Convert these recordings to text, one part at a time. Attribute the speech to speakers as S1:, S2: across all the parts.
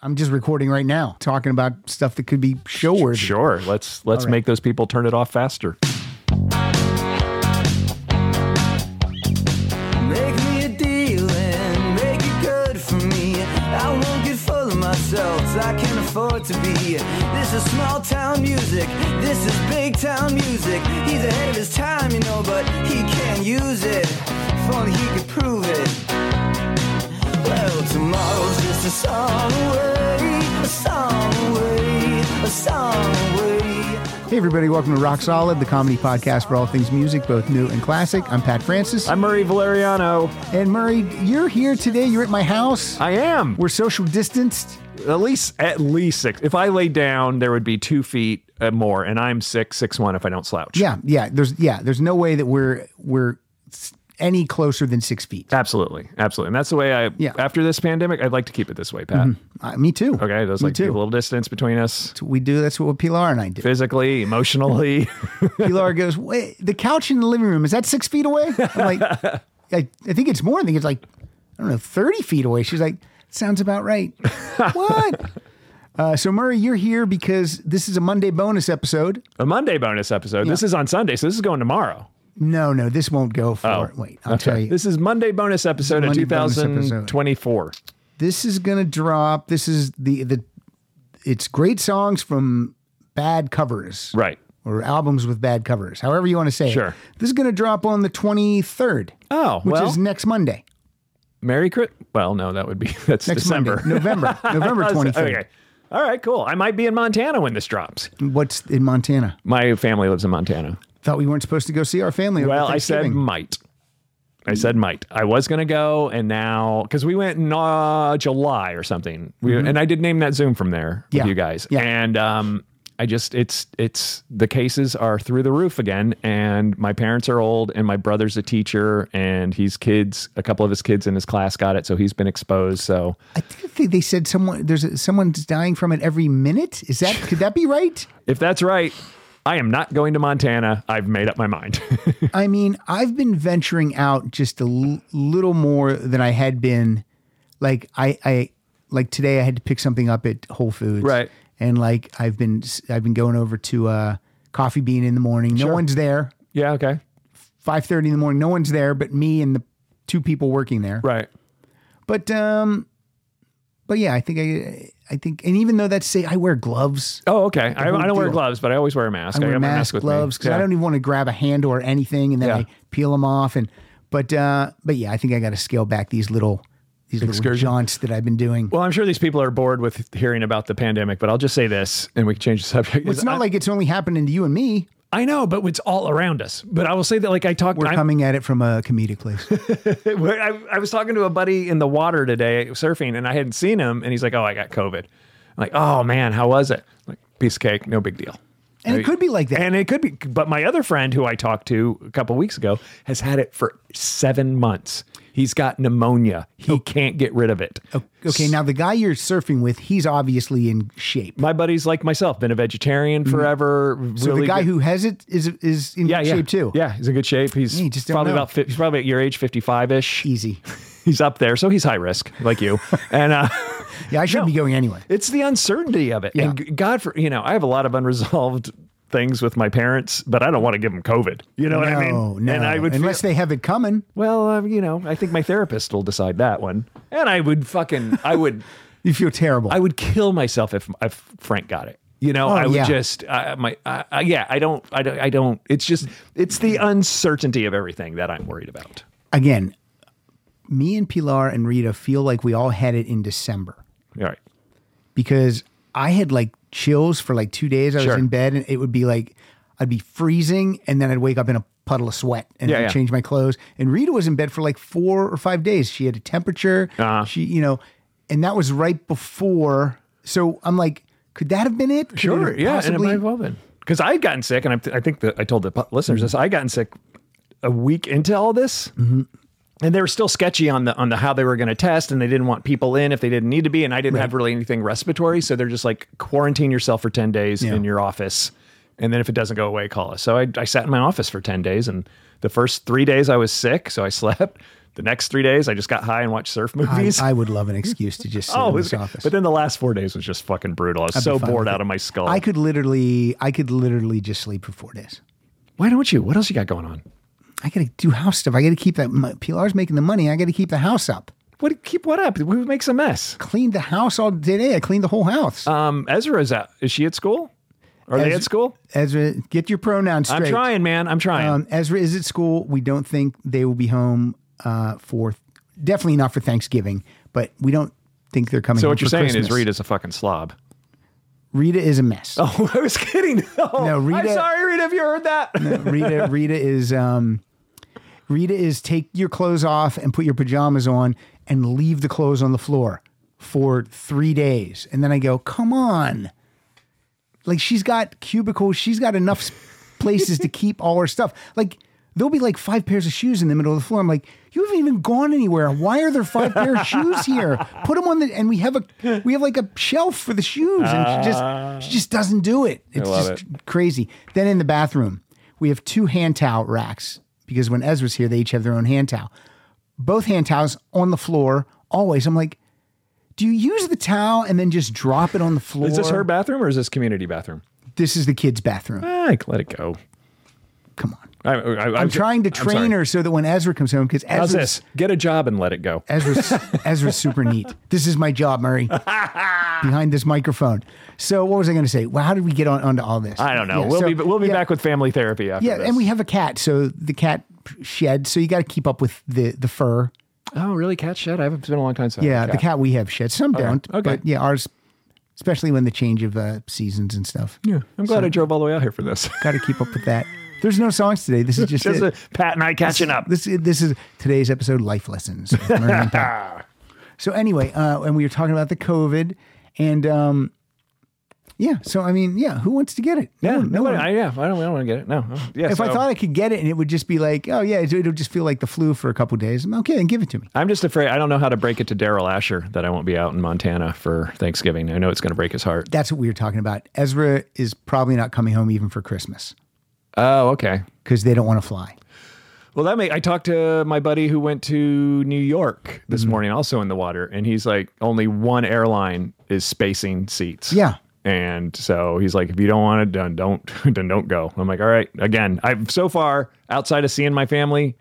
S1: I'm just recording right now, talking about stuff that could be show worthy.
S2: Sure. Let's let's make those people turn it off faster.
S3: Make me a deal and make it good for me. I won't get full of myself, 'cause I can't afford to be. This is small town music, this is big town music. He's ahead of his time, you know, but he can't use it. If only he could prove it. Well, tomorrow's just a song away, a song away, a song away.
S1: Hey, everybody, welcome to Rock Solid, the comedy podcast for all things music, both new and classic. I'm Pat Francis.
S2: I'm Murray Valeriano.
S1: and Murray, you're here today. You're at my house.
S2: I am.
S1: We're social distanced.
S2: at least at least six. If I lay down, there would be two feet uh, more, and I'm six six one if I don't slouch.
S1: Yeah, yeah. There's yeah. There's no way that we're we're s- any closer than six feet.
S2: Absolutely, absolutely, and that's the way I.
S1: Yeah.
S2: After this pandemic, I'd like to keep it this way, Pat.
S1: Uh, me too.
S2: Okay, there's
S1: me
S2: like
S1: too.
S2: a little distance between us,
S1: We do. That's what Pilar and I do.
S2: physically, emotionally.
S1: Pilar goes, Wait, the couch in the living room, is that six feet away? I'm like, I, I think it's more. I think it's like, I don't know, 30 feet away. She's like, sounds about right. what? Uh, so, Murray, you're here because this is a Monday bonus episode.
S2: a Monday bonus episode. This is on Sunday, so this is going tomorrow.
S1: No, no, this won't go for
S2: Oh,
S1: Wait, I'll tell you. This,
S2: This is Monday bonus episode
S1: Monday
S2: of
S1: bonus episode.
S2: 2024.
S1: is going to drop. This is the, the, it's great songs from bad covers.
S2: Right.
S1: Or albums with bad covers, however you want to say
S2: Sure.
S1: it. This is going to drop on the 23rd,
S2: Oh,
S1: which
S2: well,
S1: is next Monday.
S2: Merry Christmas. Well, no, that would be that's
S1: Next
S2: December.
S1: Monday, November, November
S2: Oh, so-
S1: 23rd.
S2: Okay. All right, cool. I might be in Montana when this drops.
S1: What's in Montana?
S2: My family lives in Montana.
S1: Thought we weren't supposed to go see our family. over
S2: Well, I said
S1: Thanksgiving.
S2: might. I said might. I was going to go, and now because we went in uh, July or something, we, and I did name that Zoom from there
S1: Mm-hmm. Yeah.
S2: with you guys,
S1: Yeah.
S2: and um, I just it's it's the cases are through the roof again, and my parents are old, and my brother's a teacher, and his kids, a couple of his kids in his class got it, so he's been exposed. So
S1: I didn't think they said someone there's a, someone's dying from it every minute. Is that could that be right?
S2: if that's right, I am not going to Montana. I've made up my mind.
S1: I mean, I've been venturing out just a l- little more than I had been. Like I, I, like today I had to pick something up at Whole Foods,
S2: Right.
S1: And like I've been, s- I've been going over to uh, Coffee Bean in the morning. No one's there.
S2: yeah. Okay.
S1: Five thirty in the morning. No one's there but me and the two people working there.
S2: Right.
S1: But um, but yeah, I think I I think, and even though that's say I wear gloves,
S2: Oh, okay. I, I
S1: whole
S2: don't wear
S1: deal.
S2: gloves, but I always wear a mask.
S1: I wear
S2: got my
S1: mask,
S2: with me.
S1: gloves because
S2: Yeah.
S1: I don't e- even want to grab a hand or anything, and then
S2: Yeah.
S1: I peel them off. And but uh, but yeah, I think I got to scale back these little these little
S2: Excursion.
S1: jaunts that I've been doing.
S2: Well, I'm sure these people are bored with hearing about the pandemic, but I'll just say this, and we can change the subject.
S1: it's not
S2: I,
S1: like it's only happening to you and me.
S2: I know, but it's all around us. But I will say that, like I talked,
S1: We're
S2: I'm-
S1: coming at it from a comedic place.
S2: I, I was talking to a buddy in the water today surfing, and I hadn't seen him, and he's like, "Oh, I got COVID." I'm like, "Oh man, how was it?" I'm like, piece of cake, no big deal.
S1: And it could be like that.
S2: And it could be, but my other friend who I talked to a couple weeks ago has had it for seven months. He's got pneumonia. He
S1: Oh.
S2: can't get rid of it.
S1: Okay, now the guy you're surfing with, he's obviously in shape. Mm-hmm.
S2: my buddies like myself been a vegetarian forever.
S1: So
S2: really
S1: the guy
S2: good-
S1: who has it is is in
S2: yeah,
S1: shape
S2: yeah.
S1: too.
S2: Yeah, he's in good shape. He's
S1: you just don't
S2: probably
S1: know.
S2: about fi- he's probably at your age, fifty five ish.
S1: easy.
S2: He's up there, so he's high risk, like you. and uh,
S1: Yeah, I should be going anyway.
S2: it's the uncertainty of it.
S1: Yeah.
S2: And g- God for you know, I have a lot of unresolved things with my parents, but I don't want to give them COVID. You know what I
S1: no,
S2: mean?
S1: no.
S2: And I would feel-
S1: unless they have it coming.
S2: well, um, you know, I think my therapist will decide that one. And I would fucking, I would.
S1: You feel terrible.
S2: I would kill myself if if Frank got it. You know, I would
S1: Oh, yeah.
S2: just I my I, I, yeah. I don't I don't I don't. It's just it's the uncertainty of everything that I'm worried about.
S1: Again, me and Pilar and Rita feel like we all had it in December
S2: All right,
S1: because I had like chills for like two days. I
S2: Sure.
S1: was in bed and it would be like I'd be freezing and then I'd wake up in a puddle of sweat and
S2: Yeah,
S1: I'd
S2: yeah.
S1: change my clothes. And Rita was in bed for like four or five days. She had a temperature.
S2: Uh-huh.
S1: She, you know, and that was right before. So I'm like, could that have been it? Could it have
S2: yeah,
S1: possibly-
S2: and it might have well because I'd gotten sick, and I, I think that I told the pu- listeners this. I gotten sick a week into all this.
S1: Mm-hmm.
S2: And they were still sketchy on the on the how they were going to test, and they didn't want people in if they didn't need to be. And I didn't have really anything respiratory, so they're just like quarantine yourself for ten days in your office, and then if it doesn't go away, call us. So I, I sat in my office for ten days, and the first three days I was sick, so I slept. The next three days, I just got high and watched surf
S1: I,
S2: movies.
S1: I would love an excuse to just sit
S2: oh, it
S1: in
S2: was
S1: this
S2: good.
S1: office.
S2: but then the last four days was just fucking brutal. I was
S1: I'd be
S2: so
S1: fine
S2: bored
S1: with
S2: out
S1: it.
S2: of my skull.
S1: I could literally, I could literally just sleep for four days.
S2: Why don't you? What else you got going on?
S1: I got to do house stuff. I got to keep that. My, PLR's making the money. I got to keep the house up.
S2: What keep what up? Who makes a mess?
S1: Cleaned the house all today. I cleaned the whole house.
S2: Um, Ezra's out. Is she at school? Are they
S1: Ez-
S2: at school?
S1: Ezra, get your pronouns straight.
S2: I'm trying, man. I'm trying.
S1: Um, Ezra is at school. We don't think they will be home uh, for definitely not for Thanksgiving, but we don't think they're coming.
S2: so
S1: home
S2: what you're
S1: for
S2: saying
S1: Christmas.
S2: is Rita's a fucking slob.
S1: Rita is a mess.
S2: Oh, I was kidding. No,
S1: No,
S2: I'm
S1: Rita-
S2: sorry, Rita, if you heard that.
S1: Rita, Rita is um, Rita is take your clothes off and put your pajamas on and leave the clothes on the floor for three days, and then I go, come on, like she's got cubicles, she's got enough s- places to keep all her stuff, like. There'll be like five pairs of shoes in the middle of the floor. I'm like, you haven't even gone anywhere. Why are there five pair of shoes here? Put them on the and we have a we have like a shelf for the shoes, and she just she just doesn't do it. It's
S2: love
S1: just crazy. Then in the bathroom, we have two hand towel racks because when Ezra's here, they each have their own hand towel. Both hand towels on the floor always. I'm like, do you use the towel and then just drop it on the floor?
S2: Is this her bathroom or is this community bathroom?
S1: This is the kid's bathroom.
S2: Ah, let it go.
S1: Come on.
S2: I, I,
S1: I'm, trying to train her so that when Ezra comes home, because
S2: How's
S1: Ezra's,
S2: this? Get a job and let it go.
S1: Ezra's, Ezra's super neat. This is my job, Murray, behind this microphone. So what was I going to say? Well, how did we get on onto all this?
S2: I don't know.
S1: Yeah,
S2: we'll
S1: so-
S2: be we'll be
S1: yeah.
S2: back with family therapy after
S1: Yeah,
S2: this.
S1: and we have a cat, so the cat shed. So you got to keep up with the the fur.
S2: oh really cat shed. I haven't it's been a long time since. I
S1: Yeah,
S2: had a
S1: the cat we have shed. Some don't.
S2: okay.
S1: But yeah, ours, especially when the change of uh, seasons and stuff.
S2: Yeah, I'm glad I drove all the way out here for this.
S1: Got to keep up with that. There's no songs today. This is just,
S2: Just
S1: it.
S2: uh, Pat and I catching up.
S1: This this is today's episode, life lessons. with Murray and Pat. so anyway, uh, and we were talking about the COVID, and um, yeah. So I mean, yeah, who wants to get it?
S2: Yeah,
S1: no, one- no
S2: nobody-
S1: one.
S2: I, yeah, I don't, I don't want to get it. No, oh, yeah.
S1: if I
S2: so
S1: thought I could get it, and it would just be like, oh yeah, it would just feel like the flu for a couple days. Okay, then give it to me.
S2: I'm just afraid, I don't know how to break it to Daryl Asher that I won't be out in Montana for Thanksgiving. I know it's going to break his heart.
S1: That's what we were talking about. Ezra is probably not coming home even for Christmas
S2: Oh, okay.
S1: because they don't want to fly.
S2: Well, that may. I talked to my buddy who went to New York this
S1: Mm-hmm.
S2: morning, also in the water, and he's like, only one airline is spacing seats.
S1: Yeah.
S2: And so he's like, if you don't want it done, don't then don't go. I'm like, all right. Again, I've so far outside of seeing my family,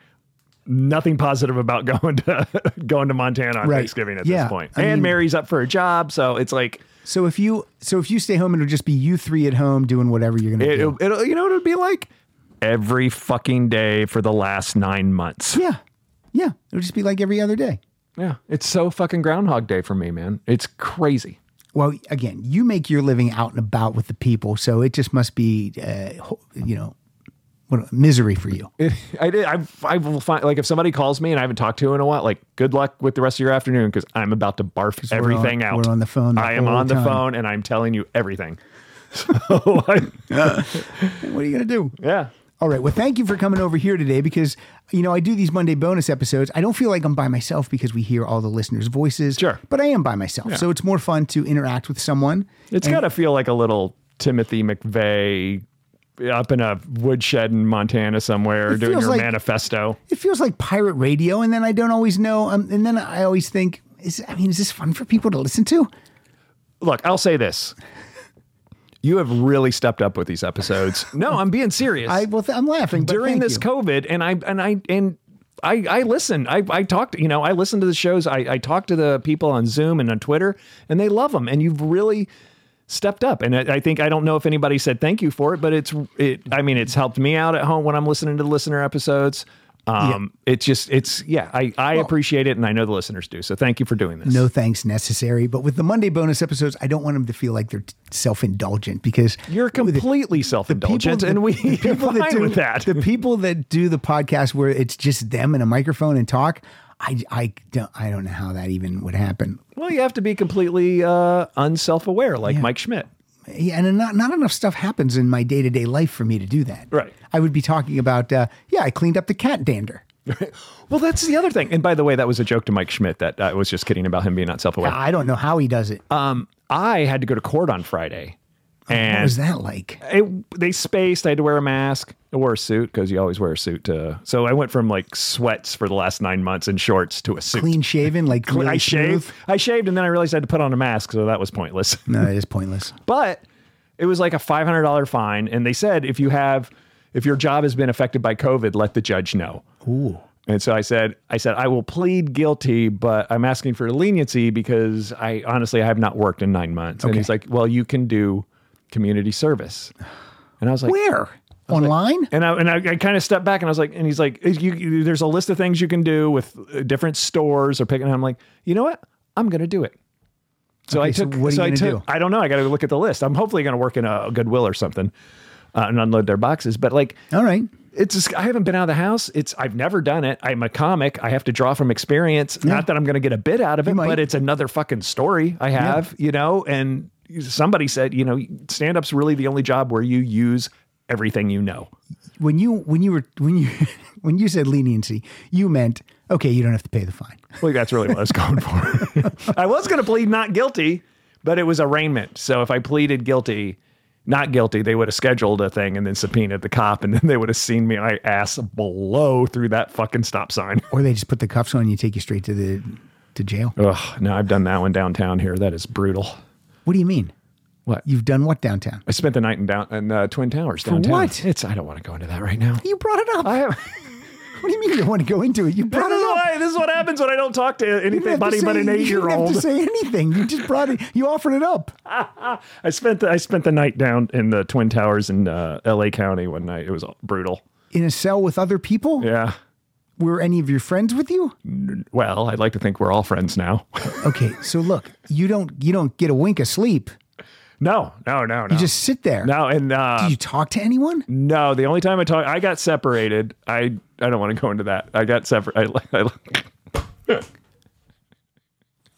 S2: nothing positive about going to going to Montana on
S1: Right.
S2: Thanksgiving at
S1: Yeah.
S2: this point.
S1: I
S2: and
S1: mean-
S2: Mary's up for a job, so it's like
S1: So if you so if you stay home, it'll just be you three at home doing whatever you're gonna
S2: It,
S1: do.
S2: it'll, it'll- you know what it'd be like? Every fucking day for the last nine months.
S1: yeah, yeah, it'll just be like every other day.
S2: Yeah. It's so fucking Groundhog Day for me, man. It's crazy.
S1: Well, again, you make your living out and about with the people, so it just must be, uh, ho- you know, what, misery for you.
S2: It, I did. I, I will find like if somebody calls me and I haven't talked to in a while, like good luck with the rest of your afternoon because I'm about to barf
S1: we're
S2: everything
S1: on-
S2: out.
S1: we're on the phone the
S2: I am
S1: whole
S2: on the
S1: time.
S2: phone and I'm telling you everything. So I,
S1: What are you gonna do?
S2: yeah.
S1: All right. Well, thank you for coming over here today because, you know, I do these Monday bonus episodes. I don't feel like I'm by myself because we hear all the listeners' voices.
S2: Sure.
S1: But I am by myself. So it's more fun to interact with someone.
S2: It's got to feel like a little Timothy McVeigh up in a woodshed in Montana somewhere
S1: It
S2: doing
S1: feels
S2: your
S1: like-
S2: manifesto.
S1: It feels like pirate radio. And then I don't always know. Um, and then I always think, is, I mean, is this fun for people to listen to?
S2: look, I'll say this. You have really stepped up with these episodes. No, I'm being serious.
S1: I, well, th- I'm laughing. but
S2: During
S1: thank
S2: this
S1: you.
S2: COVID, and I and I and I I listen. I I talked, you know, I listen to the shows. I I talk to the people on Zoom and on Twitter, and they love them. And you've really stepped up. And I, I think I don't know if anybody said thank you for it, but it's it. I mean, it's helped me out at home when I'm listening to the listener episodes. Um, it's just it's yeah. I I appreciate it, and I know the listeners do. So thank you for doing this.
S1: no thanks necessary. But with the Monday bonus episodes, I don't want them to feel like they're self indulgent because
S2: You're completely self-indulgent, and we
S1: the
S2: people fine
S1: do
S2: with that.
S1: the people that do the podcast where it's just them and a microphone and talk. I, I don't I don't know how that even would happen.
S2: Well, you have to be completely uh, unself-aware, like Mike Schmidt.
S1: Yeah, and not not enough stuff happens in my day to day life for me to do that.
S2: Right.
S1: I would be talking about uh, yeah, I cleaned up the cat dander.
S2: Well, that's the other thing. And by the way, that was a joke to Mike Schmidt. That uh, I was just kidding about him being not self-aware.
S1: I don't know how he does it.
S2: Um, I had to go to court on Friday, And
S1: What was that like?
S2: it, they spaced. I had to wear a mask. I wore a suit because you always wear a suit. To, so I went from like sweats for the last nine months and shorts to a suit.
S1: Clean shaven, like really
S2: I
S1: smooth?
S2: shaved. I shaved, and then I realized I had to put on a mask, so that was pointless.
S1: No, it is pointless.
S2: But it was like a five hundred dollar fine, and they said if you have, if your job has been affected by COVID, let the judge know. Ooh. And so I said, I said I will plead guilty, but I'm asking for leniency because I honestly I have not worked in nine months. And
S1: Okay.
S2: he's like, well, you can do community service. And I was like,
S1: Where? Online?
S2: and I and I, I kind of stepped back and I was like, and he's like, you, you- there's a list of things you can do with uh, different stores or picking. And I'm like, you know what? I'm gonna do it. So
S1: Okay,
S2: I
S1: so
S2: took.
S1: what are you
S2: I
S1: gonna
S2: took.
S1: do?
S2: I don't know. I got to look at the list. I'm hopefully gonna work in a Goodwill or something uh, and unload their boxes. But like,
S1: All right.
S2: it's just I haven't been out of the house. It's I've never done it. I'm a comic. I have to draw from experience. Not that I'm going to get a bit out of it,
S1: might.
S2: but it's another fucking story I have, you know. And somebody said, you know, stand up's really the only job where you use everything you know.
S1: When you when you were when you when you said leniency, you meant okay. You don't have to pay the fine.
S2: Well, that's really what I was going for. I was going to plead not guilty, but it was arraignment. So if I pleaded guilty, not guilty, they would have scheduled a thing and then subpoenaed the cop, and then they would have seen me my ass blow through that fucking stop sign.
S1: Or they just put the cuffs on you, and take you straight to the to jail.
S2: Ugh, no, I've done that one downtown here. That is brutal.
S1: What do you mean?
S2: What?
S1: You've done what downtown?
S2: I spent the night in down in uh, Twin Towers downtown.
S1: what?
S2: It's I don't want to go into that right now.
S1: You brought it up.
S2: I have.
S1: what do you mean you don't want to go into it? You
S2: This
S1: brought
S2: is
S1: it up.
S2: why. This is what happens when I don't talk to
S1: You didn't
S2: anything
S1: have to
S2: buddy but
S1: say-
S2: an eight year
S1: You didn't have
S2: old.
S1: to say anything. You just brought it. You offered it up.
S2: I spent the, I spent the night down in the Twin Towers in uh, L.A. County one night. It was brutal.
S1: in a cell with other people?
S2: Yeah.
S1: Were any of your friends with you?
S2: Well, I'd like to think we're all friends now.
S1: Okay, so look, you don't you don't get a wink of sleep.
S2: no, no, no, no.
S1: You just sit there.
S2: no, and uh,
S1: Do you talk to anyone?
S2: no. The only time I talk, I got separated. I I don't want to go into that. I got separated. I, I,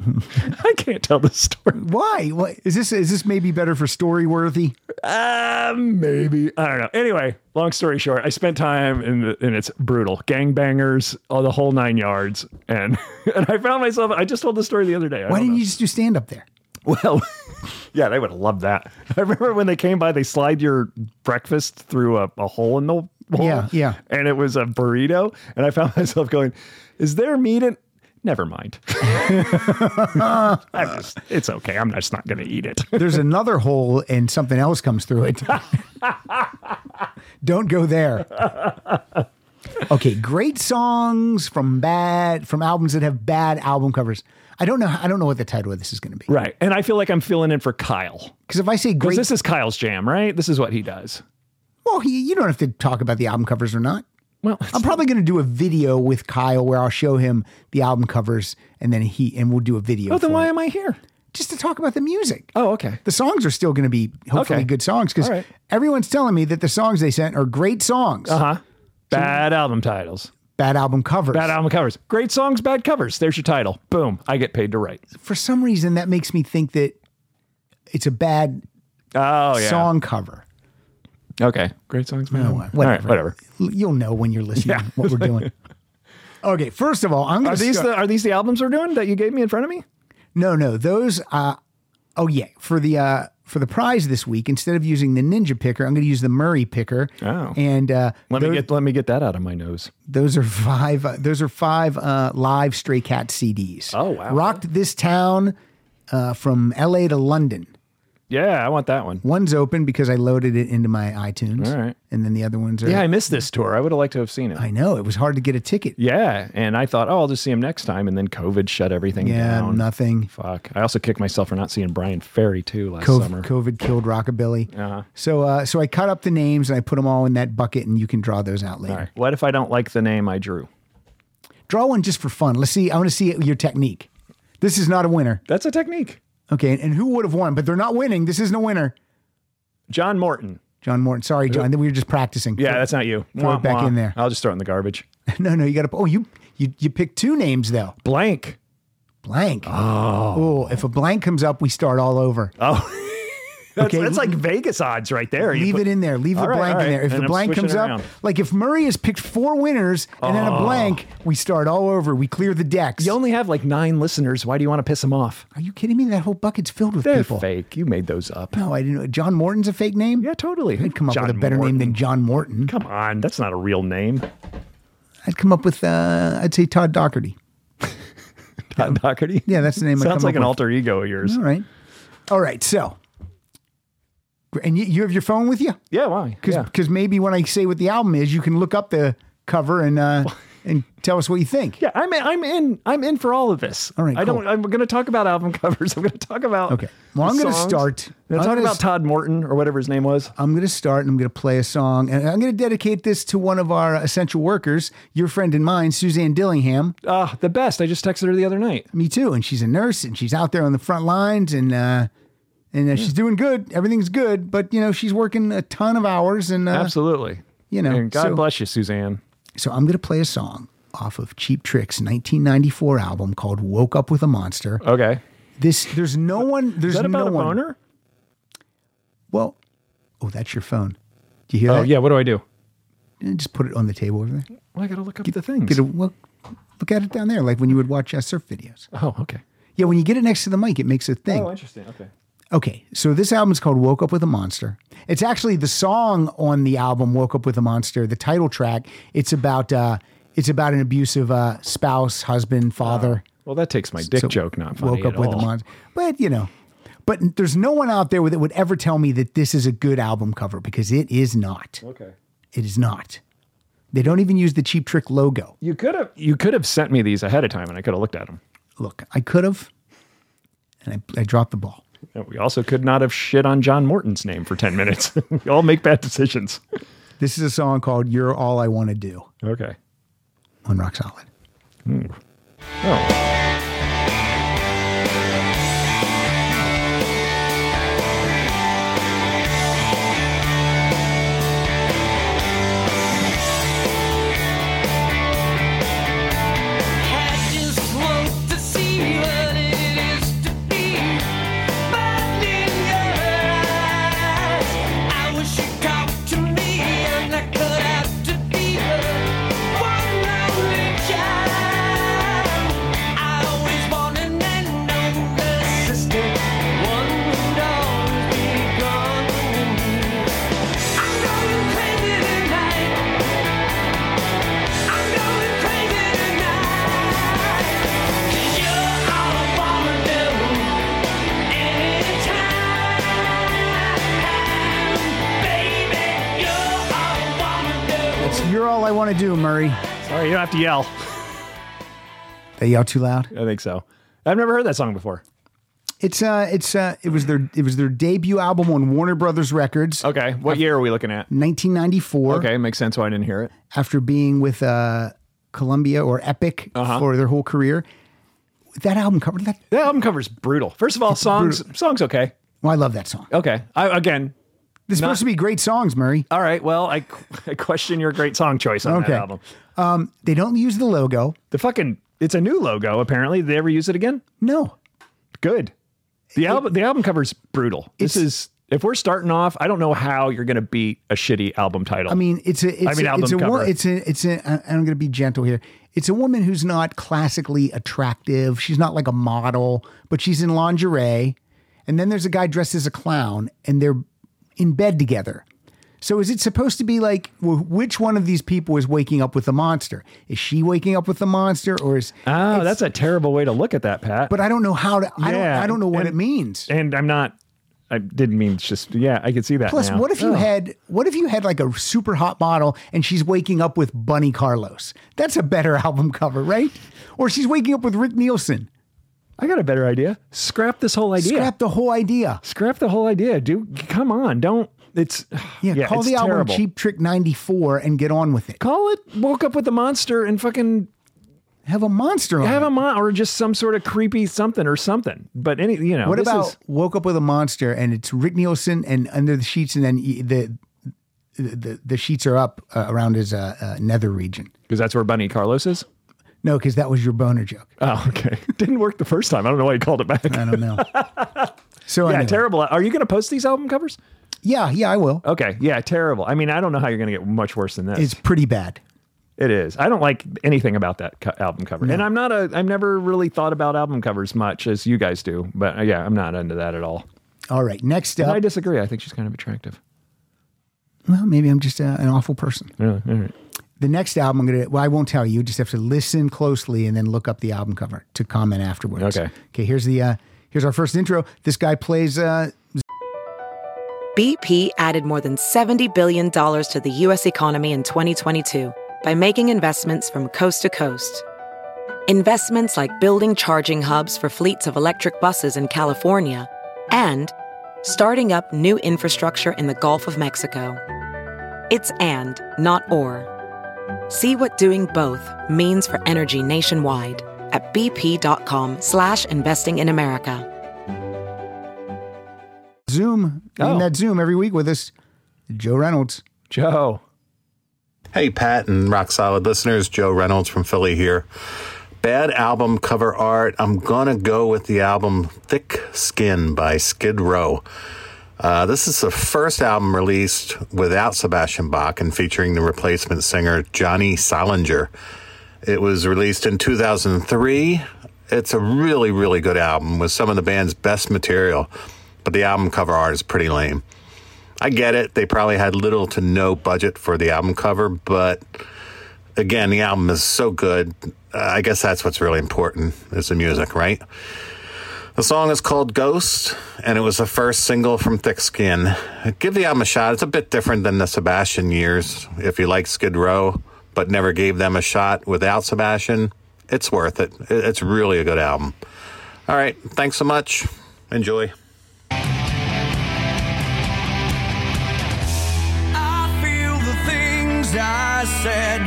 S2: I can't tell the story.
S1: Why? What is this? Is this maybe better for story worthy?
S2: Uh, maybe I don't know. Anyway, long story short, I spent time in the, and it's brutal. Gangbangers, all the whole nine yards, and and I found myself. I just told the story the other day. I
S1: Why
S2: don't
S1: didn't
S2: know.
S1: you just do stand up there?
S2: Well, yeah, they would have loved that. I remember when they came by, they slide your breakfast through a, a hole in the wall.
S1: Yeah, yeah.
S2: And it was a burrito. And I found myself going, Is there meat in? Never mind. I'm just, it's okay. I'm just not going to eat it.
S1: There's another hole and something else comes through it. don't go there. Okay, great songs from bad from albums that have bad album covers. I don't know. I don't know what the title of this is going to be.
S2: right. And I feel like I'm filling in for Kyle.
S1: Because if I say
S2: Because
S1: great,
S2: this is Kyle's jam, right? This is what he does. Oh,
S1: well, he, you don't have to talk about the album covers or not.
S2: Well,
S1: I'm probably going to do a video with Kyle where I'll show him the album covers and then he and we'll do a video
S2: oh, then
S1: for
S2: why
S1: it.
S2: am I here?
S1: just to talk about the music.
S2: Oh, okay.
S1: The songs are still going to be hopefully
S2: Okay.
S1: good songs because
S2: All right.
S1: everyone's telling me that the songs they sent are great songs,
S2: Uh huh. Bad album titles.
S1: bad album covers.
S2: Bad album covers. Great songs, bad covers. There's your title. Boom. I get paid to write.
S1: For some reason, that makes me think that it's a bad
S2: Oh yeah.
S1: song cover.
S2: Okay. Great songs, man. whatever.
S1: whatever.
S2: whatever.
S1: L- You'll know when you're listening what we're doing. Okay, first of all, I'm going
S2: Are
S1: to
S2: these
S1: start-
S2: the are these the albums we're doing that you gave me in front of me?
S1: No, no, those. Uh, oh yeah, for the uh, for the prize this week, instead of using the Ninja picker, I'm going to use the Murray picker.
S2: Oh.
S1: and uh,
S2: Let
S1: tho-
S2: me get let me get that out of my nose.
S1: those are five. Uh, those are five uh, live Stray Cat CDs.
S2: Oh, wow.
S1: Rocked this town uh, from L.A. to London.
S2: Yeah, I want that one.
S1: One's open because I loaded it into my iTunes.
S2: All right.
S1: and then the other ones are.
S2: Yeah, I missed this tour. I would have liked to have seen it.
S1: I know it was hard to get a ticket.
S2: yeah, and I thought, oh, I'll just see him next time, and then COVID shut everything
S1: Yeah,
S2: down.
S1: nothing.
S2: Fuck. I also kicked myself for not seeing Brian Ferry too last summer. Uh-huh.
S1: COVID, COVID killed rockabilly. So, uh, so I cut up the names and I put them all in that bucket, and you can draw those out later.
S2: All right. What if I don't like the name I drew?
S1: Draw one just for fun. Let's see. I want to see your technique. This is not a winner.
S2: That's a technique.
S1: Okay. And who would have won? But they're not winning. This isn't a winner.
S2: John Morton.
S1: John Morton. Sorry, John. We were just practicing.
S2: Yeah, that's not you.
S1: Throw it
S2: Womp
S1: back
S2: womp.
S1: in there.
S2: I'll just throw it in the garbage.
S1: No, no. You got to. Oh, you, you you picked two names though.
S2: Blank.
S1: Blank. Oh. If a blank comes up, we start all over.
S2: Oh. That's,
S1: Okay.
S2: that's like Vegas odds right there. You
S1: Leave
S2: put-
S1: it in there. Leave the
S2: All right,
S1: blank
S2: all
S1: in
S2: right.
S1: there. If
S2: And
S1: the
S2: I'm
S1: blank
S2: switching
S1: comes
S2: it
S1: up,
S2: around. Oh.
S1: like if Murray has picked four winners and then a blank, we start all over. We clear the decks.
S2: you only have like nine listeners. Why do you want to piss them off?
S1: Are you kidding me? That whole bucket's filled with
S2: They're
S1: people.
S2: fake. You made those up.
S1: No, I didn't. know. John Morton's a fake name.
S2: Yeah, totally.
S1: I'd come up with a better name than John Morton.
S2: Come on, that's not a real name.
S1: I'd come up with, uh, I'd say Todd Doherty.
S2: Todd Doherty.
S1: Yeah, that's the name. I'd
S2: Sounds
S1: come
S2: like
S1: up
S2: an
S1: with.
S2: alter ego of yours.
S1: All right. All right. So, and you, you have your phone with you?
S2: Yeah, why? Yeah.
S1: Because maybe when I say what the album is, you can look up the cover and uh, and tell us what you think.
S2: Yeah, I'm in, I'm in. I'm in for all of this.
S1: All right,
S2: I
S1: cool.
S2: don't. I'm going to talk about album covers. I'm going to talk about.
S1: Okay. Well, I'm
S2: the
S1: gonna
S2: songs.
S1: start-
S2: I'm going
S1: I'm
S2: to talk
S1: gonna
S2: about
S1: s-
S2: Todd Morton or whatever his name was.
S1: I'm going to start and I'm going to play a song. And I'm going to dedicate this to one of our essential workers, your friend and mine, Suzanne Dillingham.
S2: Ah, the best. I just texted her the other night.
S1: Me too. And she's a nurse and she's out there on the front lines and, uh, and uh, she's doing good. Everything's good. But, you know, she's working a ton of hours. And, uh,
S2: Absolutely.
S1: you know,
S2: And God
S1: so-
S2: bless you, Suzanne.
S1: So I'm going to play a song off of Cheap Trick's 1994 album called Woke Up with a Monster.
S2: Okay.
S1: This, there's no one, there's
S2: Uh, Is that
S1: no
S2: about a
S1: one.
S2: boner?
S1: Well, oh, that's your phone. Do you hear
S2: Oh
S1: that?
S2: yeah. What do I do?
S1: Eh, Just put it on the table over there.
S2: Well, I got to look up the things.
S1: Get a, well, look at it down there, like when you would watch uh, surf videos.
S2: oh, okay.
S1: Yeah, when you get it next to the mic, it makes a thing.
S4: Oh,
S2: Oh, interesting. Okay.
S1: Okay, so this album is called Woke Up with a Monster. It's actually the song on the album Woke Up with a Monster, the title track. It's about uh, it's about an abusive uh, spouse, husband, father.
S2: Well, that takes my dick
S1: So,
S2: joke not funny
S1: Woke up
S2: at
S1: with a
S2: all.
S1: monster. But you know, but there's no one out there that would ever tell me that this is a good album cover because it is not.
S2: Okay.
S1: It is not. They don't even use the Cheap Trick logo.
S2: You could have you could have sent me these ahead of time, and I could have looked at them.
S1: Look, I could have, and I, I dropped the ball.
S2: And we also could not have shit on John Morton's name for ten minutes. we all make bad decisions.
S1: This is a song called "You're All I Want to Do"
S2: Okay.
S1: on Rock Solid.
S2: Hmm. Oh.
S5: I just want to see what it is to be But in your eyes I wish you caught to me and I cut out to be the one lonely child I always wanted and know the sister One would always be gone with me I know you crazy tonight I'm going crazy tonight. 'Cause you're all I wanna do anytime, baby. You're all I wanna do.
S1: It's "You're All I Want to Do," Murray.
S2: Sorry, you don't have to yell.
S1: They yell too loud.
S2: I think so. I've never heard that song before.
S1: It's uh, it's uh, it was their it was their debut album on Warner Brothers Records,
S2: Okay. What year are we looking at?
S1: 1994.
S2: Okay, makes sense why I didn't hear it.
S1: After being with uh, Columbia or Epic
S2: Uh-huh.
S1: for their whole career, that album covered that.
S2: The album cover's brutal. First of all, songs songs okay.
S1: Well, I love that song.
S2: Okay. I again,
S1: This is
S2: not-
S1: supposed to be great songs, Murray.
S2: all right. Well, I, I question your great song choice on
S1: Okay. Um,
S2: that album.
S1: They don't use the logo.
S2: The fucking it's a new logo apparently. Did they ever use it again?
S1: No,
S2: Good. The album the album cover's brutal. This
S1: It's-
S2: is if we're starting off, I don't know how you're going to beat a shitty album title.
S1: I mean, it's a, it's
S2: mean,
S1: a,
S2: album
S1: it's a, wo-
S2: cover.
S1: it's a, it's a, I- I'm going to be gentle here. It's a woman who's not classically attractive. She's not like a model, but she's in lingerie. And then there's a guy dressed as a clown and they're in bed together. So is it supposed to be like, wh- which one of these people is waking up with the monster? Is she waking up with the monster or is,
S2: oh, that's a terrible way to look at that, Pat.
S1: but I don't know how to, I don't,
S2: Yeah,
S1: I don't know what
S2: and-
S1: it means.
S2: and I'm not I didn't mean it's just yeah, I can see that.
S1: Plus,
S2: now.
S1: what if you
S2: Oh.
S1: had what if you had like a super hot model and she's waking up with Bunny Carlos? That's a better album cover, right? Or she's waking up with Rick Nielsen.
S2: I got a better idea. Scrap this whole idea.
S1: Scrap the whole idea.
S2: scrap the whole idea. Do come on, don't. It's
S1: Yeah, call
S2: it's
S1: the album
S2: terrible.
S1: Cheap Trick 94 and get on with it.
S2: Call Oh, it "Woke Up with a Monster" and fucking
S1: Have a monster on
S2: have
S1: it.
S2: a mon or just some sort of creepy something or something. But any, you know,
S1: What
S2: this
S1: about
S2: is-
S1: Woke Up with a Monster and it's Rick Nielsen and Under the Sheets and then y- the the, the, the sheets are up uh, around his uh, uh, nether region.
S2: because that's where Bunny Carlos is.
S1: No, because that was your boner joke.
S2: Oh, okay. Didn't work the first time. I don't know why you called it back.
S1: I don't know. So
S2: yeah,
S1: anyway.
S2: terrible. Are you going to post these album covers?
S1: Yeah, yeah, I will.
S2: Okay, yeah, terrible. I mean, I don't know how you're going to get much worse than this.
S1: It's pretty bad.
S2: It is. I don't like anything about that co- album cover, and I'm not a. I've never really thought about album covers much as you guys do, but uh, yeah, I'm not into that at all.
S1: All right, next
S2: I
S1: up.
S2: disagree. I think she's kind of attractive.
S1: Well, maybe I'm just uh, an awful person.
S2: Really? All right.
S1: The next album, I'm gonna. Well, I won't tell you. You just have to listen closely and then look up the album cover to comment afterwards.
S2: Okay.
S1: Okay. Here's the. Uh, here's our first intro. This guy plays. Uh,
S6: BP added more than $70 billion to the U.S. economy in 2022 by making investments from coast to coast. Investments like building charging hubs for fleets of electric buses in California and starting up new infrastructure in the Gulf of Mexico. It's and, not or. See what doing both means for energy nationwide at bp.com slash investing in America.
S1: Zoom
S2: Oh.
S1: in that Zoom every week with us, Joe Reynolds.
S2: Joe.
S7: Hey, Pat and Rock Solid listeners, Joe Reynolds from Philly here. Bad album cover art. I'm gonna go with the album Thick Skin by Skid Row. Uh, this is the first album released without Sebastian Bach and featuring the replacement singer Johnny Solinger. It was released in 2003. It's a really, really good album with some of the band's best material, but the album cover art is pretty lame. I get it. They probably had little to no budget for the album cover, but again, the album is so good. Uh, I guess that's what's really important is the music, right? The song is called Ghost, and it was the first single from Thick Skin. Give the album a shot. It's a bit different than the Sebastian years. If you like Skid Row, but never gave them a shot without Sebastian, it's worth it. It- It's really a good album. All right. Thanks so much. Enjoy.
S5: I feel the things I said,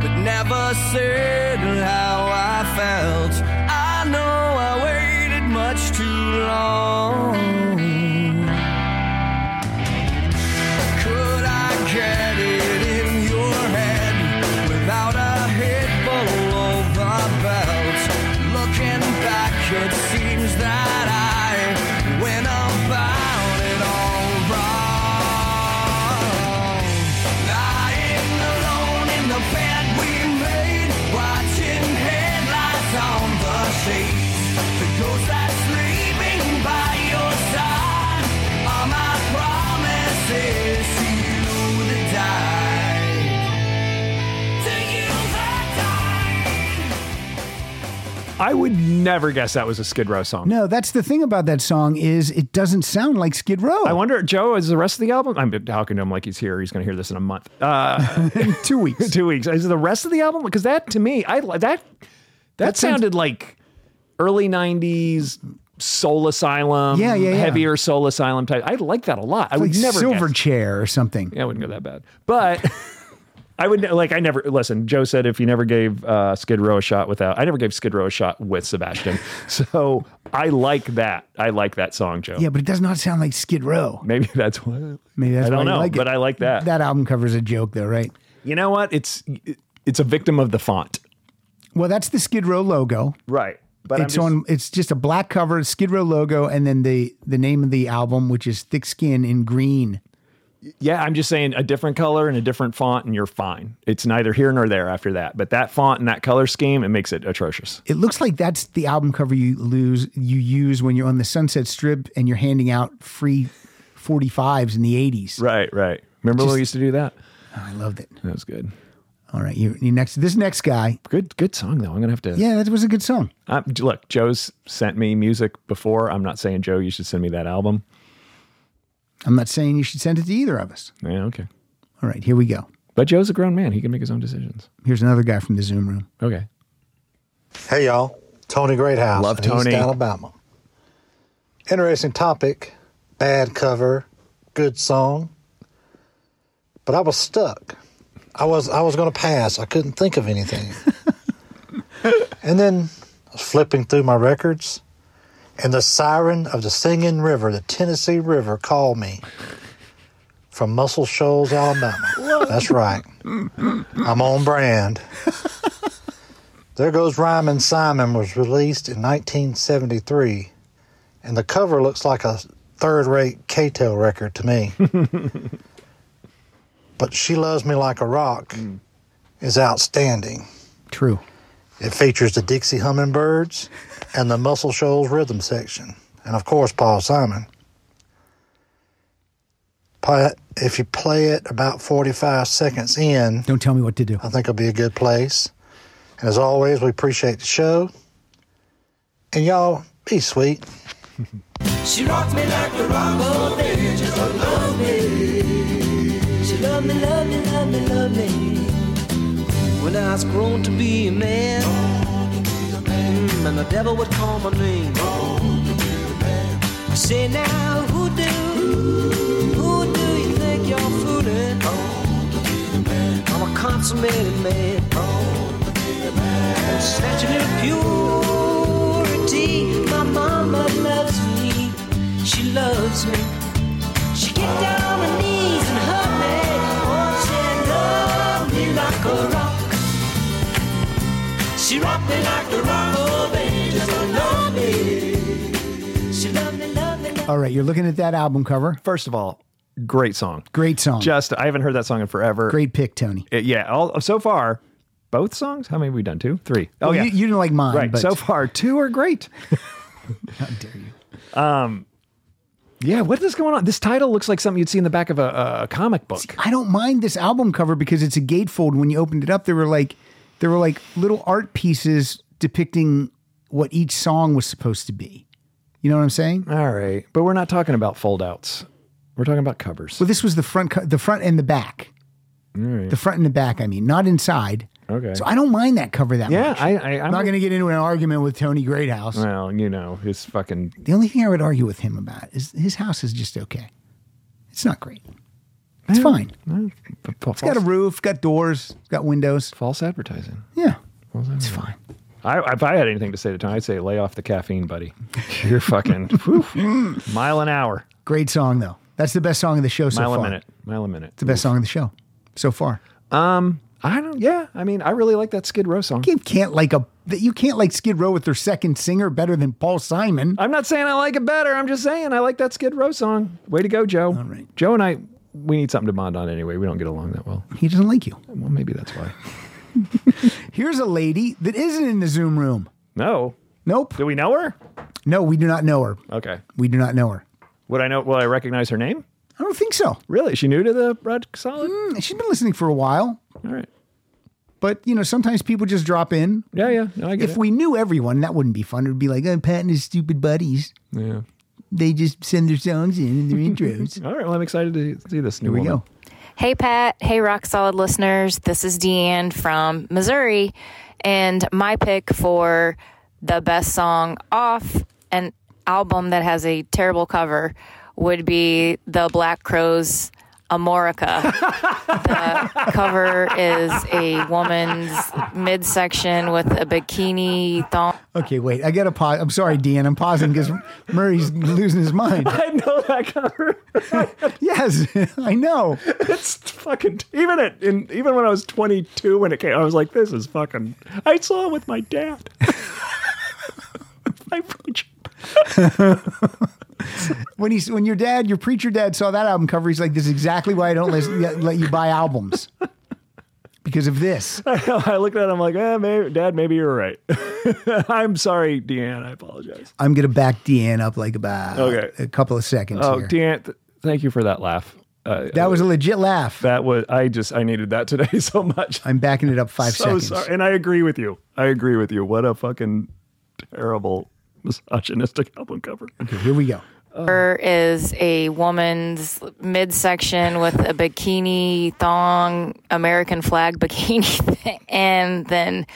S5: but never said how I felt. I know I waited much too long. Could I get it in your head without a hit below the belt? Looking back, it seems that I went about it all wrong. Lying alone in the bed we made, watching headlights on the sheets. The ghost that's sleeping by your side are my promises to you that died. To you that died.
S2: I would never guess that was a Skid Row song.
S1: No, that's the thing about that song is it doesn't sound like Skid Row.
S2: I wonder, Joe, is the rest of the album? I'm talking to him like he's here. He's going to hear this in a month. Uh,
S1: two weeks.
S2: two weeks. Is the rest of the album? Because that to me, I that that,
S1: That sounds-
S2: sounded like early '90s Soul Asylum.
S1: Yeah, yeah, yeah.
S2: Heavier Soul Asylum type. I like that a lot. I would
S1: like
S2: never
S1: Silver
S2: guess-
S1: Chair or something.
S2: Yeah, I wouldn't go that bad, but. I would ne- like. I never listen. Joe said if you never gave uh, Skid Row a shot without, I never gave Skid Row a shot with Sebastian. so I like that. I like that song, Joe.
S1: Yeah, but it does not sound like Skid Row.
S2: Maybe that's why.
S1: Maybe that's
S2: I don't
S1: why you
S2: know,
S1: like it.
S2: but I like that.
S1: That album cover's a joke, though, right?
S2: You know what? It's it's a victim of the font.
S1: Well, that's the Skid Row logo.
S2: Right. But
S1: it's on. It's just a black cover, Skid Row logo, and then the the name of the album, which is Thick Skin in green.
S2: Yeah, I'm just saying a different color and a different font, and you're fine. It's neither here nor there after that. But that font and that color scheme, it makes it atrocious.
S1: It looks like that's the album cover you lose you use when you're on the Sunset Strip and you're handing out free 45s in the 80s.
S2: Right, right. Remember when we used to do that?
S1: I loved it.
S2: That was good.
S1: All right, you, you next. This next guy.
S2: Good, good song though. I'm gonna have to.
S1: Yeah, that was a good song.
S2: Uh, look, Joe's sent me music before. I'm not saying Joe, you should send me that album.
S1: I'm not saying you should send it to either of us.
S2: Yeah, okay.
S1: All right, here we go.
S2: But Joe's a grown man. He can make his own decisions.
S1: Here's another guy from the Zoom room.
S2: Okay.
S8: Hey y'all, Tony Greathouse.
S2: Love
S8: in East
S2: Tony.
S8: Alabama. Interesting topic, bad cover, good song. But I was stuck. I was I was going to pass. I couldn't think of anything. and then I was flipping through my records, and the siren of the Singing River, the Tennessee River, called me from Muscle Shoals, Alabama. That's right. I'm on brand. There Goes Rhymin' Simon was released in 1973 and the cover looks like a third rate K Tail record to me. but She Loves Me Like a Rock is outstanding.
S1: True.
S8: It features the Dixie Hummingbirds and the Muscle Shoals rhythm section, and of course, Paul Simon. But if you play it about 45 seconds in,
S1: Don't tell me what to do.
S8: I think it'll be a good place. And as always, we appreciate the show. And y'all, be sweet.
S5: She rocked me like the rock, oh baby, just don't love me. She loved me, loved me, loved me, loved me. When I was grown to be a man, mm, and the devil would call my name. I say now, who do, who do you think you're fooling? I'm a consummated man. I'm snatching in purity. My mama loves me. She loves me. She get down her knees and hug me. Oh, she love me like a rock. She rocked me like the rock. Oh, baby, just love me. She love me, love me, love me.
S1: All right, you're looking at that album cover.
S2: First of all, great song.
S1: Great song.
S2: Just I haven't heard that song in forever.
S1: Great pick, Tony.
S2: It- yeah. All, so far, both songs. How many have we done? Two, three. Oh
S1: Well,
S2: yeah.
S1: you, you didn't like mine,
S2: right.
S1: but
S2: So far, two are great. Um,
S1: how dare you?
S2: Yeah. What is going on? This title looks like something you'd see in the back of a, a comic book.
S1: I don't mind this album cover because it's a gatefold. When you opened it up, there were like there were like little art pieces depicting what each song was supposed to be. You know what I'm saying?
S2: All right, but we're not talking about foldouts. We're talking about covers.
S1: Well, this was the front, co- the front and the back, the front and the back. I mean, not inside.
S2: Okay.
S1: So I don't mind that cover that
S2: yeah.
S1: much.
S2: I. I I'm
S1: I'm not going to get into an argument with Tony Greathouse.
S2: Well, you know, his fucking
S1: The only thing I would argue with him about is his house is just okay. It's not great. It's fine.
S2: false,
S1: It's got a roof, got doors, got windows.
S2: false advertising.
S1: Yeah, it's fine.
S2: I, if I had anything to say to Tony, I'd say lay off the caffeine, buddy. You're fucking whew, mile an hour,
S1: Great song though. That's the best song of the show so
S2: mile
S1: far.
S2: a minute, mile a minute. Um,
S1: The best song of the show so far.
S2: I don't. Yeah, I mean, I really like that Skid Row song.
S1: You can't like a that you can't like Skid Row with their second singer better than Paul Simon.
S2: I'm not saying I like it better. I'm just saying I like that Skid Row song. Way to go, Joe. All
S1: right.
S2: Joe and I, we need something to bond on anyway. We don't get along that well.
S1: He doesn't like you.
S2: Well, maybe that's why.
S1: Here's a lady that isn't in the Zoom room.
S2: No.
S1: Nope.
S2: Do we know her?
S1: No, we do not know her.
S2: Okay.
S1: We do not know her.
S2: Would I know? Will I recognize her name?
S1: I don't think so.
S2: Really? Is She new to the Rock Solid?
S1: Hmm, She's been listening for a while,
S2: All right.
S1: but you know sometimes people just drop in.
S2: Yeah, yeah. No, I get
S1: If
S2: it.
S1: we knew everyone, that wouldn't be fun. It would be like, oh, Pat and his stupid buddies.
S2: yeah.
S1: They just send their songs in and their intros.
S2: All right. Well, I'm excited to see this new
S1: Here we
S2: woman.
S1: go.
S9: Hey, Pat. Hey, Rock Solid listeners. This is Deanne from Missouri. And my pick for the best song off an album that has a terrible cover would be The Black Crowes Amorica. the cover is a woman's midsection with a bikini thong.
S1: Okay, wait. I got to pause. I'm sorry, Dean. I'm pausing because Murray's losing his mind.
S2: I know that cover.
S1: Yes, I know.
S2: it's fucking even it. In, even when I was 22, when it came, I was like, "This is fucking." I saw it with my dad. my preacher.
S1: When he's when your dad, your preacher dad, saw that album cover, he's like, "This is exactly why I don't let, let you buy albums because of this."
S2: I looked at him like, eh, maybe, Dad, maybe you're right. I'm sorry, Deanne. I apologize.
S1: I'm gonna back Deanne up like about
S2: Okay.
S1: a couple of seconds.
S2: Oh,
S1: here.
S2: Deanne, th- thank you for that laugh. Uh,
S1: that was a legit laugh.
S2: that was I just I needed that today so much.
S1: I'm backing it up five
S2: so
S1: seconds.
S2: sorry, and I agree with you. I agree with you. What a fucking terrible misogynistic album cover.
S1: Okay, here we go.
S9: cover is a woman's midsection with a bikini thong, American flag bikini, thing, and then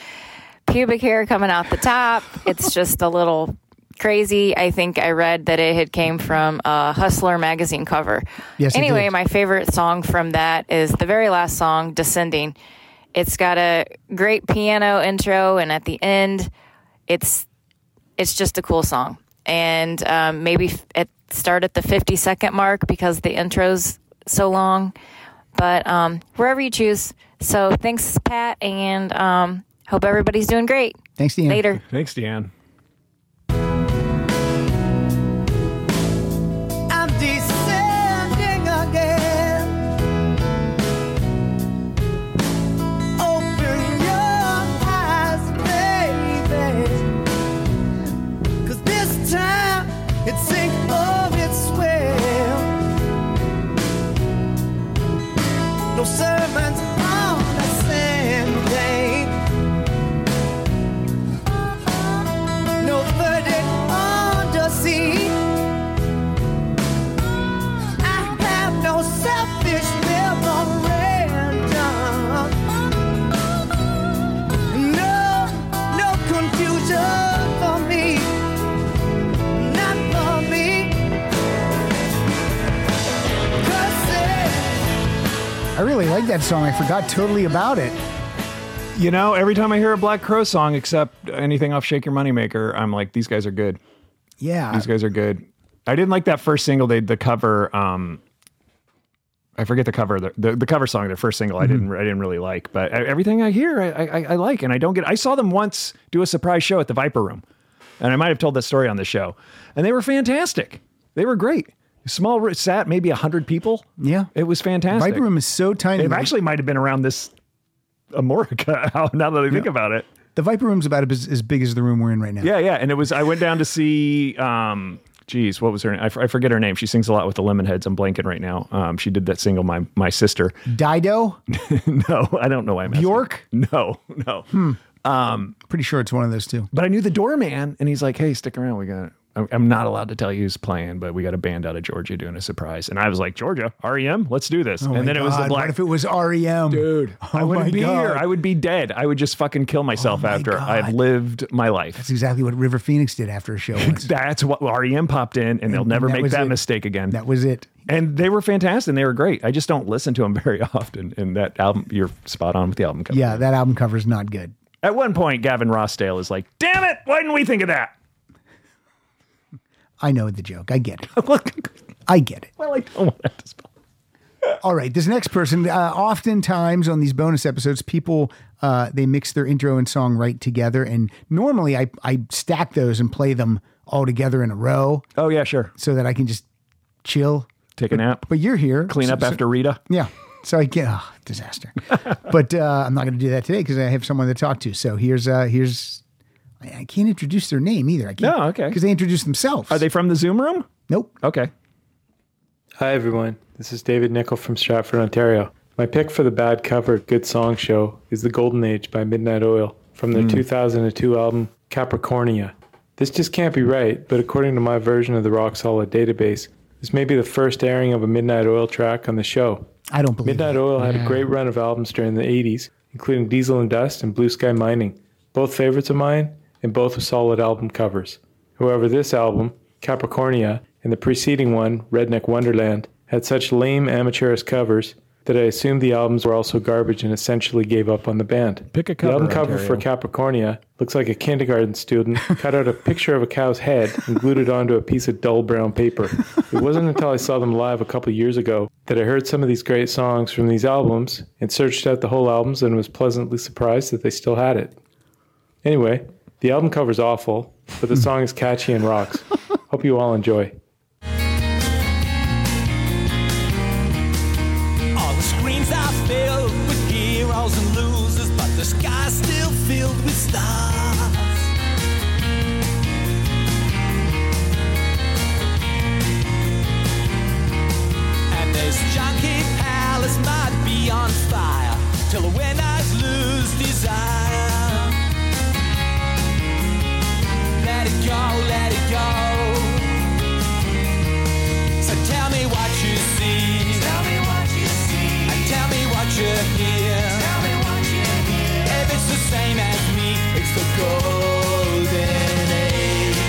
S9: pubic hair coming out the top. It's just a little crazy. I think I read that it had came from a Hustler magazine cover.
S1: Yes, it
S9: Anyway,
S1: did.
S9: my favorite song from that is the very last song, "Descending." It's got a great piano intro, and at the end, it's it's just a cool song. And um, maybe f- it start at the 50 second mark because the intro's so long. But um, wherever you choose. So thanks, Pat, and um, hope everybody's doing great.
S1: Thanks, Deanne.
S9: Later.
S2: Thanks, Deanne.
S1: I really like that song. I forgot totally about it.
S2: You know, every time I hear a Black Crow song, except anything off Shake Your Moneymaker, I'm like, these guys are good.
S1: Yeah.
S2: These guys are good. I didn't like that first single. They the cover. Um, I forget the cover. The, the, the cover song, their first single. I
S1: Mm-hmm.
S2: didn't. I didn't really like. But I, everything I hear, I, I, I like, and I don't get. I saw them once do a surprise show at the Viper Room, and I might have told that story on the show. And they were fantastic. They were great. Small room, sat maybe hundred people.
S1: Yeah.
S2: it was fantastic.
S1: Viper Room is so tiny.
S2: It
S1: Like,
S2: actually might have been around this Amorica. Now that I think about it.
S1: the Viper Room's about as, as big as the room we're in right now.
S2: Yeah, yeah. And it was, I went down to see, um, geez, what was her name? I, f- I forget her name. She sings a lot with the Lemonheads. I'm blanking right now. Um, she did that single, My My Sister.
S1: Dido.
S2: no, I don't know why I'm asking.
S1: Bjork?
S2: No, no. Um,
S1: Pretty sure it's one of those two.
S2: But I knew the doorman, and he's like, hey, stick around. We got, I'm, I'm not allowed to tell you who's playing, but we got a band out of Georgia doing a surprise. And I was like, Georgia, REM, let's do this.
S1: Oh
S2: and
S1: my
S2: then it was E the
S1: God,
S2: Black.
S1: What if it was REM?
S2: Dude, I
S1: Oh my
S2: wouldn't be
S1: God.
S2: here. I would be dead. I would just fucking kill myself
S1: Oh my
S2: after
S1: God.
S2: I've lived my life.
S1: That's exactly what River Phoenix did after a show once.
S2: That's what REM popped in, and they'll never
S1: that
S2: make
S1: was
S2: that
S1: it.
S2: mistake again.
S1: that was it.
S2: and they were fantastic. and They were great. I just don't listen to them very often. And that album, you're spot on with the album cover.
S1: Yeah, that album cover's not good.
S2: At one point, Gavin Rossdale is like, "Damn it! Why didn't we think of that?"
S1: I know the joke. I get it.
S2: well,
S1: I get it.
S2: I don't want that to spell.
S1: All right, this next person. Uh, oftentimes on these bonus episodes, people uh, they mix their intro and song right together, and normally I I stack those and play them all together in a row
S2: Oh yeah, sure.
S1: so that I can just chill.
S2: Take a nap.
S1: But you're here,
S2: Clean
S1: so-
S2: up
S1: so-
S2: after Rita.
S1: yeah. So I get oh, disaster, but uh, I'm not going to do that today because I have someone to talk to. So here's uh, here's I, I can't introduce their name either. I can't,
S2: No, Oh, okay.
S1: because they introduce themselves.
S2: Are they from the Zoom room?
S1: Nope.
S2: Okay.
S10: Hi, everyone. This is David Nickel from Stratford, Ontario. My pick for the bad cover good song show is The Golden Age by Midnight Oil from
S1: Hmm.
S10: their 2002 album Capricornia. This just can't be right, but according to my version of the Rock Solid database, this may be the first airing of a Midnight Oil track on the show.
S1: I don't believe
S10: Midnight
S1: it.
S10: Oil had a great run of albums during the 80s, including Diesel and Dust and Blue Sky Mining, both favorites of mine, and both with solid album covers. However, this album, Capricornia, and the preceding one, Redneck Wonderland, had such lame amateurish covers that I assumed the albums were also garbage and essentially gave up on the band.
S2: Pick a
S10: The album
S2: cover,
S10: cover for Capricornia looks like a kindergarten student cut out a picture of a cow's head and glued it onto a piece of dull brown paper. It wasn't until I saw them live a couple years ago that I heard some of these great songs from these albums and searched out the whole albums and was pleasantly surprised that they still had it. Anyway, the album cover's awful, but the song is catchy and rocks. Hope you all enjoy.
S5: All the screens are filled with heroes and losers, but the sky's still filled with stars. And this junkie palace might be on fire till the winners lose desire. Let it go, let it go. So tell me what you see. Tell me what you see. And tell me what you hear. Tell me what you hear. If it's the same as me, it's the golden age.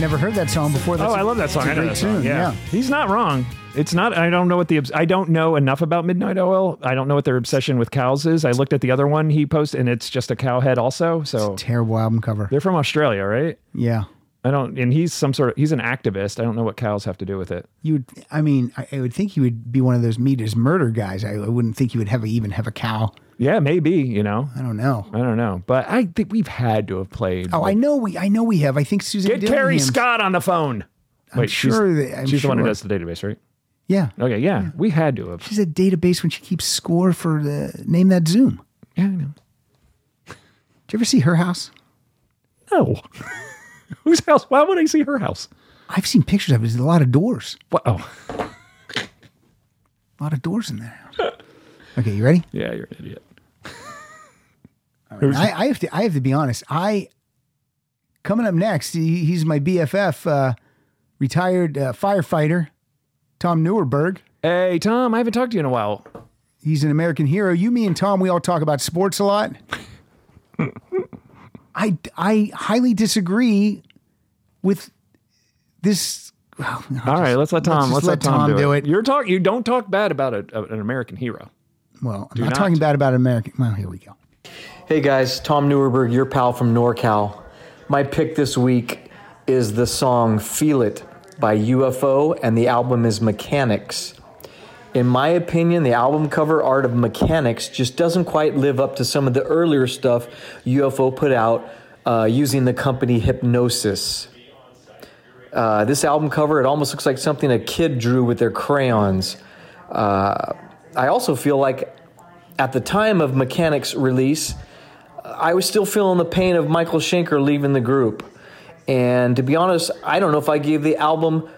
S1: Never heard that song before. That's
S2: oh, I
S1: a-
S2: love that song.
S1: It's a
S2: I know
S1: great
S2: that
S1: tune.
S2: song. Yeah.
S1: yeah.
S2: he's not wrong. It's not. I don't know what the. obs- I don't know enough about Midnight Oil. I don't know what their obsession with cows is. I looked at the other one he posted, and it's just a cow head also. So
S1: Terrible album cover.
S2: they're from Australia, right?
S1: Yeah.
S2: I don't. And he's some sort of. He's an activist. I don't know what cows have to do with it.
S1: You would, I mean, I, I would think he would be one of those meat is murder guys. I, I wouldn't think he would have a, even have a cow.
S2: Yeah, maybe. You know,
S1: I don't know.
S2: I don't know. But I think we've had to have played.
S1: Oh, I know we, I know we have. I think Susan.
S2: Get Carrie
S1: Dillingham's-
S2: Scott on the phone. Wait,
S1: sure
S2: she's,
S1: that- I'm
S2: she's the one who
S1: sure.
S2: does the database, right?
S1: Yeah,
S2: Okay, yeah, we had to have.
S1: she's a database when she keeps score for the name that Zoom.
S2: Yeah, I know.
S1: Did you ever see her house?
S2: No, whose house? Why would I see her house?
S1: I've seen pictures of it. There's a lot of doors.
S2: What? Oh.
S1: A lot of doors in there. Okay, you ready?
S2: Yeah, you're an idiot.
S1: I, I have to. I have to be honest. I coming up next. He, he's my BFF, uh, retired uh, firefighter, Tom Neuerberg.
S2: Hey, Tom, I haven't talked to you in a while.
S1: He's an American hero. You, me, and Tom, we all talk about sports a lot. I, I highly disagree with this
S2: All right, let's let Tom.
S1: just
S2: Let's, let,
S1: let Tom do it.
S2: You're talk. You don't talk bad about a, a- an American hero.
S1: Well, I'm not,
S2: not.
S1: talking bad about American. Well, here we go.
S4: Hey guys, Tom Neuerberg, your pal from NorCal. My pick this week is the song Feel It by UFO, and the album is Mechanics. In my opinion, the album cover art of Mechanics just doesn't quite live up to some of the earlier stuff UFO put out uh, using the company Hypnosis. Uh, this album cover, it almost looks like something a kid drew with their crayons. Uh, I also feel like at the time of Mechanics release, I was still feeling the pain of Michael Schenker leaving the group. And to be honest, I don't know if I gave the album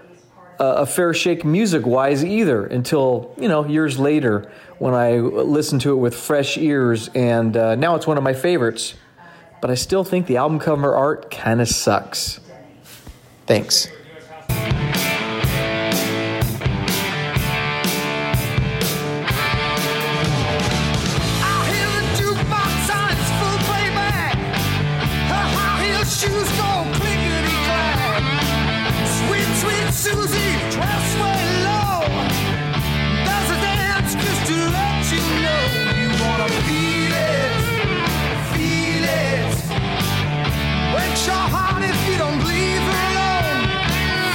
S4: uh, a, a fair shake music wise either until, you know, years later when I listened to it with fresh ears. And uh, now it's one of my favorites. But I still think the album cover art kind of sucks. Thanks.
S5: I hear the jukebox on its full playback. Her high heel shoes go clickety clack. Sweet, sweet Susie, dress way low. There's a dance just to let you know you wanna feel it, feel it. Wake your heart if you don't believe her alone.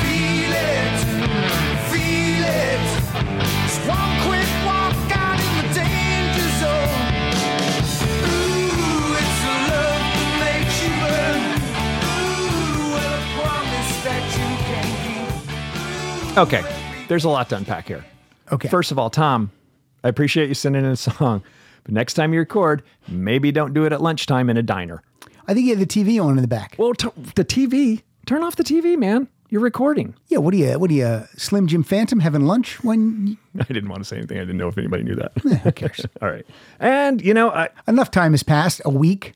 S5: Feel it, feel it. Just one quick walk out in the danger zone. Ooh, it's the love that makes you burn. Ooh, well, I promise that you can keep.
S2: Okay, there's a lot to unpack here.
S1: Okay.
S2: First of all, Tom, I appreciate you sending in a song, but next time you record, maybe don't do it at lunchtime in a diner.
S1: I think you had the TV on in the back.
S2: Well, t- the TV. Turn off the TV, man. You're recording.
S1: Yeah, what do you, what do you, Slim Jim Phantom having lunch when
S2: I didn't want to say anything. I didn't know if anybody knew that. Who cares? all right. And you know, I
S1: enough time has passed, a week?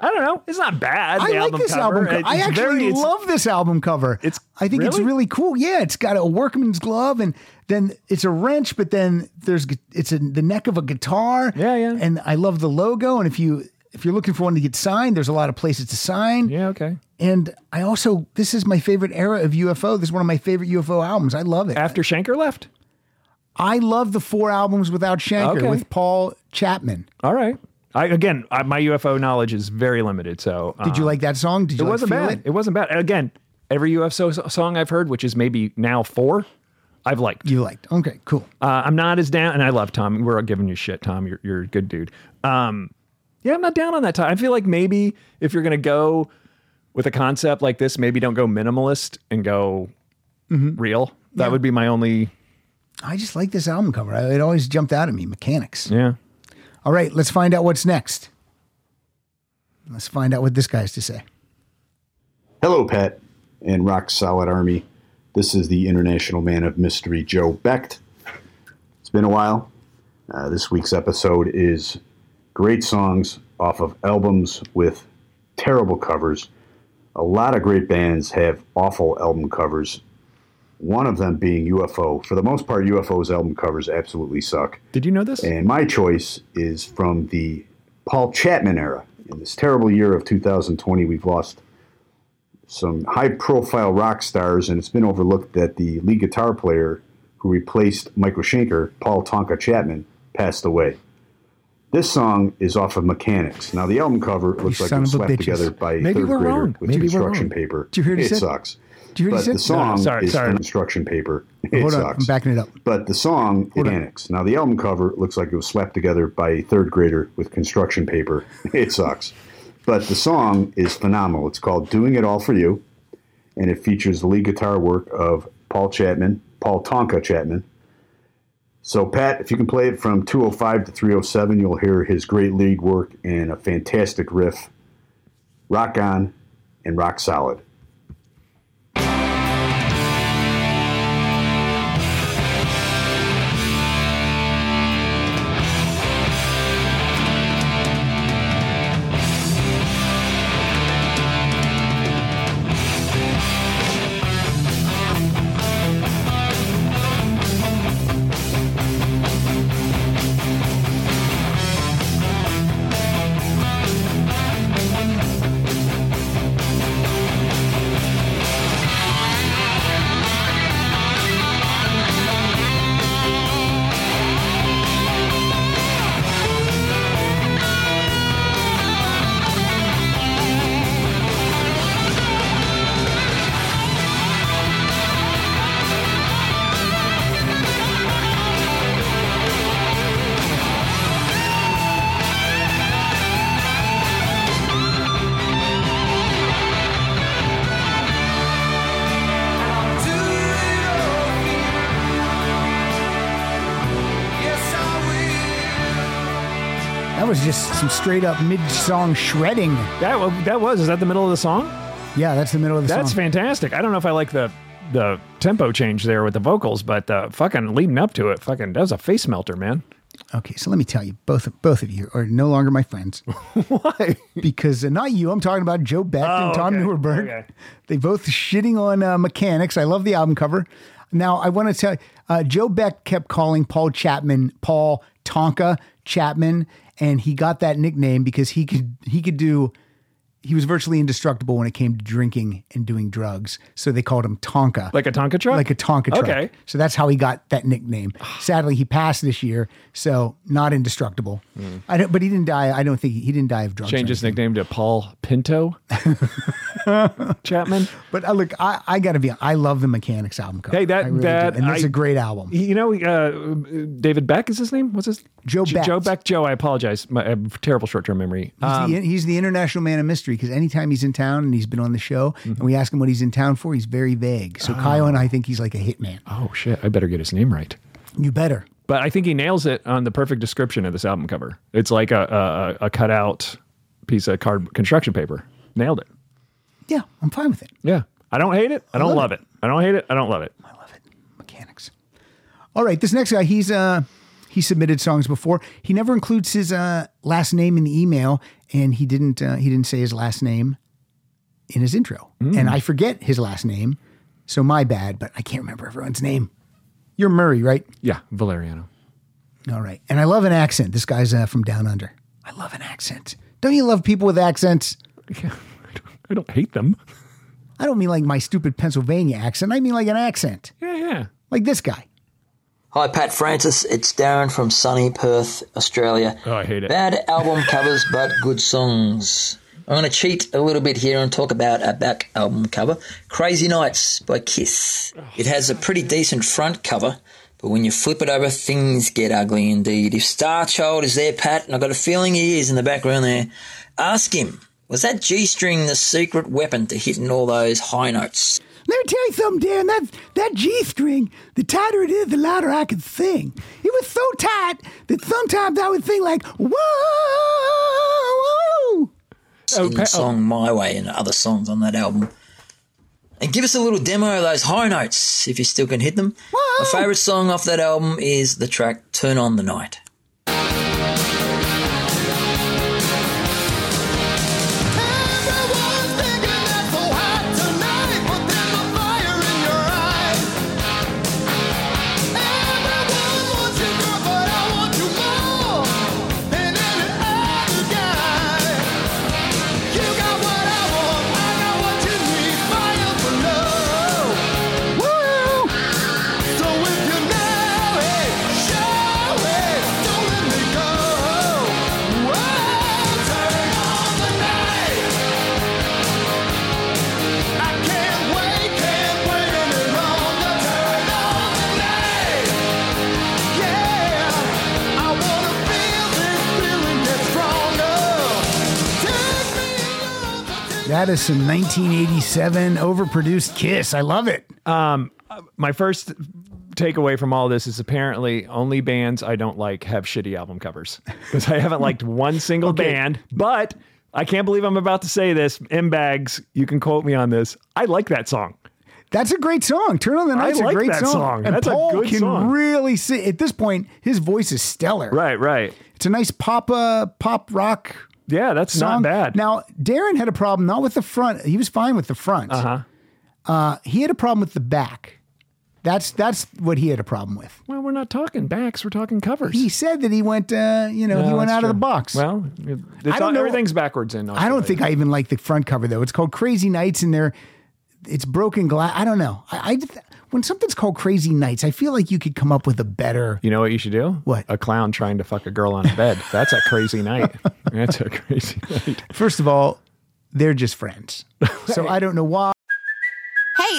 S2: I don't know. It's not bad.
S1: I
S2: the
S1: like this
S2: cover.
S1: album. cover.
S2: It's
S1: I
S2: very-
S1: actually
S2: it's-
S1: love this album cover.
S2: It's-
S1: I think it's
S2: really?
S1: really cool. Yeah, it's got a workman's glove, and then it's a wrench, but then there's gu- it's a, the neck of a guitar.
S2: Yeah, yeah.
S1: And I love the logo. And if you if you're looking for one to get signed, there's a lot of places to sign.
S2: Yeah. Okay.
S1: And I also this is my favorite era of UFO. This is one of my favorite UFO albums. I love it.
S2: After Shanker left.
S1: I love the four albums without Shanker
S2: Okay.
S1: with Paul Chapman.
S2: All right. I again, I, my UFO knowledge is very limited. So um,
S1: Did you like that song? Did you
S2: Ah. It
S1: like
S2: wasn't
S1: feel
S2: bad.
S1: it?
S2: It? wasn't bad. And Again, every UFO so- song I've heard, which is maybe now four, I've liked.
S1: You liked. Okay, cool.
S2: Uh, I'm not as down, and I love Tom. We're all giving you shit, Tom. You're you're a good dude. Um, yeah, I'm not down on that. Tom. I feel like maybe if you're gonna go with a concept like this, maybe don't go minimalist and go
S1: Mm-hmm.
S2: real. That would be my only.
S1: I just like this album cover. I- It always jumped out at me. Mechanics.
S2: Yeah.
S1: All right, let's find out what's next. Let's find out what this guy's to say.
S11: Hello, Pat and Rock Solid Army. This is the International Man of Mystery, Joe Becht. It's been a while. Uh, this week's episode is great songs off of albums with terrible covers. A lot of great bands have awful album covers, one of them being UFO. For the most part, UFO's album covers absolutely suck.
S2: Did you know this?
S11: And my choice is from the Paul Chapman era. In this terrible year of 2020, we've lost some high profile rock stars, and it's been overlooked that the lead guitar player who replaced Michael Schenker, Paul Tonka Chapman, passed away. This song is off of Mechanics. Now, the album cover looks like it
S1: son
S11: was
S1: of a
S11: slapped
S1: bitches.
S11: together by a
S2: Maybe
S11: third
S2: we're
S11: grader
S2: wrong.
S11: with
S2: Maybe we're
S11: construction
S2: wrong.
S11: paper.
S1: Did you hear what
S11: it
S1: he said?
S11: sucks.
S1: you hear what
S11: but
S1: he said?
S11: the song
S2: sorry,
S11: is
S2: sorry.
S11: from construction paper. It
S1: Hold on,
S11: sucks.
S1: I'm backing it up.
S11: But the song it Annex. Now the album cover looks like it was slapped together by a third grader with construction paper. It sucks. But the song is phenomenal. It's called Doing It All For You, and it features the lead guitar work of Paul Chapman, Paul Tonka Chapman. So Pat, if you can play it from 205 to 307, you'll hear his great lead work and a fantastic riff. Rock on and rock solid.
S5: Ooh,
S1: was just some straight up mid song shredding.
S2: That wa- that was is that the middle of the song?
S1: Yeah, that's the middle of the
S2: That's
S1: song.
S2: fantastic. I don't know if I like the the tempo change there with the vocals, but uh, fucking leading up to it, fucking that was a face melter, man.
S1: Okay, so let me tell you, both both of you are no longer my friends
S2: Why?
S1: because uh, not you. I'm talking about Joe Beck and
S2: Oh,
S1: Tom
S2: okay,
S1: Newberg.
S2: okay.
S1: They both shitting on uh, mechanics. I love the album cover. Now I want to tell uh, Joe Beck kept calling Paul Chapman Paul Tonka Chapman, and he got that nickname because he could he could do. He was virtually indestructible when it came to drinking and doing drugs, so they called him Tonka.
S2: Like a Tonka truck?
S1: Like a Tonka truck.
S2: Okay.
S1: So that's how he got that nickname. Sadly, he passed this year, so not indestructible. I don't, but he didn't die. I don't think he, he didn't die of drugs. or
S2: Change his
S1: anything.
S2: nickname to Paul Pinto Chapman.
S1: But uh, look, I, I got to be. I love the Mechanics album cover.
S2: Hey, that-
S1: I really
S2: that-
S1: do. and that's a
S2: I-
S1: great album.
S2: You know, uh, David Beck is his name. What's his
S1: Joe
S2: J-
S1: Beck.
S2: Joe Beck. Joe, I apologize. My I have terrible short-term memory.
S1: He's,
S2: Um,
S1: the, he's the international man of mystery because anytime he's in town and he's been on the show and we ask him what he's in town for, he's very vague. So Kyle and I think he's like a hitman.
S2: oh shit! I better get his name right.
S1: You better.
S2: But I think he nails it on the perfect description of this album cover. It's like a a, a cutout piece of card construction paper. Nailed it.
S1: Yeah, I'm fine with it.
S2: Yeah. I don't hate it. I don't
S1: love
S2: love it. I don't hate it. I don't love it.
S1: I love it. Mechanics. All right, this next guy, he's uh he submitted songs before. He never includes his uh last name in the email, and he didn't uh, he didn't say his last name in his intro.
S2: Hmm.
S1: And I forget his last name, so my bad. But I can't remember everyone's name. You're Murray, right?
S2: Yeah. Valeriano.
S1: All right. And I love an accent. This guy's uh, from down under. I love an accent. Don't you love people with accents?
S2: Yeah. I don't, I don't hate them.
S1: I don't mean like my stupid Pennsylvania accent. I mean like an accent,
S2: Yeah. Yeah.
S1: like this guy.
S12: Hi, Pat Francis. It's Darren from sunny Perth, Australia.
S2: Oh, I hate it.
S12: Bad album covers, but good songs. I'm going to cheat a little bit here and talk about a back album cover Crazy Nights by Kiss.
S2: Oh.
S12: It has a pretty decent front cover, but when you flip it over, things get ugly indeed. If Star Child is there, Pat, and I've got a feeling he is in the background there, ask him, was that G string the secret weapon to hitting all those high notes?
S1: Let me tell you something, Dan. That that G string, the tighter it is, the louder I could sing. It was so tight that sometimes I would sing like whoa. whoa."
S2: Oh,
S12: in
S2: pa-
S12: the song My Way and other songs on that album. And give us a little demo of those high notes if you still can hit them. My favourite song off that album is the track Turn On the Night.
S5: Everyone's thinking that's so hot tonight, but there's a fire in your eye. Everyone wants you, girl, but I want you more than any other guy. You got what I want, I got what you need, fire for love. Woo! So if you know it, show it, don't let me go. Whoa, turn on the night. I can't wait, can't wait any longer. Turn on the light, yeah. I wanna feel this feeling get stronger. Take me along.
S1: That is some 1987 overproduced Kiss. I love it.
S2: Um, my first takeaway from all this is apparently only bands I don't like have shitty album covers because I haven't liked one single band. But I can't believe I'm about to say this. M bags, you can quote me on this. I like that song.
S1: That's a great song. Turn on the
S2: I
S1: night's
S2: like
S1: a great
S2: that song.
S1: And
S2: That's a
S1: Paul
S2: good
S1: can
S2: song.
S1: really sing. At this point, his voice is stellar.
S2: Right, right.
S1: It's a nice pop uh, pop rock
S2: Yeah, that's
S1: song.
S2: not bad.
S1: Now, Darren had a problem not with the front. He was fine with the front. Uh-huh. He had a problem with the back. That's that's what he had a problem with.
S2: well, we're not talking backs. We're talking covers.
S1: He said that he went, uh, you know, he
S2: No,
S1: went
S2: that's
S1: out of the
S2: true.
S1: box.
S2: Well, it- it's
S1: I don't
S2: all-
S1: know-
S2: everything's backwards in.
S1: I don't
S2: Australia.
S1: think I even like the front cover though. It's called Crazy Nights, and they're it's broken glass. I don't know. I, I just- when something's called Crazy Nights, I feel like you could come up with a better.
S2: You know what you should do?
S1: What?
S2: A clown trying to fuck a girl on a bed. That's a crazy night. That's a crazy night.
S1: First of all, they're just friends, so I don't know why.
S13: Hey,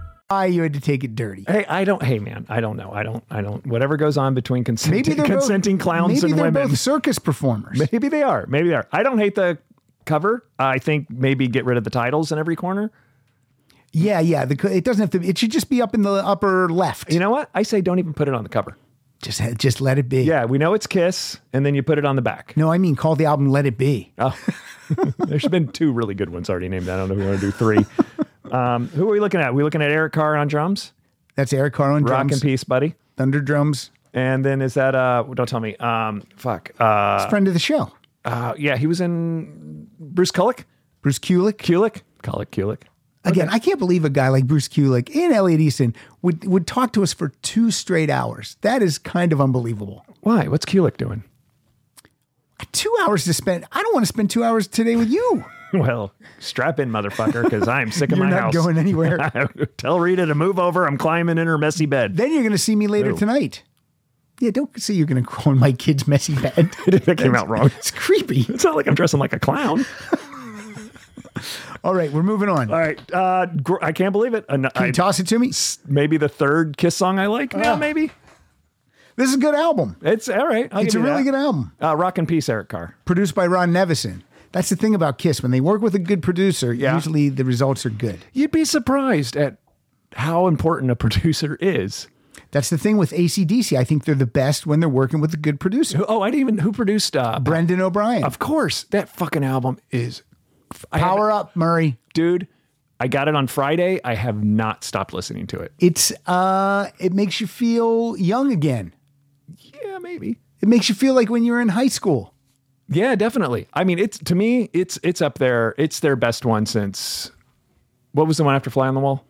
S1: Why you had to take it dirty?
S2: Hey, I don't. Hey, man, I don't know. I don't. I don't. Whatever goes on between consenting,
S1: Maybe they're both-
S2: consenting clowns
S1: maybe
S2: and
S1: they're
S2: women.
S1: both circus performers.
S2: Maybe they are. Maybe they are. I don't hate the cover. I think maybe get rid of the titles in every corner.
S1: Yeah, yeah. The, co- it doesn't have to. It should just be up in the upper left.
S2: You know what? I say don't even put it on the cover.
S1: Just ha- just let it be.
S2: Yeah, we know it's Kiss, and then you put it on the back.
S1: No, I mean call the album "Let It Be."
S2: Oh, there's been two really good ones already named. I don't know if we want to do three. Um, who are we looking at? we looking at Eric Carr on drums,
S1: That's Eric Carlin
S2: rock
S1: drums,
S2: and peace, buddy.
S1: Thunder drums.
S2: And then is that uh? Don't tell me. Um, fuck. Uh,
S1: friend of the show,
S2: uh, yeah, he was in Bruce Kulick.
S1: Bruce Kulick.
S2: Kulick. Kulick. Kulick.
S1: Again, I can't believe a guy like Bruce Kulick and Elliot Easton would would talk to us for two straight hours. That is kind of unbelievable.
S2: Why? What's Kulick doing?
S1: Two hours to spend. I don't want to spend two hours today with you.
S2: Well, strap in, motherfucker, because I'm sick of
S1: You're
S2: my
S1: not
S2: house.
S1: going anywhere.
S2: Tell Rita to move over. I'm climbing in her messy bed.
S1: then you're going to see me later
S2: Ew.
S1: tonight. Yeah, don't say you're going to crawl in my kid's messy bed.
S2: that came out wrong.
S1: It's creepy.
S2: It's not like I'm dressing like a clown.
S1: All right, we're moving on.
S2: All right. Uh, gr- I can't believe it. An-
S1: Can
S2: I-
S1: you toss it to me?
S2: maybe the third Kiss song I like now,
S1: Ah.
S2: maybe.
S1: This is a good album.
S2: It's all right. I'll
S1: It's a
S2: give you
S1: really
S2: that.
S1: good album.
S2: Uh, Rock and Peace, Eric Carr.
S1: Produced by Ron Nevison. That's the thing about Kiss. When they work with a good producer,
S2: Yeah.
S1: usually the results are good.
S2: You'd be surprised at how important a producer is.
S1: That's the thing with ACDC. I think they're the best when they're working with a good producer.
S2: Oh, I didn't even. Who produced? Uh,
S1: Brendan O'Brien.
S2: Of course, that fucking album is I haven't-
S1: Power up, Murray.
S2: dude. I got it on Friday. I have not stopped listening to it.
S1: It's uh it makes you feel young again.
S2: Yeah, maybe.
S1: It makes you feel like when you were in high school.
S2: Yeah, definitely. I mean, it's to me, it's it's up there. It's their best one since what was the one after Fly on the Wall?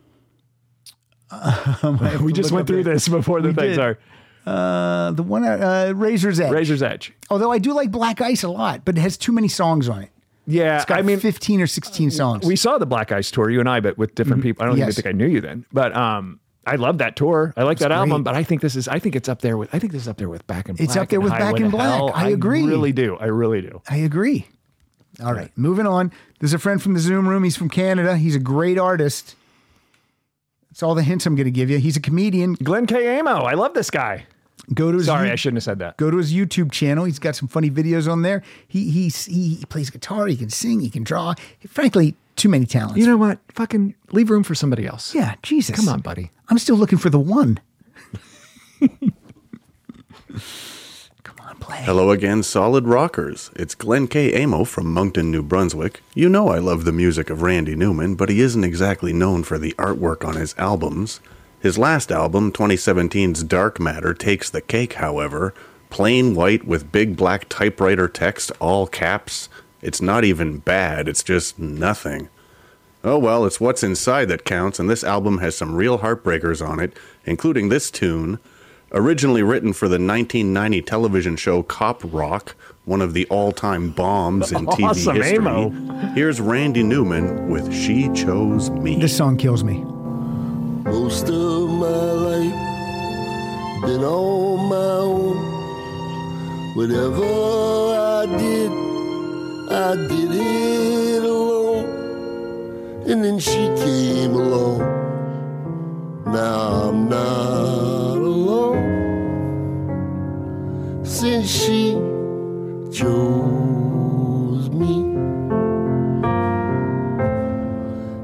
S2: we just went through this before the things
S1: did.
S2: are
S1: Uh, the one uh, Razor's Edge.
S2: Razor's Edge.
S1: Although I do like Black Ice a lot, but it has too many songs on it.
S2: Yeah,
S1: It's got
S2: I mean,
S1: 15 or 16 songs. Mm-hmm.
S2: we saw the Black Ice tour, you and I, but with different people. I don't
S1: Yes.
S2: even think I knew you then, but um, I love that tour. I like that album,
S1: great.
S2: but I think this is, I think it's up there with, I think this is up there with Back and Black.
S1: It's up there
S2: and
S1: with Back
S2: Highway
S1: in
S2: to
S1: Black.
S2: Hell.
S1: I agree.
S2: really do. I really do.
S1: I agree. All right, moving on. There's a friend from the Zoom room. He's from Canada. He's a great artist. That's all the hints I'm going to give you. He's a comedian.
S2: Glenn K. Amo. I love this guy.
S1: Go to his
S2: Sorry,
S1: you-
S2: I shouldn't have said that.
S1: go to his YouTube channel. He's got some funny videos on there. He he he, he plays guitar. He can sing. He can draw. Frankly, too many talents.
S2: You know what? Fucking leave room for somebody else.
S1: yeah, Jesus.
S2: Come on, buddy.
S1: I'm still looking for the one. Come on, play.
S14: Hello again, solid rockers. It's Glenn K. Amo from Moncton, New Brunswick. You know I love the music of Randy Newman, but he isn't exactly known for the artwork on his albums. His last album, 2017's Dark Matter, takes the cake, however. Plain white with big black typewriter text, all caps. It's not even bad, it's just nothing. Oh well, it's what's inside that counts, and this album has some real heartbreakers on it, including this tune, originally written for the 1990 television show Cop Rock, one of the all time bombs in TV
S2: Awesome,
S14: history.
S2: Amo.
S14: Here's Randy Newman with She Chose Me.
S1: This song kills me.
S15: Most of my life been on my own. Whatever I did, I did it alone. And then she came along. Now I'm not alone. Since she chose me.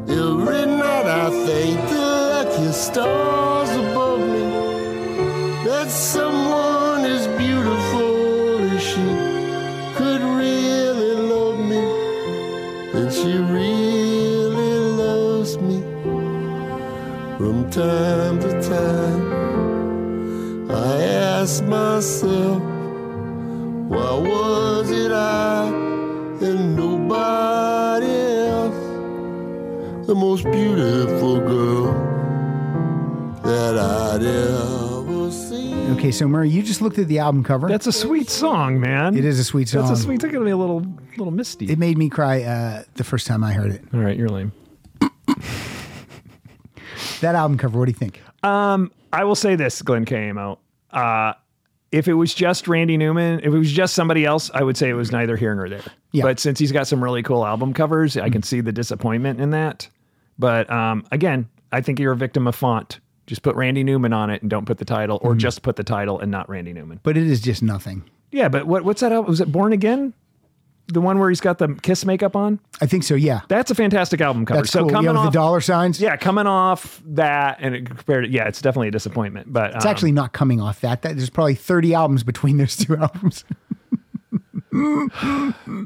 S15: Every night I thank the lucky stars above me that someone as beautiful as she could really love me, and she really loves me. From time to time, I ask myself, why was it I and nobody else? the most beautiful girl that I'd ever seen.
S1: Okay, so Murray, you just looked at the album cover.
S2: That's a sweet song, man.
S1: it is a sweet song.
S2: That's a sweet. It's gonna be a little, little misty.
S1: It made me cry uh, the first time I heard it.
S2: All right, you're lame.
S1: That album cover. What do you think?
S2: Um, I will say this, Glenn K. Amo. Uh, if it was just Randy Newman, if it was just somebody else, I would say it was neither here nor there.
S1: Yeah. Mm-hmm.
S2: But since he's got some really cool album covers, I can see the disappointment in that. But um, again, I think you're a victim of font. Just put Randy Newman on it and don't put the title,
S1: Mm-hmm.
S2: or just put the title and not Randy Newman.
S1: But it is just nothing.
S2: Yeah, but what what's that album? Was it Born Again? The one where he's got the Kiss makeup on?
S1: I think so. Yeah.
S2: That's a fantastic album cover.
S1: That's
S2: so
S1: cool. Yeah,
S2: coming
S1: with the
S2: off
S1: dollar signs.
S2: Yeah, coming off that and it compared to, yeah, it's definitely a disappointment. But
S1: It's
S2: um,
S1: actually not coming off that. that. There's probably 30 albums between those two albums.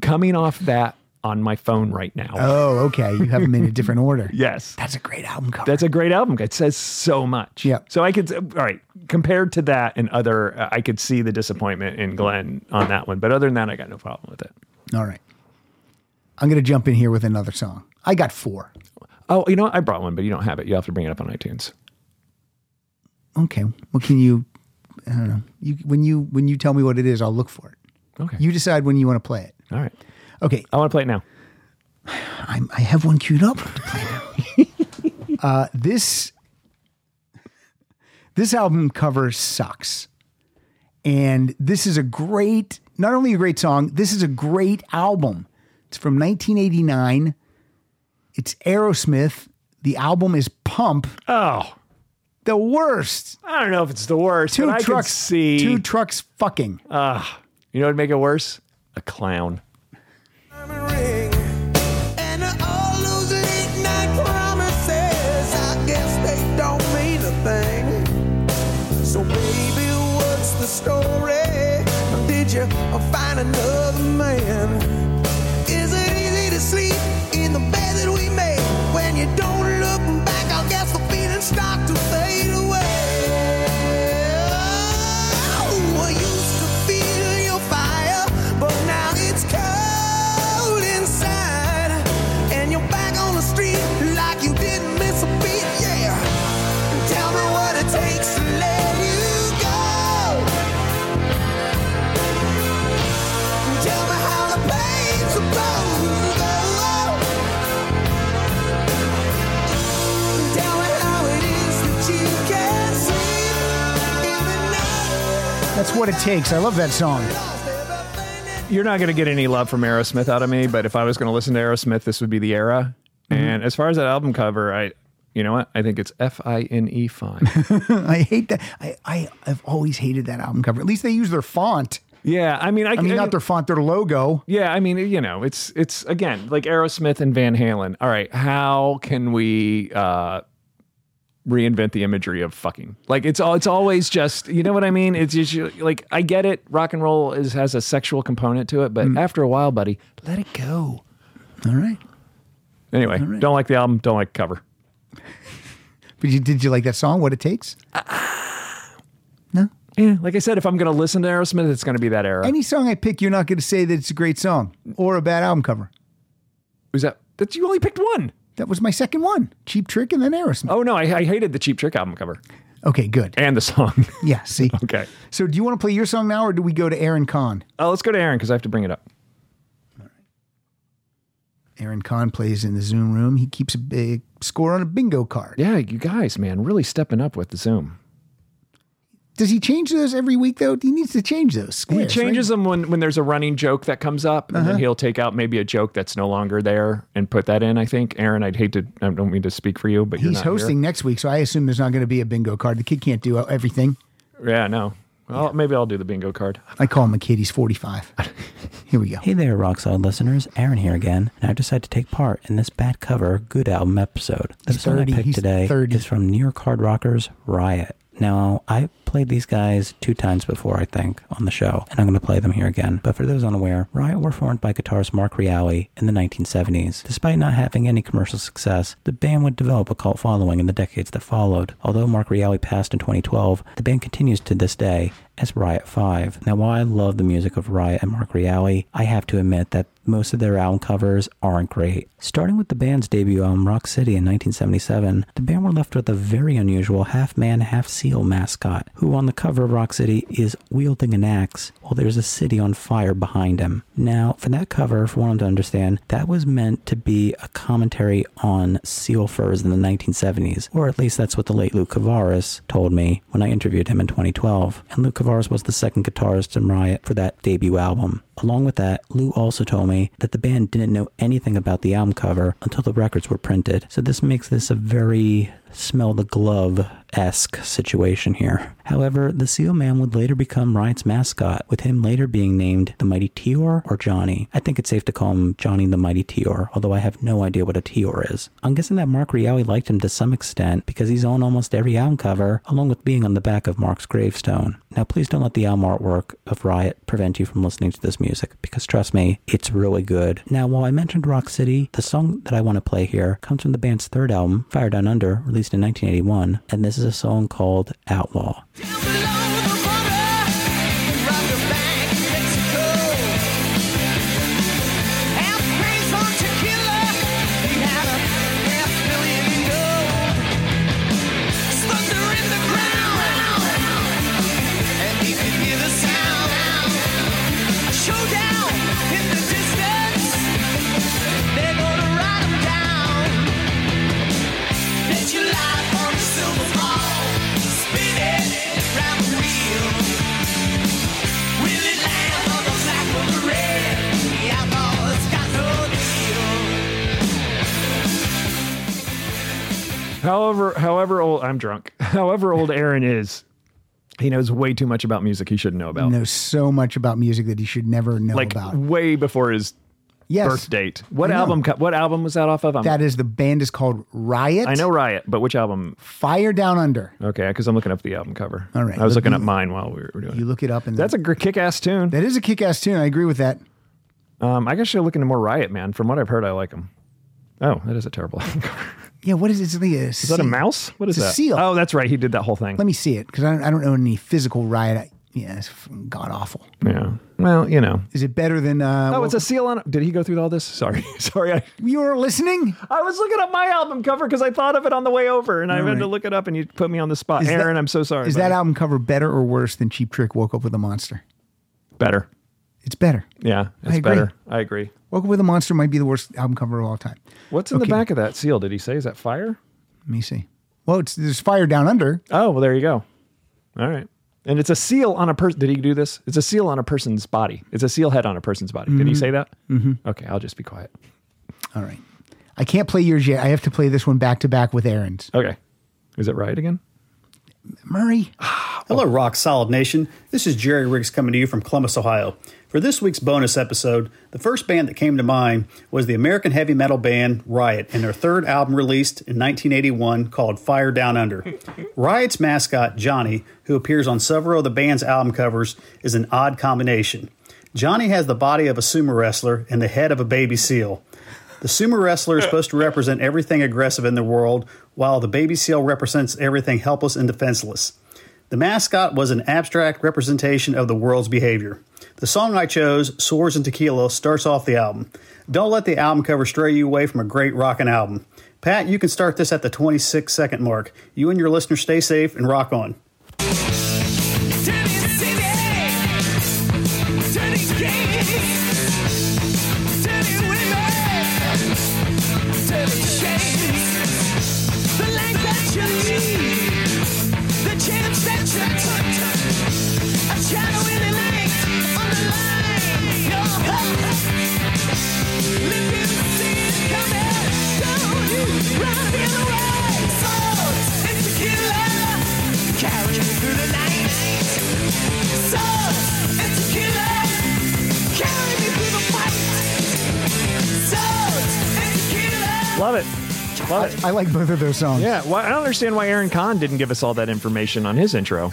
S2: coming off that on my phone right now.
S1: Oh, okay. You have them in a different order.
S2: Yes.
S1: That's a great album cover.
S2: That's a great album. It says so much.
S1: Yeah.
S2: So I could, all right, compared to that and other, uh, I could see the disappointment in Glenn on that one. But other than that, I got no problem with it.
S1: All right. I'm going to jump in here with another song. I got four.
S2: Oh, you know, what? I brought one, but you don't have it. You'll have to bring it up on iTunes.
S1: Okay. Well, can you? I don't know. You when you when you tell me what it is, I'll look for it.
S2: Okay.
S1: You decide when you want to play it.
S2: All right.
S1: Okay.
S2: I want to play it now.
S1: I'm, I have one queued up. to play now. uh, this this album cover sucks, and this is a great not only a great song. This is a great album. It's from 1989. It's Aerosmith. The album is Pump.
S2: Oh,
S1: the worst.
S2: I don't know if it's the Ah, worst.
S1: Two
S2: but I can
S1: trucks.
S2: see.
S1: Two trucks fucking.
S2: Ah, you know what would make it worse? A clown.
S5: And all those late night promises, I guess they don't mean a thing. So baby, what's the story? Did you find another man? Is it easy to sleep in the bed that we made? When you don't look back, I guess the feelings start to fade away. Oh, I used to feel your fire, but now it's cold inside. And you're back on the street like you didn't miss a beat, yeah. Tell me what it takes to let you go. Tell me how the pain's supposed to go. Tell me how it is that you can't sleep in the
S1: That's what it takes. I love that song.
S2: You're not going to get any love from Aerosmith out of me, but if I was going to listen to Aerosmith, this would be the era.
S1: Mm-hmm.
S2: And as far as that album cover, I, you know what? I think it's F I N E fine.
S1: I hate that. I, I I've always hated that album cover. At least they use their font.
S2: yeah, I mean, I,
S1: I mean,
S2: I-
S1: not their font, their logo.
S2: Yeah, I mean, you know, it's it's again like Aerosmith and Van Halen. All right, how can we uh reinvent the imagery of fucking? Like it's all it's always just, you know what I mean? It's just like I get it, rock and roll is has a sexual component to it, but
S1: Mm.
S2: after a while, buddy, let it go.
S1: All right.
S2: Anyway, don't like the album, don't like the cover.
S1: But you, did you like that song? What it takes?
S2: Uh, Yeah, like I said, if I'm going to listen to Aerosmith, it's going to be that era.
S1: Any song I pick, you're not going to say that it's a great song or a bad album cover.
S2: Was that that you only picked one?
S1: That was my second one, Cheap Trick and then Aerosmith.
S2: Oh no, I, I hated the Cheap Trick album cover
S1: Okay, good.
S2: and the song.
S1: Yeah, see.
S2: okay,
S1: So, do you want to play your song now, or do we go to Aaron Kahn?
S2: uh, let's go to Aaron because I have to bring it up.
S1: Aaron Kahn plays in the Zoom room. He keeps a big score on a bingo card.
S2: Yeah, you guys, man, really stepping up with the Zoom.
S1: Does he change those every week though? He needs to change those.
S2: He
S1: squares,
S2: changes them when, when there's a running joke that comes up, and
S1: Uh-huh.
S2: then he'll take out maybe a joke that's no longer there and put that in. I think, Aaron, I'd hate to, I don't mean to speak for you, but
S1: Right?
S2: you're
S1: He's
S2: not here.
S1: hosting next week, so I assume there's not going to be a bingo card. The kid can't do everything.
S2: Yeah, no. Well, maybe I'll do the bingo card.
S1: I call him a kid. He's 45. Here we go.
S16: Hey there, Rock Solid listeners. Aaron here again, and I've decided to take part in this Bad Cover Good Album episode. The
S1: He's
S16: song
S1: 30,
S16: I picked
S1: he's
S16: today
S1: 30.
S16: is from New York Hard Rockers Riot. Now, I played these guys two times before, I think, on the show, and I'm going to play them here again. But for those unaware, Riot were formed by guitarist Mark Reale in the 1970s. Despite not having any commercial success, the band would develop a cult following in the decades that followed. Although Mark Reale passed in 2012, the band continues to this day as Riot 5. Now, while I love the music of Riot and Mark Reale, I have to admit that most of their album covers aren't great. Starting with the band's debut album, Rock City, in 1977, the band were left with a very unusual half man, half seal mascot, who who on the cover of Rock City is wielding an axe while there's a city on fire behind him. Now, for that cover, for one to understand, that was meant to be a commentary on seal furs in the 1970s, or at least that's what the late Luke Cavaris told me when I interviewed him in 2012. And Luke Cavaris was the second guitarist in Riot for that debut album. Along with that, Lou also told me that the band didn't know anything about the album cover until the records were printed. So this makes this a very smell the glove esque situation here. However, the Seal Man would later become Riot's mascot, with him later being named the Mighty Tior or Johnny. I think it's safe to call him Johnny the Mighty Tior, although I have no idea what a Tior is. I'm guessing that Mark Rialli liked him to some extent because he's on almost every album cover, along with being on the back of Mark's gravestone. Now, please don't let the album artwork of Riot prevent you from listening to this music, because trust me, it's really good. Now, while I mentioned Rock City, the song that I want to play here comes from the band's third album, Fire Down Under, released in 1981, and this is a song called Outlaw.
S5: Showdown in the distance. They're gonna ride 'em down. Bet your life on the silver ball. Spin it round the wheel. Will it land on the black or the red? The outlaws got no deal.
S2: However, however old I'm drunk. However old Aaron is, he knows way too much about music he shouldn't know about.
S1: knows so much about music that he should never know
S2: like
S1: about.
S2: way before his
S1: Yes.
S2: birth date. What
S1: I know.
S2: album? co- What album was that off of? I'm-
S1: That is the band is called Riot.
S2: I know Riot, but which album?
S1: Fire Down Under.
S2: Okay, because I'm looking up the album cover.
S1: All right,
S2: I was
S1: look-
S2: looking up mine while we were doing
S1: You look it up and
S2: That's a gr- kick-ass tune.
S1: That is a kick-ass tune. I agree with that.
S2: it. Um, I guess you'll look into more Riot, man. From what I've heard, I like them. Oh, that is a terrible album cover.
S1: Yeah, what is it? It's like a
S2: Is that a
S1: seal.
S2: mouse? What is
S1: It's a
S2: that?
S1: seal.
S2: Oh, that's right. He did that whole thing.
S1: Let me see it because I don't, I don't know any physical Riot. I, yeah, it's god awful.
S2: Yeah. Well, you know.
S1: Is it better than? Uh,
S2: Oh, it's a seal on. Did he go through all this? Sorry, sorry. I,
S1: you were listening.
S2: I was looking up my album cover because I thought of it on the way over, and I
S1: All
S2: had
S1: right.
S2: to look it up, and you put me on the spot.
S1: Is that-
S2: Uh, Aaron, I'm so sorry.
S1: is that
S2: buddy.
S1: album cover better or worse than Cheap Trick? Woke up with a monster.
S2: better?
S1: It's better.
S2: Yeah,
S1: I
S2: it's
S1: agree.
S2: better. I agree.
S1: Woke up with a monster might be the worst album cover of all time.
S2: What's in
S1: Okay.
S2: the back of that seal? Did he say is that fire?
S1: Let me see. Well, it's there's fire down under.
S2: Oh, well, there you go. All right. And it's a seal on a person. Did he do this? It's a seal on a person's body. It's a seal head on a person's body. Did he
S1: Mhm.
S2: say that?
S1: Mhm.
S2: Okay, I'll just be quiet.
S1: All right. I can't play yours yet. I have to play this one back to back with Aaron's.
S2: Okay. Is Oh, it right again?
S1: Murray.
S17: Hello, Rock Solid Nation. This is Jerry Riggs coming to you from Columbus, Ohio. For this week's bonus episode, the first band that came to mind was the American heavy metal band Riot and their third album released in 1981 called Fire Down Under. Riot's mascot, Johnny, who appears on several of the band's album covers, is an odd combination. Johnny has the body of a sumo wrestler and the head of a baby seal. The sumo wrestler is supposed to represent everything aggressive in the world, while the baby seal represents everything helpless and defenseless. The mascot was an abstract representation of the world's behavior. The song I chose, Swords and Tequila, starts off the album. Don't let the album cover stray you away from a great rockin' album. Pat, you can start this at the 26 second mark. You and your listeners stay safe and rock on.
S5: Dirty games, dirty women, dirty shades, the life that you need, the chance that you took, a shadow in the night, on the line, your hope. Live in the sea is coming, don't you run the other way. Swords and tequila, carry you through the night. Swords and tequila. Carry me through the fight. Swords and tequila.
S2: Love it. Love
S1: it. I like both of those songs.
S2: Yeah. Well, I don't understand why Aaron Kahn didn't give us all that information on his intro.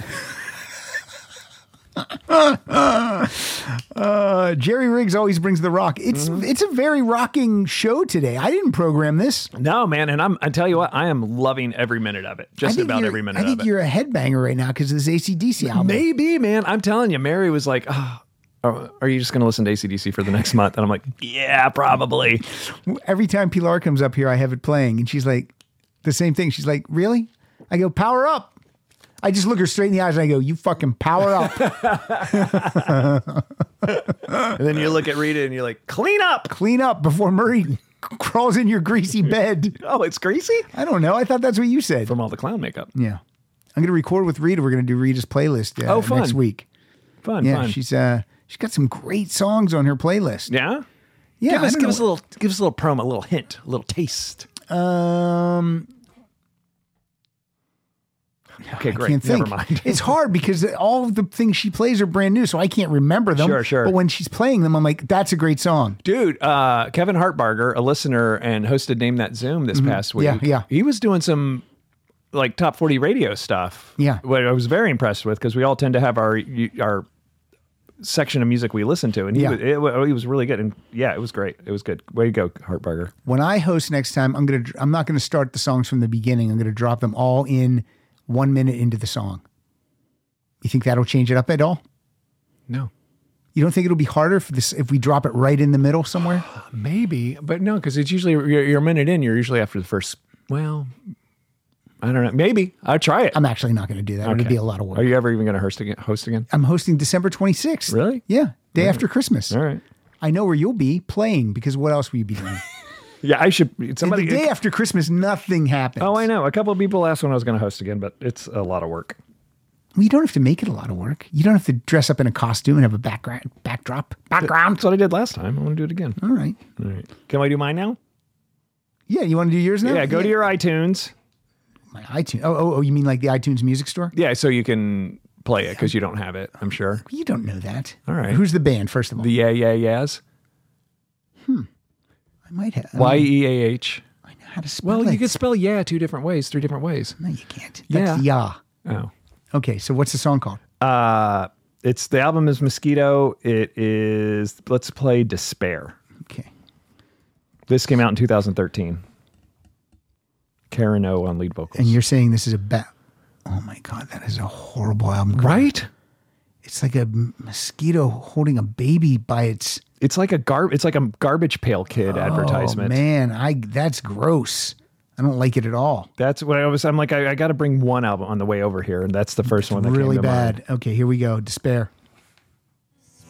S1: uh, Jerry Riggs always brings the rock. It's
S2: Mm-hmm.
S1: it's a very rocking show today. I didn't program this.
S2: no, man. And I'm, I tell you what, I am loving every minute of it.
S1: I
S2: Just
S1: think
S2: about
S1: you're-
S2: every minute
S1: I think
S2: of it.
S1: you're a headbanger right now because of this ACDC album.
S2: Maybe, man. I'm telling you, Mary was like, oh, are are you just going to listen to ACDC for the next month? And I'm like, yeah, probably.
S1: Every time Pilar comes up here, I have it playing, and she's like, the same thing. She's like, really? I go, power up. I just look her straight in the eyes and I go, "You fucking power up,
S2: and then you look at Rita and you're like, clean up,
S1: clean up before Murray c- crawls in your greasy bed."
S2: oh, it's greasy.
S1: I don't know. I thought that's what you said
S2: from all the clown makeup.
S1: Yeah, I'm gonna record with Rita. We're gonna do Rita's playlist. Uh,
S2: Oh, fun.
S1: next week.
S2: Fun,
S1: yeah,
S2: fun.
S1: she's uh, she's got some great songs on her playlist.
S2: Yeah.
S1: Yeah,
S2: Give
S1: I
S2: us,
S1: don't
S2: give
S1: know.
S2: us a little, give us a little promo, a little hint, a little taste.
S1: Um,
S2: Okay,
S1: I
S2: great.
S1: can't think.
S2: Never mind.
S1: it's hard because all of the things she plays are brand new, so I can't remember them.
S2: Sure, sure.
S1: But when she's playing them, I'm like, "That's a great song."
S2: Dude, uh, Kevin Hartbarger, a listener and hosted Name That Zoom this
S1: Mhm.
S2: past week.
S1: Yeah, yeah.
S2: He was doing some like top 40 radio stuff.
S1: Yeah.
S2: What I was very impressed with because we all tend to have our you- our section of music we listen to. And he,
S1: Yeah.
S2: was, it, wa- he was really good. And yeah, it was great. It was good. Way to go, Hartbarger.
S1: When I host next time, I'm gonna I'm not gonna start the songs from the beginning. I'm gonna drop them all in one minute into the song. You think that'll change it up at all?
S2: No.
S1: You don't think it'll be harder for this if we drop it right in the middle somewhere?
S2: Maybe, but no, because it's usually, you're, you're a minute in, you're usually after the first, well, I don't know. Maybe. I'll try it.
S1: I'm actually not going to do that. It'd be a lot of work.
S2: Are you ever even going to host again? Host again?
S1: I'm hosting December 26th.
S2: Really?
S1: Yeah, day after Christmas. All
S2: right.
S1: I know where you'll be playing because what else will you be doing?
S2: Yeah, I should. Somebody.
S1: the day after Christmas, nothing happens.
S2: Oh, I know. A couple of people asked when I was going to host again, but it's a lot of work.
S1: Well, you don't have to make it a lot of work. You don't have to dress up in a costume and have a background backdrop background.
S2: That's what I did last time. I want to do it again.
S1: All right.
S2: All right. Can I do mine now?
S1: Yeah, you want to do yours now?
S2: Yeah, go to your iTunes.
S1: My iTunes. Oh, oh, oh, you mean like the iTunes music store?
S2: Yeah, so you can play it because you don't have it, I'm sure.
S1: You don't know that.
S2: All right.
S1: Who's the band, first of all?
S2: The Yeah, Yeah, Yeahs.
S1: I might have.
S2: Y E A H. I know
S1: how to spell
S2: Well, you
S1: it.
S2: could spell yeah two different ways, three different ways.
S1: No, you can't.
S2: Yeah.
S1: That's yeah.
S2: Oh.
S1: Okay, so what's the song called?
S2: Uh, it's the album is Mosquito. It is, let's play Despair.
S1: Okay.
S2: This came out in 2013. Karen O on lead vocals.
S1: And you're saying this is a bat. Oh my God, that is a horrible album. cover.
S2: Right?
S1: It's like a m- mosquito holding a baby by its.
S2: It's like a gar- It's like a garbage pail kid advertisement.
S1: Oh, man, I that's gross. I don't like it at all.
S2: That's what I was. I'm like, I, I got to bring one album on the way over here, and that's the first one that came
S1: Really
S2: to mind.
S1: bad. Okay, here we go. Despair.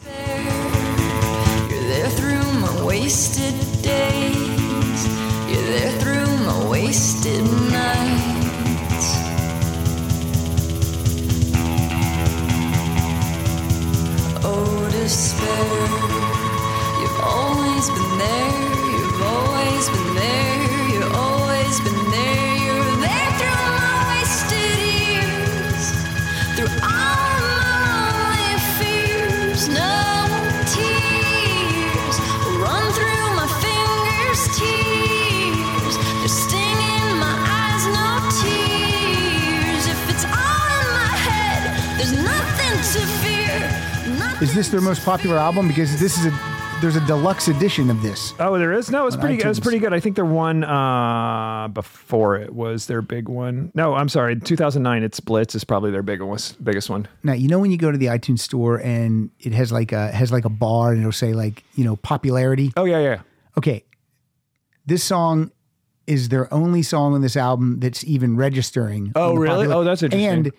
S5: You're there through my wasted days. You're there through my wasted nights. Oh, despair. You've always been there. You've always been there. You've always been there. You're there through my wasted years. Through all my fears, no tears run through my fingers. Tears, they're stinging my eyes. No tears. If it's all in my head, there's nothing to fear.
S1: Is this their most popular album? Because this is a there's a deluxe edition of this.
S2: Oh, there is no. It's
S1: On
S2: pretty. It was
S1: iTunes.
S2: pretty good. I think their one uh, before it was their big one. No, I'm sorry. 2009. It's Blitz is probably their big one, biggest one.
S1: Now you know when you go to the iTunes store and it has like a has like a bar and it'll say like you know popularity.
S2: Oh yeah, yeah.
S1: Okay, this song is their only song on this album that's even registering.
S2: Oh,
S1: on the
S2: really? Oh, that's interesting.
S1: And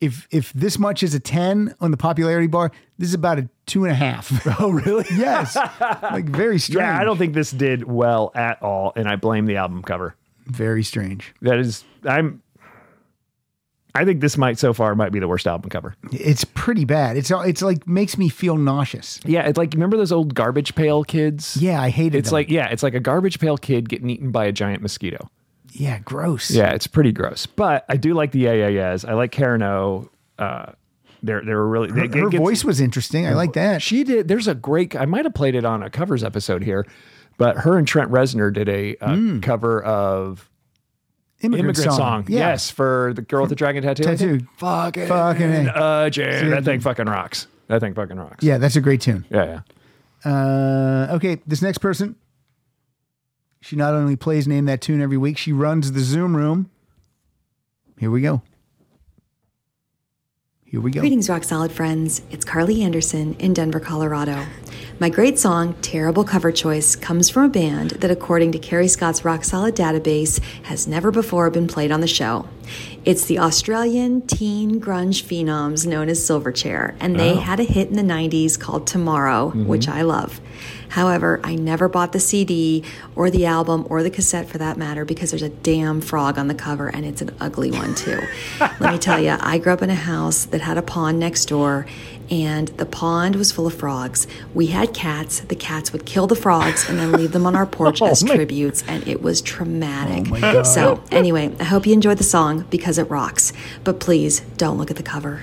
S1: if if this much is a ten on the popularity bar, this is about a two and a half.
S2: Oh really?
S1: yes, like very strange.
S2: Yeah, I don't think this did well at all, and I blame the album cover.
S1: Very strange.
S2: That is, I'm. I think this might so far might be the worst album cover.
S1: It's pretty bad. It's it's like makes me feel nauseous.
S2: Yeah, it's like remember those old garbage pail kids?
S1: Yeah, I hated.
S2: It's
S1: them.
S2: like yeah, it's like a garbage pail kid getting eaten by a giant mosquito.
S1: yeah, gross.
S2: Yeah, it's pretty gross. But I do like the yeah yeah yeahs. I like Karen O. Uh, they're they're really
S1: Her, her voice was interesting. I like that.
S2: She did. There's a great. I might have played it on a covers episode here, but her and Trent Reznor did a uh, cover of
S1: Hmm. Immigrant Song. Yeah.
S2: Yes, for the girl with the dragon tattoo. I think.
S1: Tattoo.
S2: Fucking
S1: Fucking A.
S2: uh, Jane. That
S1: Jane.
S2: thing fucking rocks. That thing fucking rocks.
S1: Yeah, that's a great tune.
S2: Yeah, yeah.
S1: Uh, okay, this next person. She not only plays Name That Tune every week, she runs the Zoom room. Here we go. Here we go.
S18: Greetings, Rock Solid friends. It's Carly Anderson in Denver, Colorado. My great song, Terrible Cover Choice, comes from a band that, according to Carrie Scott's Rock Solid database, has never before been played on the show. It's the Australian teen grunge phenoms known as Silverchair, and they
S19: Oh.
S18: had a hit in the 90s called Tomorrow,
S19: Mhm.
S18: which I love. However, I never bought the CD or the album or the cassette for that matter because there's a damn frog on the cover and it's an ugly one too. Let me tell you, I grew up in a house that had a pond next door and the pond was full of frogs. We had cats. The cats would kill the frogs and then leave them on our porch as tributes and it was traumatic.
S19: Oh, my God.
S18: so, anyway, I hope you enjoyed the song because it rocks. But please don't look at the cover.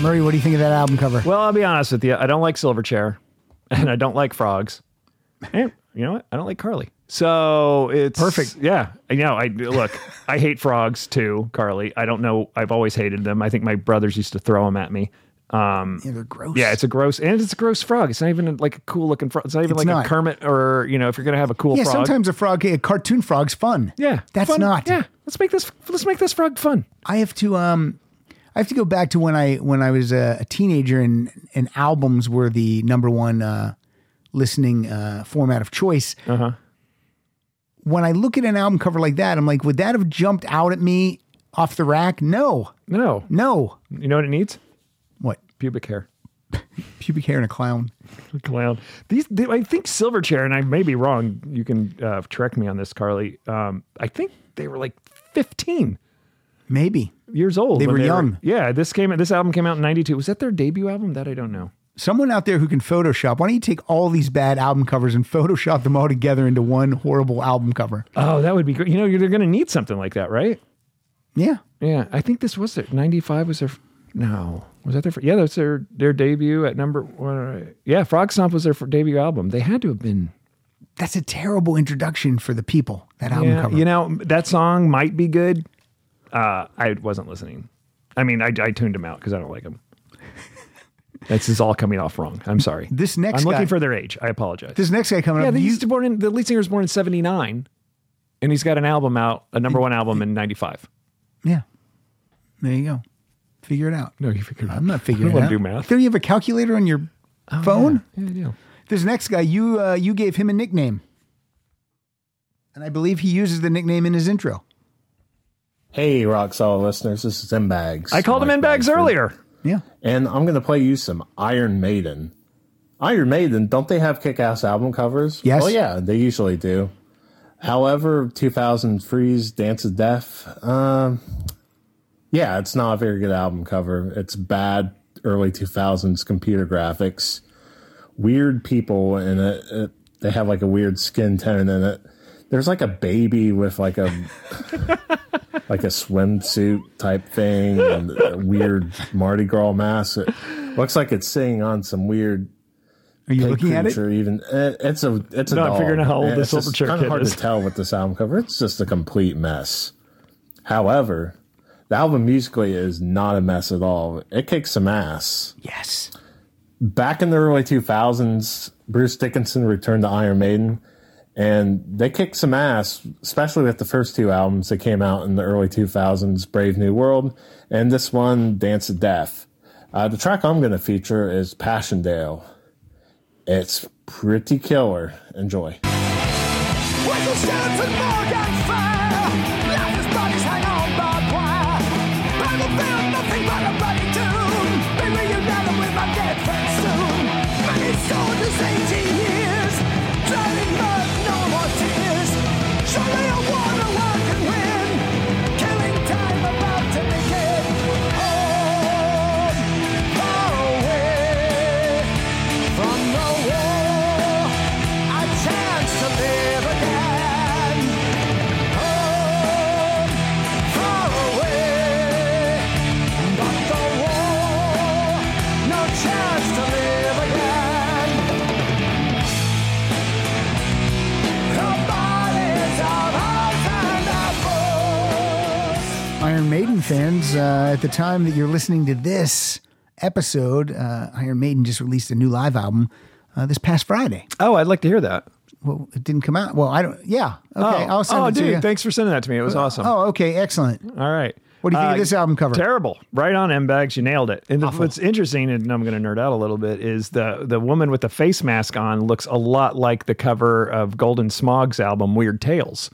S1: Murray, what do you think of that album cover?
S2: Well, I'll be honest with you. I don't like Silverchair, and I don't like frogs. And you know what? I don't like Carly. So it's perfect. Yeah, I know. I look. I hate frogs too, Carly. I don't know. I've always hated them. I think my brothers used to throw them at me. Um,
S1: yeah, they're gross.
S2: Yeah, it's a gross, and it's a gross frog. It's not even like a cool looking frog. It's not even
S1: It's
S2: like
S1: not.
S2: a Kermit or you know, if you're gonna have a cool
S1: yeah,
S2: frog.
S1: sometimes a frog, a cartoon frog's fun.
S2: Yeah,
S1: that's
S2: fun.
S1: not.
S2: Yeah, let's make this let's make this frog fun.
S1: I have to um, I have to go back to when I when I was a, a teenager and and albums were the number one uh, listening uh, format of choice.
S2: Uh-huh.
S1: When I look at an album cover like that, I'm like, would that have jumped out at me off the rack? No,
S2: no,
S1: no.
S2: You know what it needs?
S1: What
S2: pubic hair?
S1: pubic hair and a clown.
S2: clown. These, they, I think Silverchair, and I may be wrong. You can uh, correct me on this, Carly. Um, I think they were like fifteen,
S1: maybe
S2: years old.
S1: They
S2: when
S1: were young.
S2: yeah, this came. This album came out in '92. Was that their debut album? That I don't know.
S1: Someone out there who can Photoshop, why don't you take all these bad album covers and Photoshop them all together into one horrible album cover?
S2: Oh, that would be great. You know, you're- they're going to need something like that, right?
S1: Yeah.
S2: Yeah. I think this was their '95. Was their no? Was that their? fir- Yeah, that's their their debut at number one. Yeah, Frog Stomp was their fir- debut album. They had to have been
S1: That's a terrible introduction for the people, that album
S2: Yeah,
S1: cover.
S2: You know, that song might be good. Uh, I wasn't listening. I mean, I, I tuned them out because I don't like them. this is all coming off wrong. I'm sorry.
S1: This next
S2: I'm
S1: guy-
S2: looking for their age. I apologize.
S1: This next guy coming
S2: yeah,
S1: up,
S2: they
S1: you-
S2: used to born in the lead singer was born in '79, and he's got an album out, a number one album in '95.
S1: There you go. Figure it out.
S2: No, you figure it out.
S1: I'm not figuring
S2: I don't
S1: it
S2: wanna
S1: out.
S2: do math. Oh,
S1: There you have a calculator on your phone?
S2: Yeah, I do.
S1: This next guy, you uh, you gave him a nickname. And I believe he uses the nickname in his intro.
S20: Hey, Rock Solid listeners, this is M Bags.
S2: I called him
S20: Mike
S2: in bags
S20: Langford.
S2: earlier.
S1: Yeah.
S20: And I'm going to play you some Iron Maiden. Iron Maiden, don't they have kick ass album covers?
S1: Yes.
S20: Well, yeah, they usually do. However, 2000 Freeze, Dance of Death, um, yeah, it's not a very good album cover. It's bad early 2000s computer graphics, weird people in it. it they have like a weird skin tone in it. There's like a baby with like a like a swimsuit type thing and a weird Mardi Gras mask. It looks like it's sitting on some weird.
S1: Are you looking at it?
S20: Even eh, it's a it's a.
S2: No, I'm
S20: doll.
S2: figuring out how old
S20: Eh,
S2: the
S20: it's just
S2: Silverchair
S20: kinda
S2: kid
S20: hard
S2: is.
S20: to tell with this album cover. It's just a complete mess. However, the album musically is not a mess at all. It kicks some ass.
S1: Yes.
S20: Back in the early 2000s, Bruce Dickinson returned to Iron Maiden and they kicked some ass, especially with the first two albums that came out in the early 2000s Brave New World and this one, Dance of Death. Uh, the track I'm going to feature is Passchendaele. It's pretty killer. Enjoy.
S5: Whistle stands and Morgan fire. Lifeless bodies hang on barbed wire. Battlefield, nothing but a bloody tomb. Be reunited with my dead friends soon. Many soldiers, 18 years. Drowning mud, no more tears. Surely a war no one can win. Killing time about to begin. Home, home.
S1: Iron Maiden fans, uh, at the time that you're listening to this episode, uh, Iron Maiden just released a new live album uh, this past Friday.
S2: Oh, I'd like to hear that.
S1: Well, it didn't come out. Well, I don't. Yeah. Okay.
S2: oh,
S1: I'll send
S2: oh,
S1: it to
S2: dude,
S1: you.
S2: thanks for sending that to me. It was awesome.
S1: Oh, okay. Excellent.
S2: All right. Uh,
S1: What do you think of this album cover?
S2: Terrible. Right on M bags. You nailed it. And the- what's interesting, and I'm going to nerd out a little bit, is the the woman with the face mask on looks a lot like the cover of Golden Smog's album Weird Tales.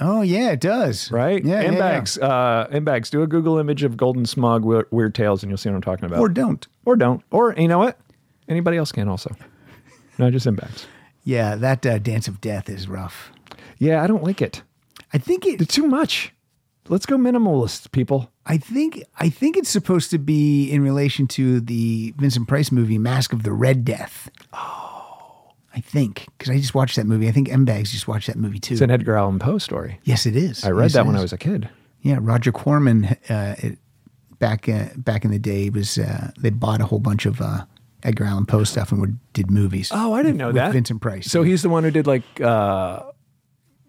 S1: Oh yeah, it does.
S2: Right?
S1: Yeah. yeah,
S2: M
S1: yeah.
S2: bags. Uh, M bags. Do a Google image of Golden Smog Weir- Weird Tales, and you'll see what I'm talking about.
S1: Or don't.
S2: Or don't. Or you know what? Anybody else can also. No, just M bags.
S1: Yeah, that uh, Dance of Death is rough.
S2: Yeah, I don't like it.
S1: I think it,
S2: it's too much. Let's go minimalist, people.
S1: I think I think it's supposed to be in relation to the Vincent Price movie Mask of the Red Death. Oh, I think because I just watched that movie. I think M Bags just watched that movie too.
S2: It's an Edgar Allan Poe story.
S1: Yes, it is.
S2: I read
S1: Yes,
S2: that
S1: it
S2: when I
S1: is.
S2: was a kid.
S1: Yeah, Roger Corman uh, it, back uh, back in the day was uh, they bought a whole bunch of uh, Edgar Allan Poe stuff and would, did movies.
S2: Oh, I didn't know
S1: with
S2: that.
S1: Vincent Price.
S2: So he's the one who did like uh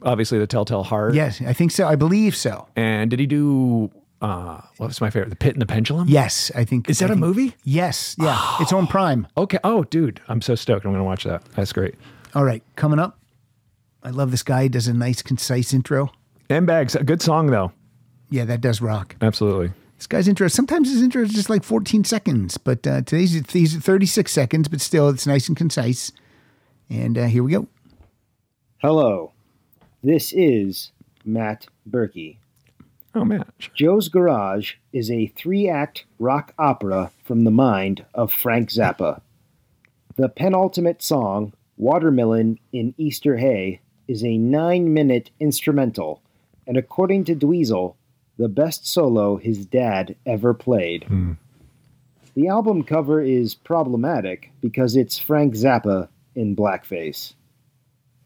S2: obviously the Telltale Heart.
S1: Yes, I think so. I believe so.
S2: And did he do uh what was my favorite? The Pit and the Pendulum?
S1: Yes, I think.
S2: Is that
S1: I
S2: a
S1: think-
S2: movie?
S1: Yes. Yeah, it's on Prime.
S2: Okay. Oh, dude, I'm so stoked. I'm going to watch that. That's great.
S1: All right, coming up. I love this guy. He does a nice, concise intro.
S2: M Bags, a good song though.
S1: Yeah, that does rock.
S2: Absolutely.
S1: This guy's intro. Sometimes his intro is just like 14 seconds, but uh, today's these are 36 seconds. But still, it's nice and concise. And uh, here we go.
S19: Hello, this is Matt Berkey.
S2: Oh, Matt.
S19: Joe's Garage is a three act rock opera from the mind of Frank Zappa. The penultimate song, Watermelon in Easter Hay, is a nine minute instrumental, and according to Dweezil, the best solo his dad ever played.
S2: Hmm.
S19: The album cover is problematic because it's Frank Zappa in blackface.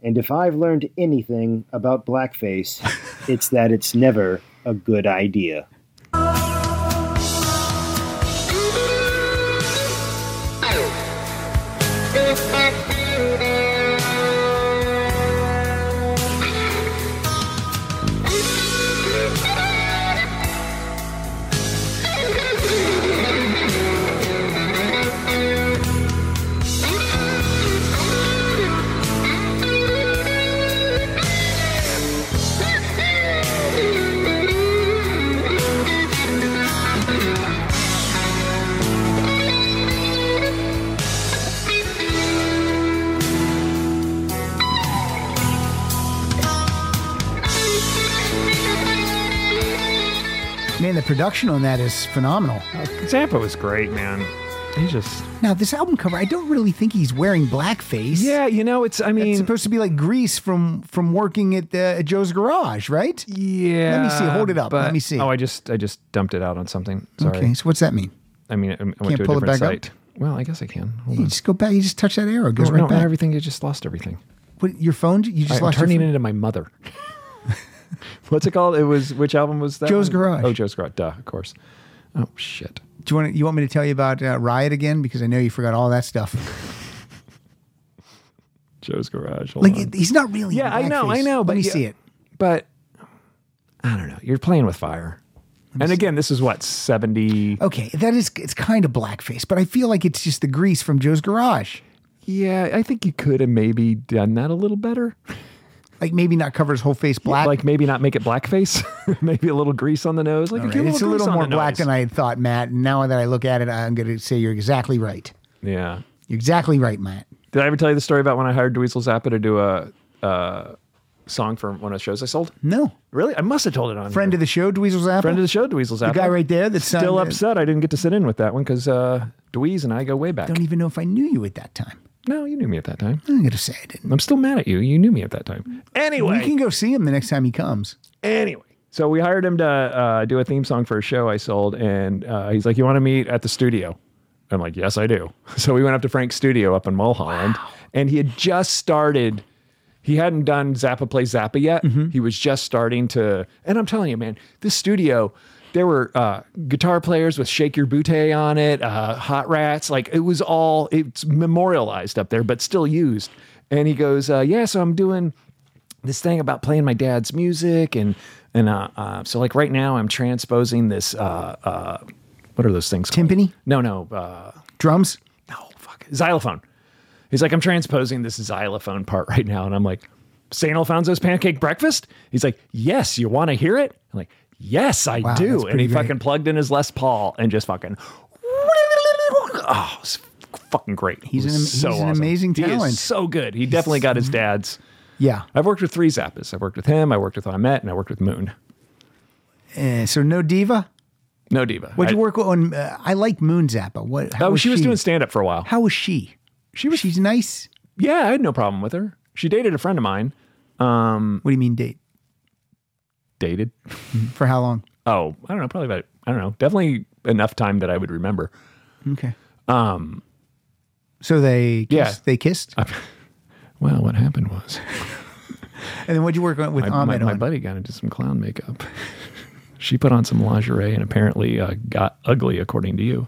S19: And if I've learned anything about blackface, it's that it's never a good idea.
S1: Man, the production on that is phenomenal.
S2: Zappa was great, man. He just
S1: Now, this album cover, I don't really think he's wearing blackface.
S2: Yeah, you know, it's I mean,
S1: it's supposed to be like grease from from working at, the, at Joe's Garage, right?
S2: Yeah.
S1: Let me see. Hold it up.
S2: but-
S1: Let me see.
S2: Oh, I just I just dumped it out on something. Sorry.
S1: Okay, so what's that mean?
S2: I mean, I, I went
S1: Can't
S2: to a
S1: pull it
S2: different
S1: back up?
S2: site. Well, I guess I can. Hold
S1: you
S2: on.
S1: just go back. You just touch that arrow. It goes
S2: No,
S1: right
S2: no,
S1: back.
S2: everything. I just lost everything.
S1: What, your phone? You just
S2: I'm
S1: lost
S2: turning
S1: your phone?
S2: it into my mother. What's it called? It was which album was that?
S1: Joe's
S2: one?
S1: Garage.
S2: Oh, Joe's Garage. Duh, of course. Oh shit.
S1: Do you want you want me to tell you about uh, Riot again because I know you forgot all that stuff.
S2: Joe's Garage. Hold
S1: like
S2: on.
S1: he's not really. in
S2: Yeah, I know, I
S1: blackface.
S2: know,
S1: Let
S2: but
S1: me
S2: yeah-
S1: see it.
S2: But I don't know. You're playing with fire. And again, this is what seventy.
S1: Okay, that is it's kind of blackface, but I feel like it's just the grease from Joe's Garage.
S2: Yeah, I think you could have maybe done that a little better.
S1: Like maybe not cover his whole face black.
S2: Like maybe not make it blackface. maybe a little grease on the nose. Like
S1: All
S2: you
S1: right,
S2: get
S1: It's a
S2: grease
S1: little
S2: on
S1: more
S2: the
S1: black
S2: nose.
S1: than I had thought, Matt. And now that I look at it, I'm going to say you're exactly right.
S2: Yeah.
S1: You're exactly right, Matt.
S2: Did I ever tell you the story about when I hired Dweezil Zappa to do a, a song for one of the shows I sold?
S1: No.
S2: Really? I must have told it on
S1: Friend of the show, Dweezil Zappa.
S2: Friend of the show, Dweezil Zappa.
S1: The guy right there that's
S2: still
S1: signed it.
S2: upset I didn't get to sit in with that one because uh, Dweez and I go way back.
S1: Don't even know if I knew you at that time.
S2: No, you knew me at that time.
S1: I'm going to say I didn't.
S2: I'm still mad at you. You knew me at that time. Anyway.
S1: we can go see him the next time he comes.
S2: Anyway, so we hired him to uh, do a theme song for a show I sold, and uh, he's like, "You want to meet at the studio?" I'm like, "Yes, I do." So we went up to Frank's studio up in Mulholland, and he had just started. He hadn't done Zappa Play Zappa yet. He was just starting to, and I'm telling you, man, this studio. There were uh, guitar players with "Shake Your Booty" on it, uh, Hot Rats. Like it was all it's memorialized up there, but still used. And he goes, uh, "Yeah, so I'm doing this thing about playing my dad's music and and uh, uh, so like right now I'm transposing this uh, uh, what are those things called?
S1: Timpani?
S2: no no uh,
S1: drums
S2: xylophone he's like I'm transposing this xylophone part right now and I'm like St. Alfonso's pancake breakfast he's like yes you want to hear it I'm like yes I
S1: Wow, that's
S2: do and
S1: pretty
S2: he
S1: great.
S2: fucking plugged in his Les Paul and just fucking oh it was fucking great
S1: He's
S2: It was
S1: an am-
S2: so
S1: he's an
S2: awesome.
S1: amazing
S2: He is
S1: talent.
S2: so good he definitely got his dad's
S1: Yeah.
S2: I've worked with three Zappas. I've worked with him. I worked with Ahmet, and I worked with Moon.
S1: Eh, so no diva.
S2: No diva.
S1: What'd you
S2: I-
S1: work on? Uh, I like Moon Zappa. What? how
S2: Oh, she was doing
S1: How
S2: stand up for a while.
S1: How was she?
S2: She was.
S1: She's nice.
S2: Yeah, I had no problem with her. She dated a friend of mine. Um,
S1: what do you mean date?
S2: Dated?
S1: For how long?
S2: Oh, I don't know. Probably about I don't know. Definitely enough time that I would remember.
S1: Okay.
S2: Um,
S1: So they kissed,
S2: Yeah.
S1: they kissed.
S2: well, what happened was,
S1: and then what'd you work on with
S2: my,
S1: Ahmed
S2: my, my
S1: on?
S2: buddy got into some clown makeup. she put on some lingerie and apparently uh, got ugly, according to you.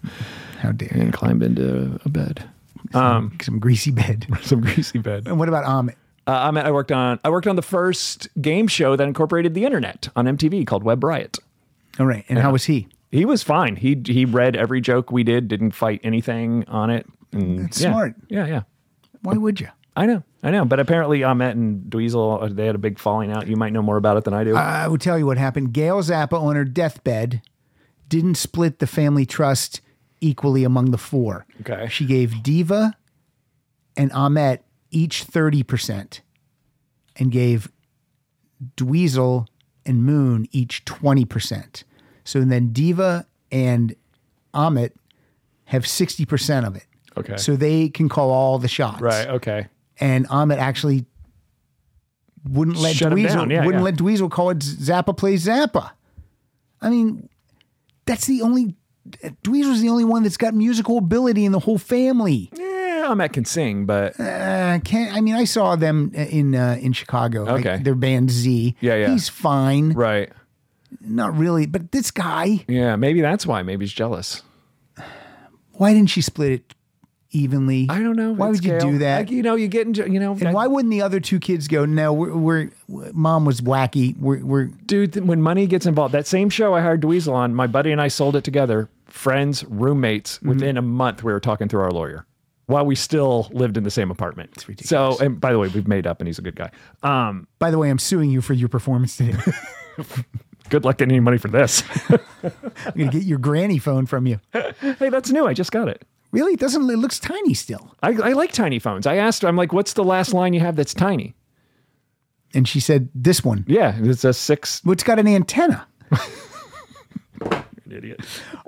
S1: How dare!
S2: And climbed into a bed. Um,
S1: some greasy bed.
S2: some greasy bed.
S1: And what about Ahmed?
S2: Uh, I mean, I worked on I worked on the first game show that incorporated the internet on MTV called Web Riot.
S1: All right. And how was he?
S2: He was fine. He he read every joke we did, didn't fight anything on it. And
S1: That's
S2: yeah.
S1: smart.
S2: Yeah, yeah.
S1: Why would you?
S2: I know, I know. But apparently, Ahmet and Dweezil uh, they had a big falling out. You might know more about it than I do.
S1: I will tell you what happened. Gail Zappa on her deathbed didn't split the family trust equally among the four.
S2: Okay.
S1: She gave Diva and Ahmet each 30% and gave Dweezil and Moon each 20%. So then Diva and Ahmet have 60% of it.
S2: Okay.
S1: So they can call all the shots
S2: right. Okay.
S1: and Ahmet actually wouldn't let
S2: Shut him
S1: Dweezil
S2: down. Yeah,
S1: wouldn't
S2: yeah.
S1: let Dweezil call it Zappa plays Zappa. I mean, that's the only Dweezil's the only one that's got musical ability in the whole family.
S2: Yeah, Ahmet can sing, but
S1: Uh, can I mean I saw them in uh, in Chicago. like,
S2: Okay.
S1: their band Z.
S2: Yeah, yeah.
S1: He's fine,
S2: right.
S1: not really, but this guy.
S2: Yeah, maybe that's why. Maybe he's jealous.
S1: Why didn't she split it evenly? I
S2: don't know.
S1: Why
S2: It's
S1: would you
S2: Gail.
S1: do that?
S2: Like, you know, you get into you know.
S1: and why wouldn't the other two kids go? No, we're, we're mom was wacky. We're, we're
S2: dude, th- when money gets involved, that same show I hired Dweezil on, my buddy and I sold it together, friends, roommates.
S1: Mm-hmm.
S2: Within a month, we were talking through our lawyer while we still lived in the same apartment. It's ridiculous. So, and by the way, we've made up, and he's a good guy. Um,
S1: By the way, I'm suing you for your performance today.
S2: good luck getting any money for this.
S1: I'm gonna get your granny phone from you.
S2: hey, that's new. I just got it.
S1: Really? It doesn't. It looks tiny still.
S2: I, I like tiny phones. I asked, I'm like, what's the last line you have that's tiny?
S1: And she said, "This one."
S2: Yeah, it's a six.
S1: Well, it's got an antenna.
S2: An idiot.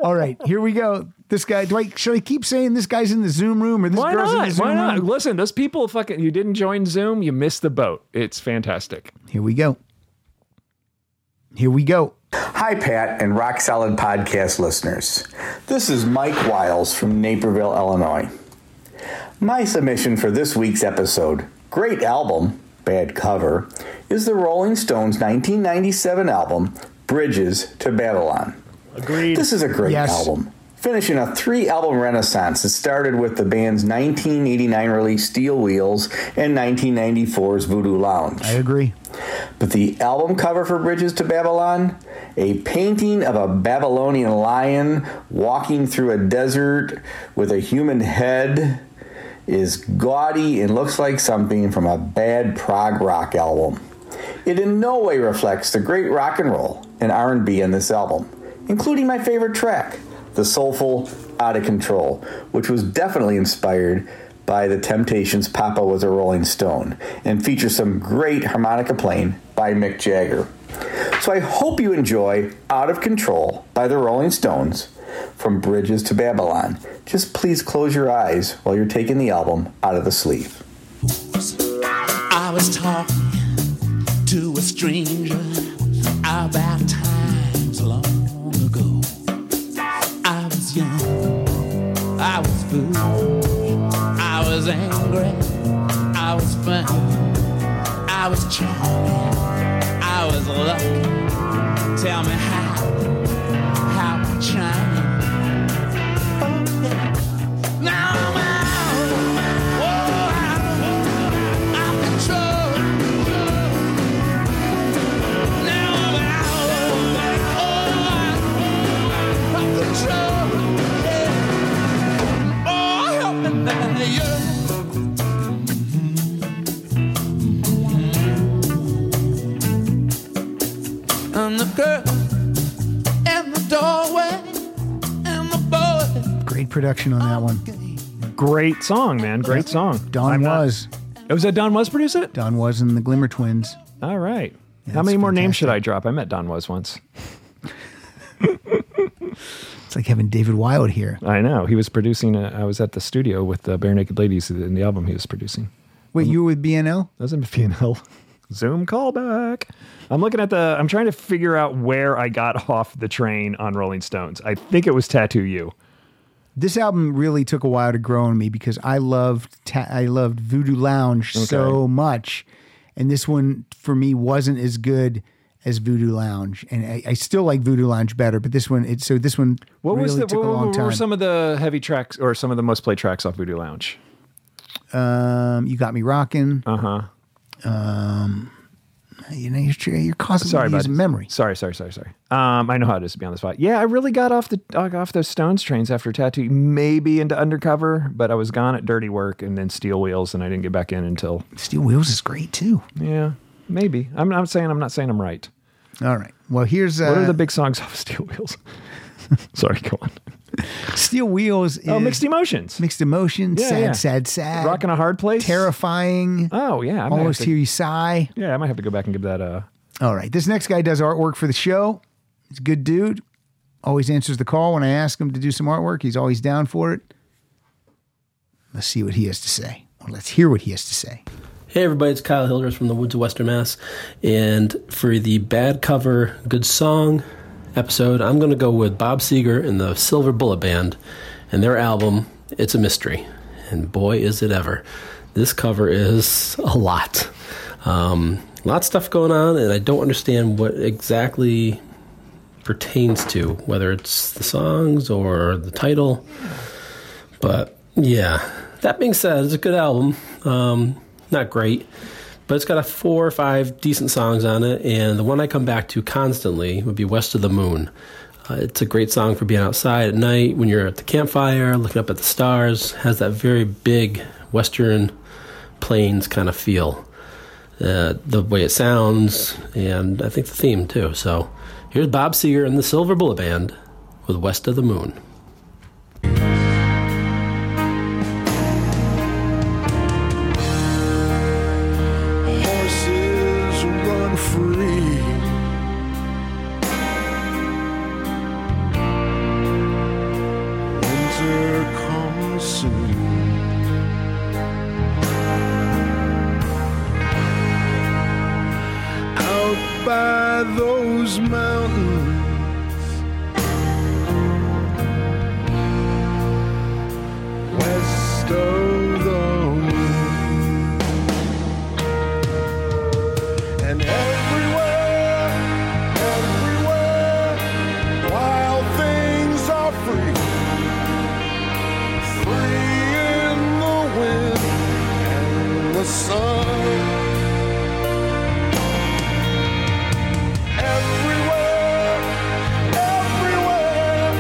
S1: All right, here we go. This guy. Do I? Should I keep saying this guy's in the Zoom room or this
S2: Why
S1: girl's in
S2: not?
S1: the Zoom
S2: Why not?
S1: room?
S2: Listen, those people fucking, you didn't join Zoom, you missed the boat. It's fantastic.
S1: Here we go. Here we go.
S21: Hi, Pat and Rock Solid Podcast listeners. This is Mike Wiles from Naperville, Illinois. My submission for this week's episode, Great Album, Bad Cover, is the Rolling Stones 1997 album, Bridges to Babylon. Agreed. This is a great
S22: Yes.
S21: album. Finishing a three album renaissance that started with the band's 1989 release Steel Wheels and 1994's Voodoo Lounge. I
S1: agree.
S21: But the album cover for Bridges to Babylon, a painting of a Babylonian lion walking through a desert with a human head, is gaudy and looks like something from a bad prog rock album. It in no way reflects the great rock and roll and R&B in this album, including my favorite track, the soulful Out of Control, which was definitely inspired by the Temptations' Papa Was a Rolling Stone and features some great harmonica playing by Mick Jagger. So I hope you enjoy Out of Control by the Rolling Stones from Bridges to Babylon. Just please close your eyes while you're taking the album out of the sleeve.
S23: I was talking to a stranger about times long ago. I was young, I was foolish, I was angry, I was funny, I was charming, I was lucky. Tell me how, how charming. Oh, yeah. Now I'm out, oh, out of control. and the girl in the doorway and the boy.
S1: Great production on that one.
S2: Great song, man. Great song.
S1: Don was.
S2: It was that Don was produce it?
S1: Don was and the Glimmer Twins.
S2: All right.
S1: Yeah,
S2: How
S1: that's
S2: many more names should I drop? I met Don was once.
S1: It's like having David Wilde here.
S2: I know. He was producing, a, I was at the studio with the Bare Naked Ladies in the album he was producing.
S1: Wait,
S2: Mm-hmm.
S1: you were with BNL?
S2: I was in BNL. Zoom callback. I'm looking at the, I'm trying to figure out where I got off the train on Rolling Stones. I think it was Tattoo You.
S1: This album really took a while to grow on me because I loved ta- I loved Voodoo Lounge so much, and this one for me wasn't as good as Voodoo Lounge, and I, I still like Voodoo Lounge better. But this one, it so this one
S2: What
S1: really
S2: was the,
S1: took
S2: what,
S1: a
S2: what-
S1: long
S2: what
S1: time.
S2: were some of the heavy tracks or some of the most played tracks off Voodoo Lounge?
S1: um, you got me rocking.
S2: Uh huh.
S1: Um, you know, you're, you're causing
S2: Sorry,
S1: me to use
S2: bud.
S1: memory.
S2: Sorry, sorry, sorry, sorry. Um, I know how it is to be on the spot. Yeah, I really got off the uh, off those Stones trains after Tattoo, maybe into Undercover, but I was gone at Dirty Work and then Steel Wheels, and I didn't get back in until
S1: Steel Wheels is great too.
S2: Yeah, maybe. I'm not saying I'm not saying I'm right.
S1: All right. Well, here's uh,
S2: what are the big songs off Steel Wheels? sorry, go on.
S1: Steel Wheels. Is
S2: Oh, Mixed Emotions.
S1: Mixed Emotions.
S2: Yeah,
S1: sad,
S2: yeah.
S1: sad, sad.
S2: Rockin' a hard place.
S1: Terrifying.
S2: Oh yeah, I might
S1: Almost
S2: have to-
S1: hear you sigh.
S2: Yeah, I might have to go back and give that a.
S1: All right. This next guy does artwork for the show. He's a good dude. Always answers the call when I ask him to do some artwork. He's always down for it. Let's see what he has to say. Or let's hear what he has to say.
S24: Hey everybody, it's Kyle Hilders from the Woods of Western Mass. And for the bad cover, good song episode, I'm going to go with Bob Seger and the Silver Bullet Band and their album, It's a Mystery. And boy, is it ever. This cover is a lot. Um, a lot of stuff going on, and I don't understand what exactly pertains to, whether it's the songs or the title. But yeah, that being said, it's a good album. Um, not great, but it's got a four or five decent songs on it. And the one I come back to constantly would be West of the Moon. Uh, it's a great song for being outside at night when you're at the campfire, looking up at the stars. Has that very big Western plains kind of feel. Uh, the way it sounds, and I think the theme too. So here's Bob Seger and the Silver Bullet Band with West of the Moon.
S15: horses run free. Winter comes soon.
S1: Uh,
S15: Out by those mountains, west of the moon. And everywhere, everywhere, wild things are free. Free in the wind and the sun. Everywhere, everywhere,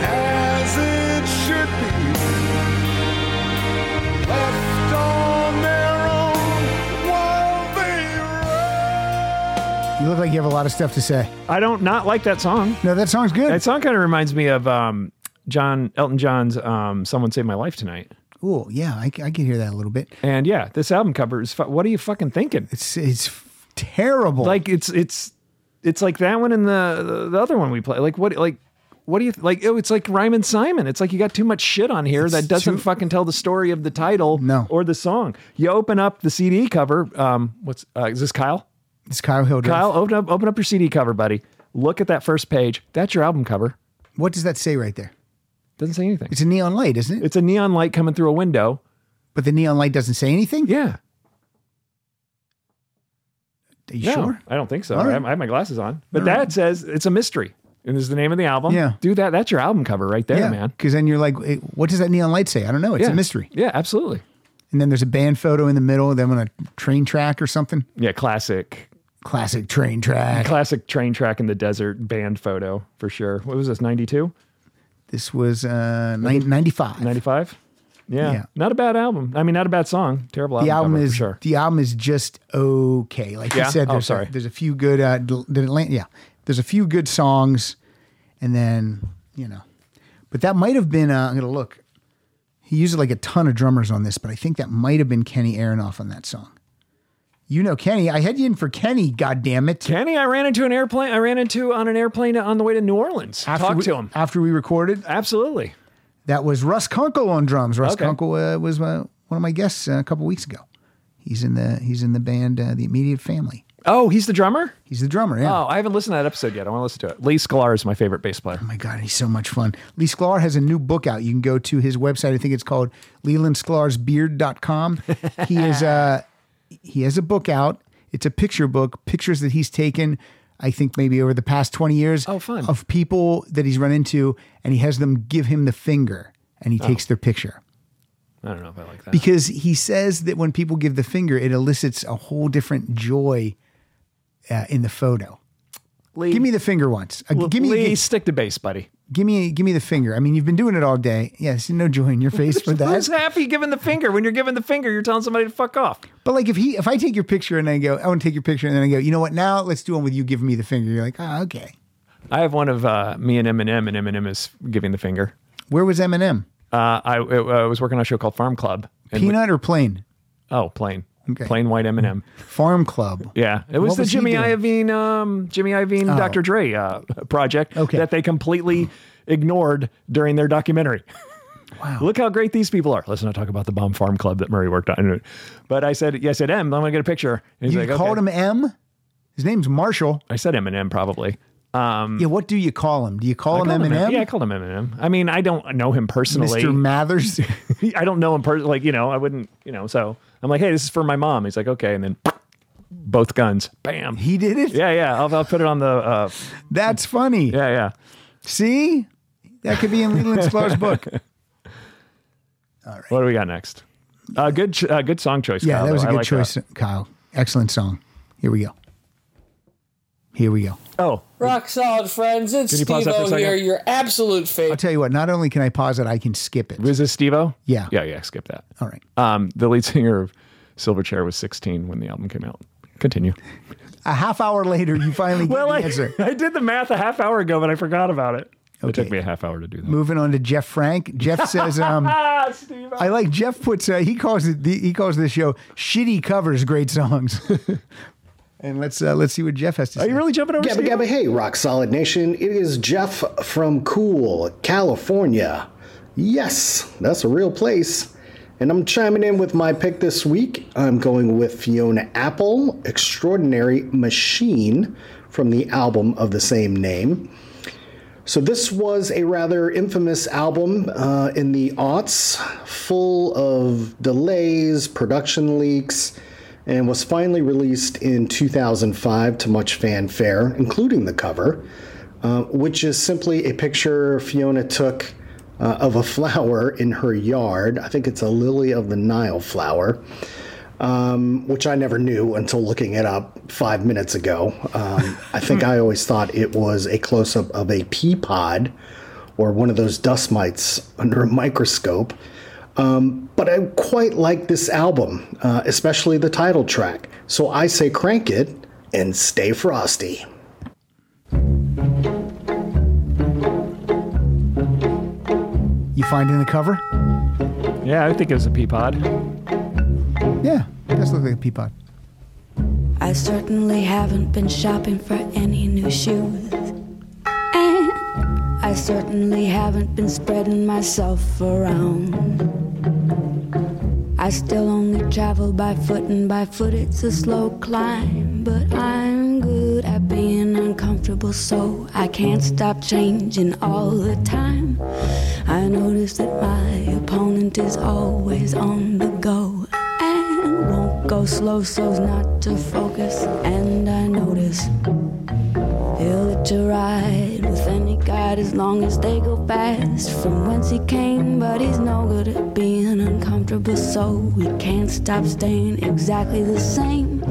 S15: as it should be. Left on their own while they
S1: You look like you have a lot of stuff to say.
S2: I don't not like that song.
S1: No, that song's good.
S2: That song kind of reminds me of um, John Elton John's um, "Someone Saved My Life Tonight."
S1: Oh, yeah, I, c- I can hear that a little bit.
S2: And yeah, this album cover is. Fu- what are you fucking thinking?
S1: It's it's terrible.
S2: Like it's it's it's like that one and the the other one we play. Like what like what do you like? Oh, it's like Ryman Simon. It's like you got too much shit on here that doesn't
S1: too-
S2: fucking tell the story of the title no. or the song. You open up the CD cover. Um, what's uh, is this Kyle?
S1: It's Kyle Hildreth.
S2: Kyle, open up open up your CD cover, buddy. Look at that first page. That's your album cover.
S1: What does that say right there?
S2: Doesn't say anything.
S1: It's a neon light, isn't it?
S2: It's a neon light coming through a window.
S1: But the neon light doesn't say anything?
S2: Yeah.
S1: Are you
S2: No,
S1: sure?
S2: I don't think so.
S1: All
S2: I,
S1: right.
S2: have, I have my glasses on. But
S1: All
S2: that
S1: right.
S2: says it's a mystery. And is the name of the album.
S1: Yeah.
S2: Do that. That's your album cover right there,
S1: yeah,
S2: man.
S1: Because then you're like, "Hey, what does that neon light say? I don't know. It's
S2: Yeah.
S1: a mystery.
S2: Yeah, absolutely.
S1: And then there's a band photo in the middle of them on a train track or something.
S2: Yeah, classic.
S1: Classic train track.
S2: Classic train track in the desert band photo for sure. What was this, 92?
S1: This was uh, nine- 95.
S2: 95? Yeah. Not a bad album. I mean, not a bad song. Terrible album.
S1: the album
S2: cover,
S1: is
S2: for sure.
S1: the album is just okay. Like
S2: Yeah?
S1: you said,
S2: Oh,
S1: there's,
S2: sorry.
S1: A, there's a few good uh, the the Atlant- yeah, there's a few good songs, and then you know, but that might have been uh, I'm gonna look. He used like a ton of drummers on this, but I think that might have been Kenny Aronoff on that song. You know Kenny. I had you in for Kenny. God damn it,
S2: Kenny. I ran into an airplane. I ran into uh on an airplane on the way to New Orleans.
S1: After
S2: Talk
S1: we,
S2: to him.
S1: after we recorded.
S2: Absolutely.
S1: That was Russ Kunkel on drums. Russ
S2: Okay.
S1: Kunkel uh, was uh, one of my guests uh, a couple weeks ago. He's in the he's in the band uh, the Immediate Family.
S2: Oh, he's the drummer.
S1: He's the drummer. Yeah.
S2: Oh, I haven't listened to that episode yet. I want to listen to it. Lee Sklar is my favorite bass player. Oh
S1: my God, he's so much fun. Lee Sklar has a new book out. You can go to his website. I think it's called lelandsklar'sbeard.com. He is uh he has a book out. It's a picture book, pictures that he's taken I think maybe over the past 20 years oh, fun. of people that he's run into and he has them give him the finger and he
S2: Oh.
S1: takes their picture.
S2: I don't know if I like that.
S1: Because he says that when people give the finger, it elicits a whole different joy uh, in the photo. Give me the finger once. Uh, give me
S2: Lee,
S1: give-
S2: stick to bass, buddy.
S1: Give me, give me the finger. I mean, you've been doing it all day. Yes, no joy in your face for
S2: Who's
S1: that.
S2: happy giving the finger? When you're giving the finger, you're telling somebody to fuck off.
S1: But like, if he, if I take your picture and I go, I want to take your picture, and then I go, you know what? Now let's do one with you giving me the finger. You're like, ah, okay.
S2: I have one of uh, me and Eminem, and Eminem is giving the finger.
S1: Where was Eminem?
S2: Uh, I, I was working on a show called Farm Club. and we-
S1: Peanut or plain?
S2: oh, plain.
S1: Okay.
S2: Plain white Eminem.
S1: Farm Club.
S2: Yeah, it was
S1: What
S2: the
S1: was he
S2: Jimmy
S1: doing?
S2: Iovine, um, Jimmy Iovine,
S1: Oh.
S2: Dr. Dre uh, project that they completely ignored during their documentary. Wow. Look how great these people are. Let's not talk about the bomb farm club that Murray worked on. But I said, yes, at M, I'm going to get a picture. And he's
S1: You
S2: like,
S1: called
S2: okay.
S1: him M. His name's Marshall.
S2: I said Eminem probably. Um,
S1: yeah, what do you call him? Do you call him
S2: I called
S1: Eminem?
S2: Yeah, I called him Eminem. I mean, I don't know him personally.
S1: Mr. Mathers.
S2: I don't know him personally. Like, you know, I wouldn't, you know, so I'm like, hey, this is for my mom. He's like, okay. And then both guns, bam.
S1: He did it?
S2: Yeah, yeah. I'll, I'll put it on the. Uh,
S1: That's funny.
S2: Yeah, yeah.
S1: See, that could be in Leland Sklar's book.
S2: What do we got next? Uh, good, ch- uh, good song choice.
S1: Yeah,
S2: Kyle,
S1: that was a
S2: though. I
S1: good
S2: like
S1: choice, Kyle. Excellent song. Here we go. Here we go.
S2: Oh,
S3: Rock solid friends, it's
S1: Can you pause
S3: Steve
S1: that for a
S3: O
S1: second?
S3: here, your absolute
S1: I'll
S3: favorite.
S1: tell you what. Not only can I pause it, I can skip it.
S2: Was this Stevo?
S1: Yeah.
S2: Yeah, yeah. Skip that.
S1: All right.
S2: Um, the lead singer of Silverchair was 16 when the album came out. Continue.
S1: A half hour later, you finally get the answer.
S2: I did the math a half hour ago, but I forgot about it. It took me a half hour to do that.
S1: Moving on to Jeff Frank. Jeff says, um, "I like Jeff puts. Uh, he calls it. The, he calls this show shitty covers great songs." and let's uh, let's see what Jeff has to say.
S2: Are you really jumping
S25: Gabba Gabba Hey, Rock Solid Nation. It is Jeff from Cool, California. Yes, that's a real place. And I'm chiming in with my pick this week. I'm going with Fiona Apple, Extraordinary Machine, from the album of the same name. So, this was a rather infamous album uh, in the aughts, full of delays, production leaks, and was finally released in 2005 to much fanfare, including the cover, uh, which is simply a picture Fiona took uh, of a flower in her yard. I think it's a lily of the Nile flower, um, which I never knew until looking it up five minutes ago. Um, I think I always thought it was a close up of a pea pod or one of those dust mites under a microscope. Um, but I quite like this album, uh, especially the title track. So I say crank it and stay frosty.
S1: You find in the cover?
S2: Yeah, I think it was a peapod.
S1: Yeah, it does look like a peapod.
S22: I certainly haven't been shopping for any new shoes. And I certainly haven't been spreading myself around. I still only travel by foot, and by foot it's a slow climb. But I'm good at being uncomfortable, so I can't stop changing all the time. I notice that my opponent is always on the go and won't go slow so's not to focus. And I notice he'll let you ride with any guide as long as they go fast from whence he came. But he's no good at being uncomfortable, so we can't stop staying exactly the same.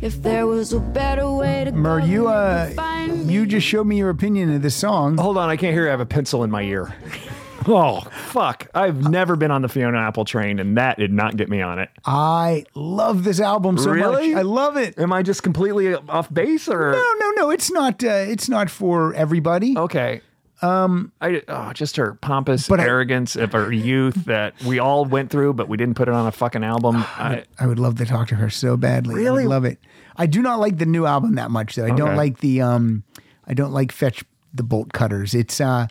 S22: If there was a better way to
S1: Mer, you uh,
S22: find
S1: you just showed me your opinion of this song.
S2: Hold on, I can't hear. I have a pencil in my ear. oh fuck! I've never been on the Fiona Apple train, and that did not get me on it.
S1: I love this album so
S2: Really?
S1: much. I love it.
S2: Am I just completely off base, or
S1: No, no, no. It's not. Uh, it's not for everybody.
S2: Okay.
S1: Um,
S2: I oh, just her pompous
S1: But I-
S2: arrogance of her youth that we all went through, but we didn't put it on a fucking album. I,
S1: I would love to talk to her so badly. Really, I would love it. I do not like the new album that much, though. I don't
S2: Okay.
S1: like the um, I don't like fetch the bolt cutters. It's uh,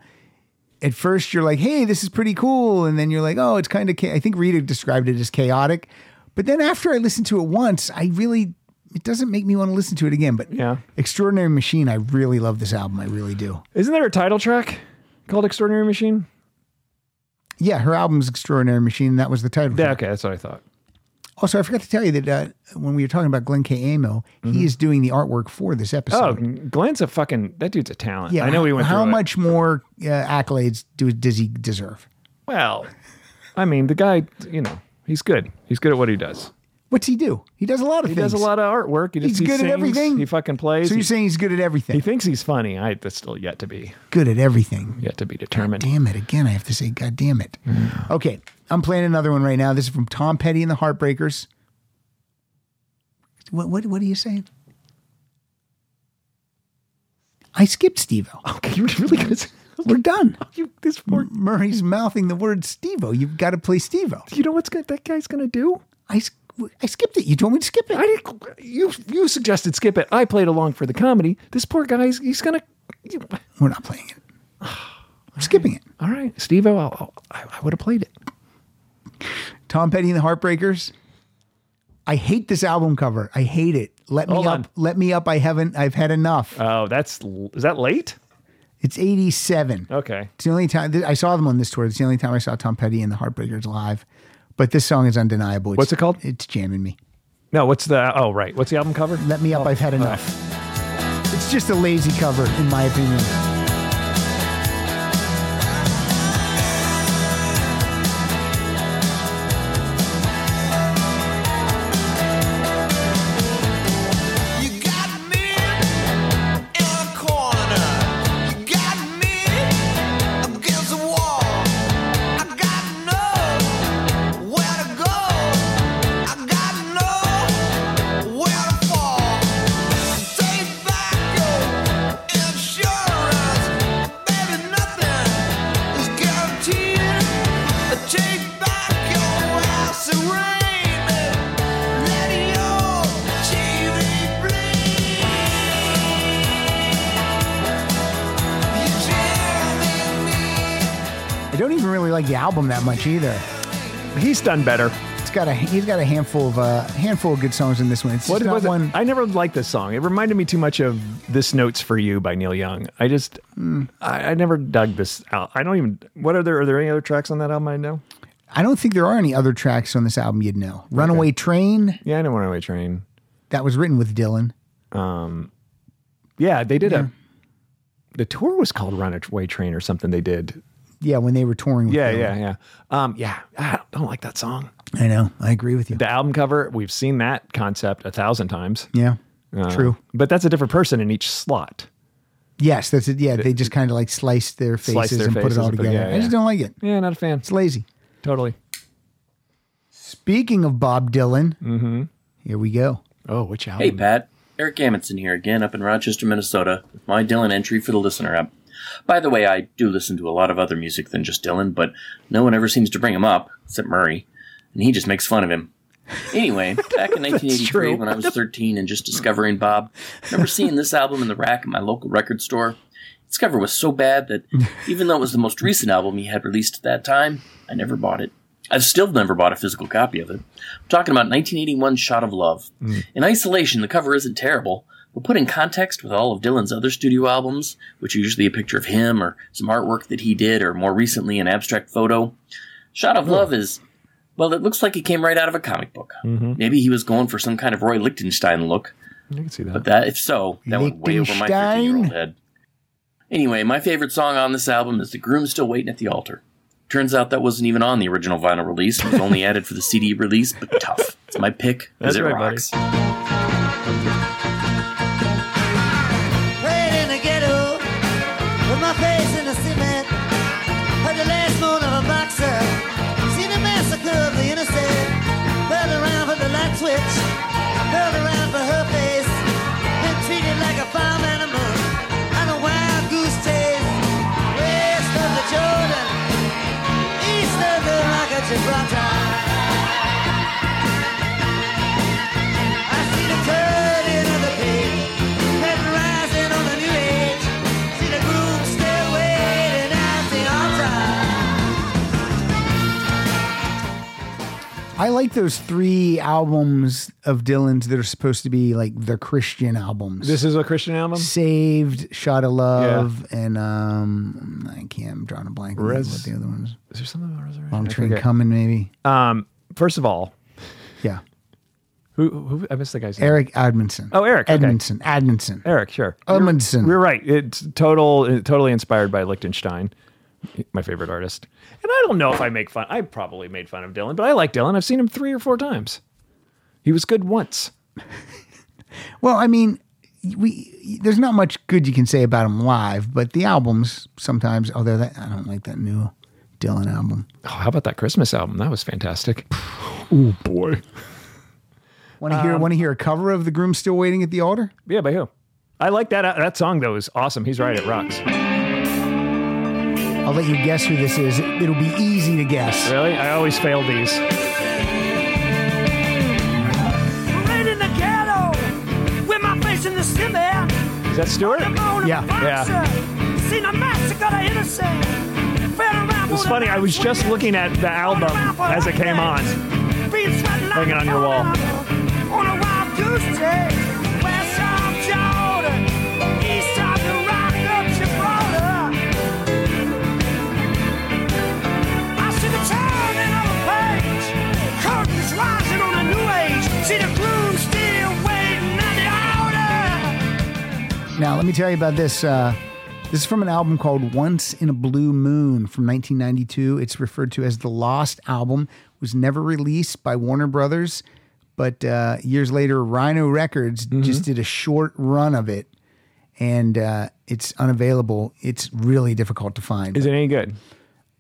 S1: at first you're like, hey, this is pretty cool, and then you're like, oh, it's kind of. Cha-. I think Rita described it as chaotic, but then after I listened to it once, I really it doesn't make me want to listen to it again. But
S2: yeah,
S1: Extraordinary Machine, I really love this album. I really do.
S2: isn't there a title track called "Extraordinary Machine"?
S1: Yeah, her album's Extraordinary Machine. and That was the title.
S2: Yeah, okay, that's what I thought.
S1: Also, I forgot to tell you that uh, when we were talking about Glenn K. Amo, he is doing the artwork for this
S2: Mm-hmm. Oh,
S1: episode.
S2: Glenn's a fucking that dude's a talent. I know he went
S1: How
S2: through it.
S1: much more uh, accolades do, does he deserve?
S2: Well, I mean, the guy, you know, he's good. He's good at what he does.
S1: What's he do? He does a lot of
S2: He
S1: things.
S2: does a lot of artwork. He just,
S1: He's
S2: he
S1: good at
S2: sings,
S1: everything?
S2: He fucking plays.
S1: So you're
S2: He-
S1: saying he's good at everything?
S2: He thinks he's funny. I that's still yet to be
S1: Good at everything.
S2: yet to be determined.
S1: Damn it. Again, I have to say, God damn it.
S2: Mm.
S1: Okay, I'm playing another one right now. This is from Tom Petty and the Heartbreakers. What, what, what are you saying? I skipped Steve
S2: Okay, you're really good.
S1: We're done.
S2: You, this
S1: Murray's mouthing the word Steve You've got to play Steve
S2: You know what's good? That guy's gonna do.
S1: I, s- I skipped it. You told me to skip it.
S2: I didn't. You you suggested skip it. I played along for the comedy. This poor guy's he's gonna.
S1: We're not playing it. I'm skipping it.
S2: All right, Steve O. I, I would have played it.
S1: Tom Petty and the Heartbreakers. I hate this album cover. I hate it. Let me
S2: Hold
S1: up.
S2: on.
S1: Let me up. I haven't. I've had enough.
S2: Oh, that's l- is that late?
S1: It's 87.
S2: Okay.
S1: It's the only time I saw them on this tour. It's the only time I saw Tom Petty and the Heartbreakers live. But this song is undeniable. It's,
S2: What's it called?
S1: It's jamming me.
S2: No, what's the? Oh, right. What's the album cover? Oh.
S1: Let me up. I've had enough. It's just a lazy cover, in my opinion.
S5: Take back your house and rain, let your TV bleed.
S1: I don't even really like the album that much either.
S2: He's done better.
S1: It's got a he's got a handful of uh, handful of good songs in this one. It's
S2: What
S1: just not
S2: was it?
S1: one.
S2: I never liked this song. It reminded me too much of "This Note's for You" by Neil Young. I just, I, I never dug this out. I don't even. What are there? Are there any other tracks on that album I know?
S1: I don't think there are any other tracks on this album you'd know. Runaway Train
S2: Yeah, I know "Runaway Train."
S1: that was written with Dylan.
S2: Um, yeah, they did a. The tour was called "Runaway Train" or something. They did.
S1: Yeah, when they were touring. With
S2: Yeah,
S1: Dylan.
S2: yeah, yeah. Um, yeah, I don't like that song.
S1: I know. I agree with you.
S2: The album cover. We've seen that concept a thousand times.
S1: Yeah.
S2: Uh,
S1: True.
S2: But that's a different person in each slot.
S1: Yes, that's it. Yeah, they just kind of like sliced their faces
S2: Sliced their
S1: and put it
S2: faces
S1: all
S2: and put-
S1: together.
S2: yeah,
S1: I just
S2: yeah.
S1: don't like it.
S2: Yeah, not a fan. It's
S1: lazy.
S2: Totally.
S1: Speaking of Bob Dylan, here we go.
S2: Mm-hmm. Oh, which
S26: Hey, Pat. Eric Amundsen here again up in Rochester, Minnesota, with my Dylan entry for the listener app. By the way, I do listen to a lot of other music than just Dylan, but no one ever seems to bring him up, except Murray, and he just makes fun of him. Anyway, back in 1983, when I was 13 and just discovering Bob, I remember seeing this album in the rack at my local record store. Its cover was so bad that even though it was the most recent album he had released at that time, I never bought it. I've still never bought a physical copy of it. I'm talking about 1981 Shot of Love. In isolation, the cover isn't terrible, but put in context with all of Dylan's other studio albums, which are usually a picture of him or some artwork that he did, or more recently, an abstract photo, Shot of Love is, well, it looks like it came right out of a comic book.
S2: Mm-hmm.
S26: Maybe he was going for some kind of Roy Lichtenstein look,
S2: You can see that.
S26: but that, if so, that went way over my 13 year old head. Anyway, my favorite song on this album is The Groom Still Waiting at the Altar. Turns out that wasn't even on the original vinyl release, it was only added for the CD release, but tough. It's my pick,
S2: That's
S26: because it
S2: right, buddy.
S26: rocks.
S5: Prayed in the ghetto with my face in the cement. Heard the last more like a farm animal and a wild goose chase. West of the Jordan, east of the Rock of Gibraltar. I see the curtain of the page, head rising on the new age. See the groom still waiting at the altar.
S1: I like those three albums of Dylan's that are supposed to be like the Christian albums.
S2: This is a Christian album?
S1: Saved, Shot of Love, and um, I can't. I'm drawing a blank. on
S2: Res-
S1: what the other one is.
S2: Is there something about resurrection?
S1: Long
S2: I
S1: Train
S2: forget.
S1: Coming, maybe.
S2: Um, first of all,
S1: yeah.
S2: Who, who I missed the guy's name.
S1: Eric Admonson.
S2: Oh, Eric.
S1: Edmondson. Edmondson.
S2: Eric, sure.
S1: Edmondson.
S2: You're right. It's total, totally inspired by Lichtenstein, my favorite artist. And I don't know if I make fun. I probably made fun of Dylan, but I like Dylan. I've seen him three or four times. He was good once.
S1: Well, I mean, we there's not much good you can say about him live, but the albums sometimes. Although that I don't like that new Dylan album.
S2: Oh, how about that Christmas album? That was fantastic. Oh boy.
S1: Want to hear?
S2: Um,
S1: Want to hear a cover of "The Groom Still Waiting at the Altar"?
S2: Yeah, by who? I like that. uh, that song though is awesome. He's right. It rocks.
S1: I'll let you guess who this is. It'll be easy to guess.
S2: Really? I always fail these.
S5: Right in the ghetto, with my face in the cement.
S2: Is that Stewart?
S5: Yeah. Seen a massacre of innocent. Fed around
S2: It's funny. I was just looking at the album as it came on,
S5: being sweat like
S2: hanging on your wall.
S5: on a wild goose chase. West of Jordan, east of the rock of Gibraltar. I see the turning of a page, curtains rising on a new age. See the groom still waiting at the altar.
S1: Now, let me tell you about this. Uh, this is from an album called Once in a Blue Moon from 1992. It's referred to as the Lost Album. It was never released by Warner Brothers, but uh, years later, Rhino Records
S2: Mm-hmm.
S1: just did a short run of it, and uh, it's unavailable. It's really difficult to find.
S2: Is it any good?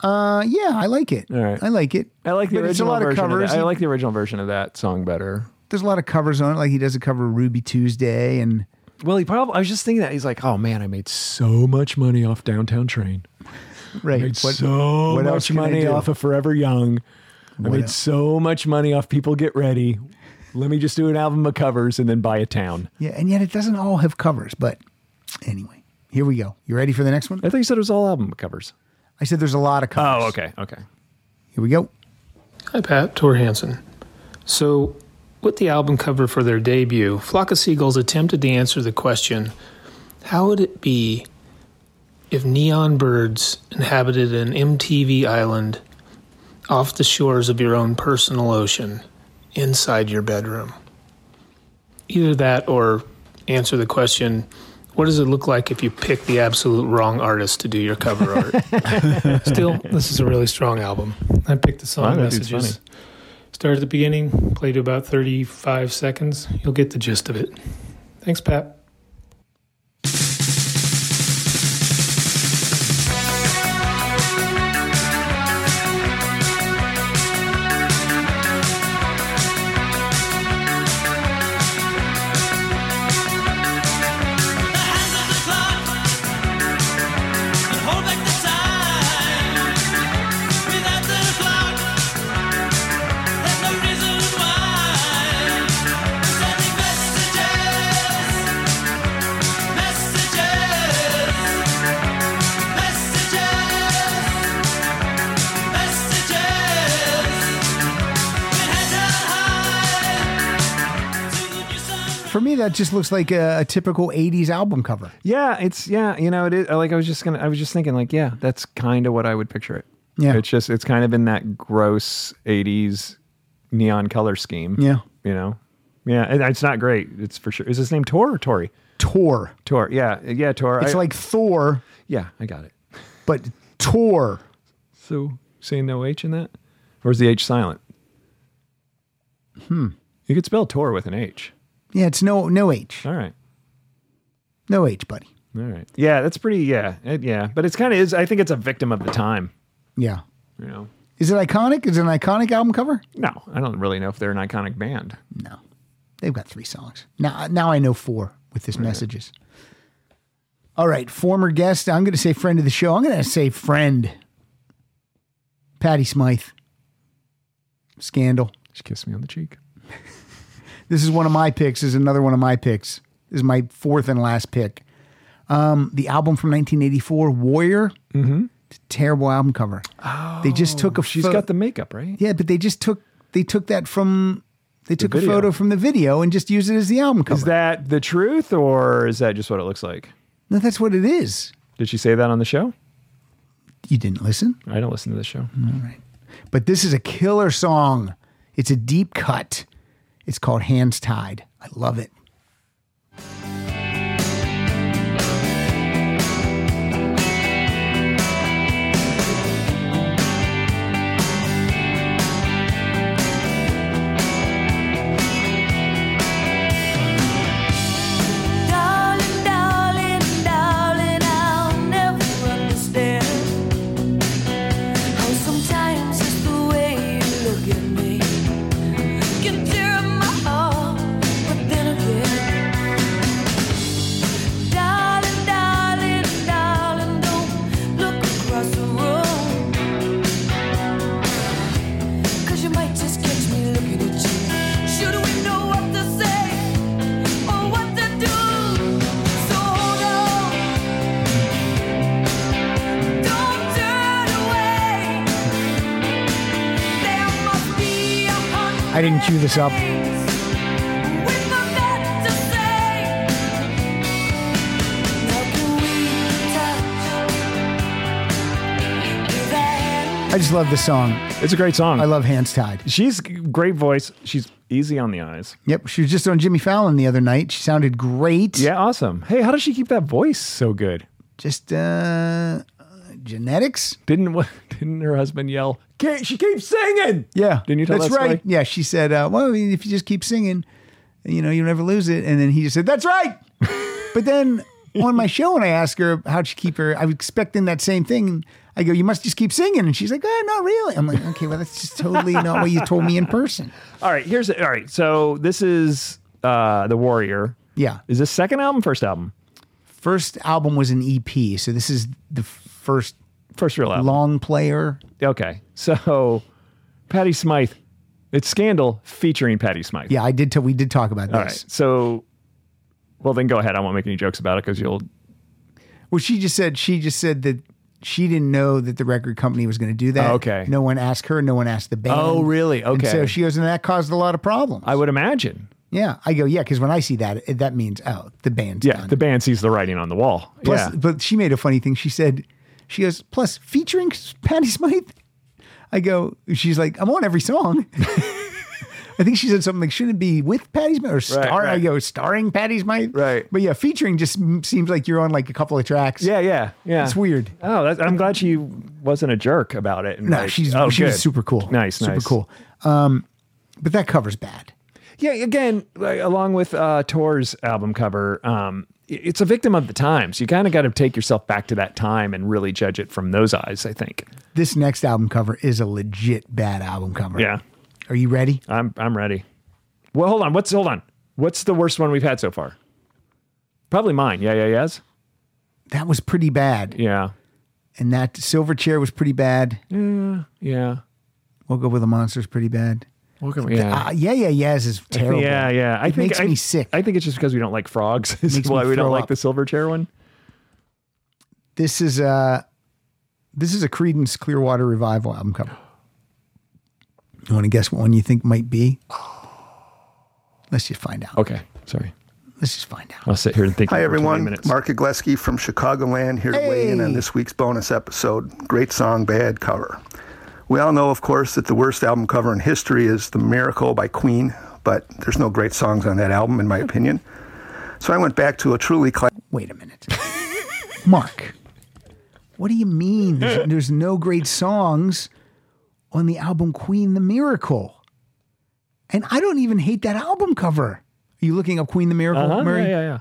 S1: Uh, yeah, I like it. All right. I like it.
S2: I like the
S1: But it's a
S2: original
S1: lot of
S2: version.
S1: covers.
S2: Of that. I like the original version of that song better.
S1: There's a lot of covers on it. Like he does a cover of Ruby Tuesday, and
S2: Well, he probably. I was just thinking that he's like, oh man, I made so much money off Downtown Train.
S1: right.
S2: I made so
S1: what else
S2: much
S1: can I
S2: money
S1: do?
S2: off of Forever Young. I
S1: What
S2: made
S1: el-
S2: so much money off People Get Ready. Let me just do an album of covers and then buy a town.
S1: Yeah, and yet it doesn't all have covers. But anyway, here we go. You ready for the next one? I
S2: thought you said it was all album covers.
S1: I said there's a lot of covers.
S2: Oh, okay, okay.
S1: Here we go.
S10: Hi, Pat. Tor Hansen. So, with the album cover for their debut, Flock of Seagulls attempted to answer the question how would it be if neon birds inhabited an MTV island off the shores of your own personal ocean inside your bedroom? Either that or answer the question what does it look like if you pick the absolute wrong artist to do your cover art? Still, this is a really strong album. I picked the
S2: Wow,
S10: song
S2: that dude's
S10: messages. Start at the beginning, play to about 35 seconds. You'll get the gist of it. Thanks, Pat.
S1: For me, that just looks like a, a typical '80s album cover.
S2: Yeah, it's yeah, you know, it is. Like I was just gonna, I was just thinking, like, yeah, that's kind of what I would picture it.
S1: Yeah.
S2: it's just it's kind of in that gross '80s neon color scheme.
S1: Yeah.
S2: you know, yeah, and it's not great. It's for sure. Is his name Tor or Tori?
S1: Tor.
S2: Tor. Yeah, yeah, Tor.
S1: It's
S2: I-
S1: like Thor,
S2: yeah, I got it.
S1: but Tor.
S2: So saying no H in that, or is the H silent?
S1: Hmm.
S2: You could spell Tor with an H.
S1: Yeah, it's no no H,
S2: All right.
S1: no H, buddy.
S2: All right. Yeah, that's pretty. Yeah, it, yeah. But it's kind of is. I think it's a victim of the time.
S1: Yeah.
S2: You know,
S1: Is it iconic? Is it an iconic album cover?
S2: no, I don't really know if they're an iconic band.
S1: They've got three songs. Now now I know four. with his messages. All right, former guest. I'm going to say friend of the show. I'm going to say friend. Patty Smythe. Scandal.
S2: She kissed me on the cheek.
S1: This is one of my picks. This is another one of my picks. This is my fourth and last pick. Um, the album from 1984, Warrior. Mm-hmm. It's a terrible album cover. Oh, they just took a.
S2: She's
S1: pho-
S2: got the makeup, right?
S1: Yeah, but they just took they took that from they took a
S2: video.
S1: photo from the video and just used it as the album cover.
S2: Is that the truth or is that just what it looks like?
S1: No, that's what it is.
S2: Did she say that on the show?
S1: You didn't listen?
S2: I don't listen to the show.
S1: All right. But this is a killer song. It's a deep cut. It's called Hands Tied. I love it.
S5: Darling, darling, darling, I'll never understand how sometimes just the way you look at me can tear my heart. But then again, darling, darling, darling, don't look across the room, 'cause you might just catch me looking at you. Should we know what to say or what to do?
S1: I didn't cue this up. I just love this song.
S2: It's a great song.
S1: I love Hands Tied.
S2: She's great voice. She's easy on the eyes.
S1: Yep, she was just on Jimmy Fallon the other night. She sounded great.
S2: Yeah, awesome. Hey, how does she keep that voice so good?
S1: Just uh genetics.
S2: Didn't what didn't her husband yell? Can't, she keeps singing.
S1: Yeah,
S2: Didn't you tell
S1: that's
S2: that story?
S1: right. Yeah, she said, uh, "Well, if you just keep singing, you know, you'll never lose it." And then he just said, "That's right." but then on my show, when I asked her how'd she keep her, I was expecting that same thing. I go, "You must just keep singing," and she's like, "Oh, not really." I'm like, "Okay, well, that's just totally not what you told me in person."
S2: All right, here's all right. So this is uh the Warrior.
S1: Yeah.
S2: Is this second album, first album?
S1: First album was an EP, so this is the first
S2: first real album.
S1: long player.
S2: Okay, so Patty Smythe, it's Scandal featuring Patty Smythe.
S1: Yeah, I did. T- we did talk about
S2: All
S1: this.
S2: right. So, well, then go ahead. I won't make any jokes about it because you'll.
S1: Well, she just said she just said that she didn't know that the record company was going to do that.
S2: Oh, okay.
S1: No one asked her. No one asked the band.
S2: Oh, really?
S1: And
S2: Okay.
S1: so she goes, and that caused a lot of problems.
S2: I would imagine.
S1: yeah, I go, yeah, because when I see that, it- that means oh, the band's
S2: Yeah,
S1: done.
S2: the band sees the writing on the wall.
S1: Plus,
S2: yeah.
S1: but she made a funny thing. She said, she goes, plus featuring Patty Smythe. I go, she's like, I'm on every song. I think she said something like, shouldn't it be with Patty Smythe or star? I
S2: right.
S1: go, starring Patty Smythe.
S2: Right.
S1: But yeah, featuring just m- seems like you're on like a couple of tracks.
S2: Yeah, yeah, yeah.
S1: It's weird.
S2: Oh, that's, I'm glad she wasn't a jerk about it. and
S1: No,
S2: like,
S1: she's
S2: oh,
S1: she was
S2: good.
S1: super cool.
S2: Nice,
S1: super
S2: nice.
S1: cool. Um, but that cover's bad.
S2: Yeah, again, like, along with uh, Tor's album cover, um, i- it's a victim of the times. you kind of got to take yourself back to that time and really judge it from those eyes. I think.
S1: This next album cover is a legit bad album cover.
S2: Yeah,
S1: Are you ready?
S2: I'm. I'm ready. Well, hold on. What's hold on? What's the worst one we've had so far? Probably mine. Yeah, yeah, yes.
S1: That was pretty bad,
S2: Yeah,
S1: and that Silver Chair was pretty bad.
S2: Yeah, yeah.
S1: Woke up with a monster's pretty bad.
S2: Woke
S1: up,
S2: yeah.
S1: uh, yeah, yeah, yes is terrible.
S2: Yeah, yeah. I
S1: it
S2: think
S1: makes
S2: I,
S1: me sick.
S2: I think it's just because we don't like frogs. Is
S1: Makes me
S2: why we don't
S1: throw
S2: like
S1: up.
S2: the silver chair one.
S1: This is uh this is a Credence Clearwater Revival album cover. You want to guess what one you think might be? Let's just find out.
S2: Okay, sorry.
S1: Let's just find out.
S2: I'll sit here and think.
S27: Hi,
S2: for 20
S27: everyone.
S2: minutes.
S27: Mark Igleski from Chicagoland here to weigh in on this week's bonus episode Great Song, Bad Cover. We all know, of course, that the worst album cover in history is The Miracle by Queen, but there's no great songs on that album, in my opinion. So I went back to a truly classic.
S1: Wait a minute. Mark, what do you mean there's, there's no great songs on the album Queen the Miracle? And I don't even hate that album cover. Are you looking up Queen the Miracle,
S2: Uh-huh,
S1: Murray?
S2: Yeah, yeah, yeah.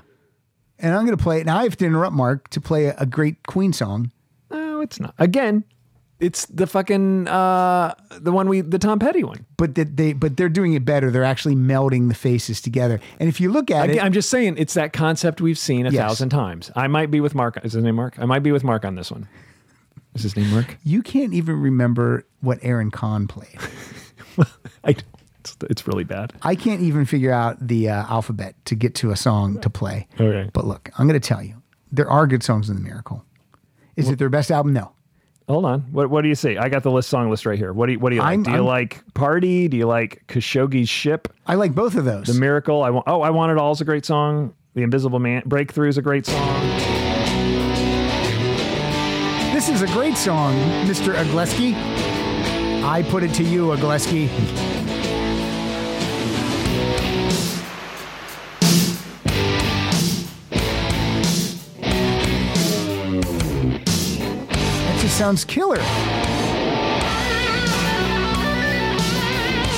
S1: And I'm going to play it. Now I have to interrupt Mark to play a, a great Queen song.
S2: No, it's not. Again, It's the fucking uh, the one we the Tom Petty one.
S1: But that they but they're doing it better. They're actually melding the faces together. And if you look at it,
S2: I, am just saying it's that concept we've seen a
S1: Yes.
S2: thousand times. I might be with Mark. Is his name Mark? I might be with Mark on this one. Is his name Mark?
S1: you can't even remember what Aaron Kahn played.
S2: I don't. It's, it's really bad.
S1: I can't even figure out the uh, alphabet to get to a song to play.
S2: Okay.
S1: But look, I'm going to tell you, there are good songs in the Miracle. Is it their best album? No.
S2: Hold on. What What do you see? I got the list song list right here. What do you What do you like?
S1: I'm-
S2: do you
S1: I'm-
S2: like Party? Do you like Khashoggi's Ship?
S1: I like both of those.
S2: The Miracle. I want. Oh, I want it all is a great song. The Invisible Man. Breakthrough is a great song.
S1: This is a great song, Mr. Ogleski. I put it to you, Ogleski. That just sounds killer.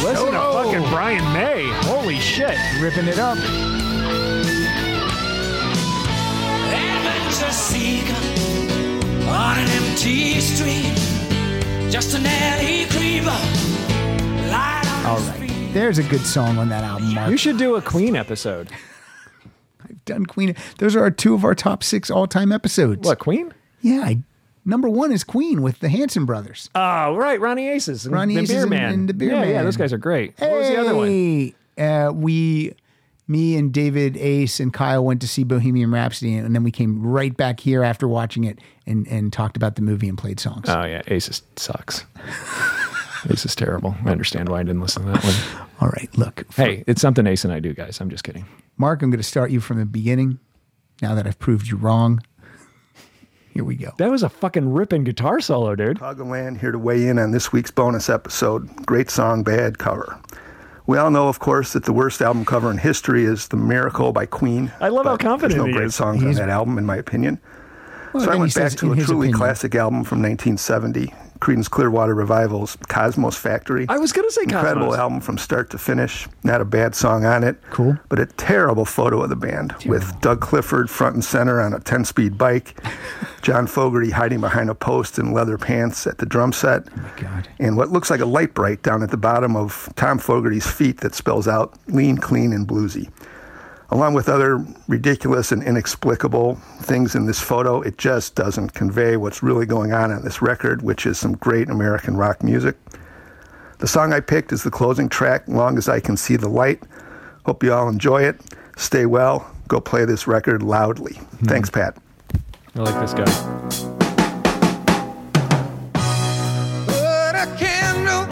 S2: Listen to fucking Brian May. Holy shit.
S1: Ripping it up.
S5: Adventure's seeker on an empty street. Just an alley creeper. Light on
S1: All right. There's a good song on that album, Mark.
S2: You should do a Queen episode.
S1: I've done Queen. Those are our two of our top six all time episodes.
S2: What, Queen?
S1: Yeah. I, number one is Queen with the Hanson brothers.
S2: Oh, right. Ronnie Aces. And
S1: Ronnie
S2: the
S1: Aces
S2: Beer
S1: and-
S2: Man.
S1: and the Beer
S2: yeah, Yeah,
S1: Man.
S2: those guys are great. What was the other one?
S1: Hey, Uh, we, me and David Ace and Kyle went to see Bohemian Rhapsody, and then we came right back here after watching it and, and talked about the movie and played songs.
S2: Oh, yeah. Aces sucks. Aces terrible. I understand why I didn't listen to that one.
S1: All right. Look.
S2: Hey, it's something Ace and I do, guys. I'm just kidding.
S1: Mark, I'm going to start you from the beginning. Now that I've proved you wrong, here we go.
S2: That was a fucking ripping guitar solo, dude.
S27: Chicagoland here to weigh in on this week's bonus episode Great Song, Bad Cover. We all know, of course, that the worst album cover in history is The Miracle by Queen.
S2: I love how confident
S27: There's no
S2: he
S27: great
S2: is.
S27: songs
S2: He's-
S27: on that album, in my opinion.
S1: Well,
S27: so I
S1: then he
S27: went back
S1: says
S27: to
S1: in
S27: a
S1: his
S27: truly
S1: opinion.
S27: classic album from 1970, Creedence Clearwater Revival's Cosmos Factory.
S2: I was gonna say
S27: Incredible
S2: Cosmos.
S27: album from start to finish. Not a bad song on it. Cool. But a terrible photo of the band with Doug Clifford front and center on a 10 speed bike, John Fogerty hiding behind a post in leather pants at the drum set,
S2: Oh
S27: and what looks like a light bright down at the bottom of Tom Fogerty's feet that spells out lean, clean, and bluesy along with other ridiculous and inexplicable things in this photo, it just doesn't convey what's really going on on this record, which is some great American rock music. The song I picked is the closing track, Long as I Can See the Light. Hope you all enjoy it. Stay well. Go play this record loudly. Thanks, Pat.
S2: I like this guy.
S15: Put a candle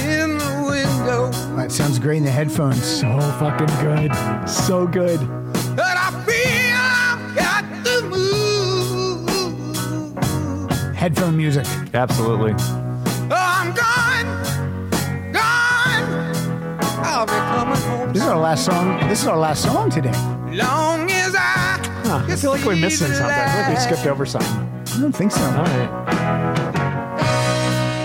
S15: in the window,
S1: That sounds great in the headphones. So
S2: fucking good. So good.
S15: but I feel I've got to move.
S1: Headphone music.
S2: Absolutely.
S15: Oh, I'm gone, gone. I'll be coming home
S1: This is our last song. This is our last song today.
S15: long as I.
S2: Huh, I feel like we're missing something. I feel like we skipped over something.
S1: I don't think so.
S2: All right.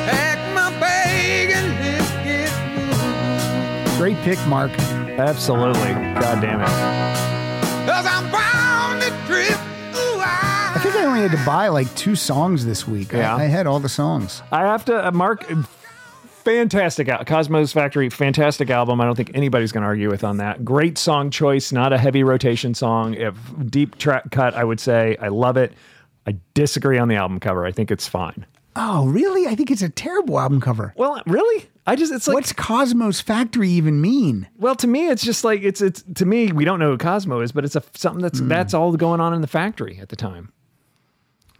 S15: Pack my bag and let's get moving.
S1: Great pick, Mark.
S2: Absolutely. God damn it.
S15: Cause I'm bound to drift away.
S1: I think I only had to buy like two songs this week. I-
S2: Yeah.
S1: I, had all the songs.
S2: I have to, uh, Mark, fantastic out. Cosmos Factory, fantastic album. I don't think anybody's going to argue with on that. Great song choice, not a heavy rotation song. If deep track cut, I would say I love it. I disagree on the album cover. I think it's fine.
S1: Oh, really? I think it's a terrible album cover.
S2: Well, really? I just it's like
S1: What's Cosmos Factory even mean?
S2: Well, to me, it's just like it's it's to me. We don't know who Cosmo is, but it's a something that's that's all going on in the factory at the time.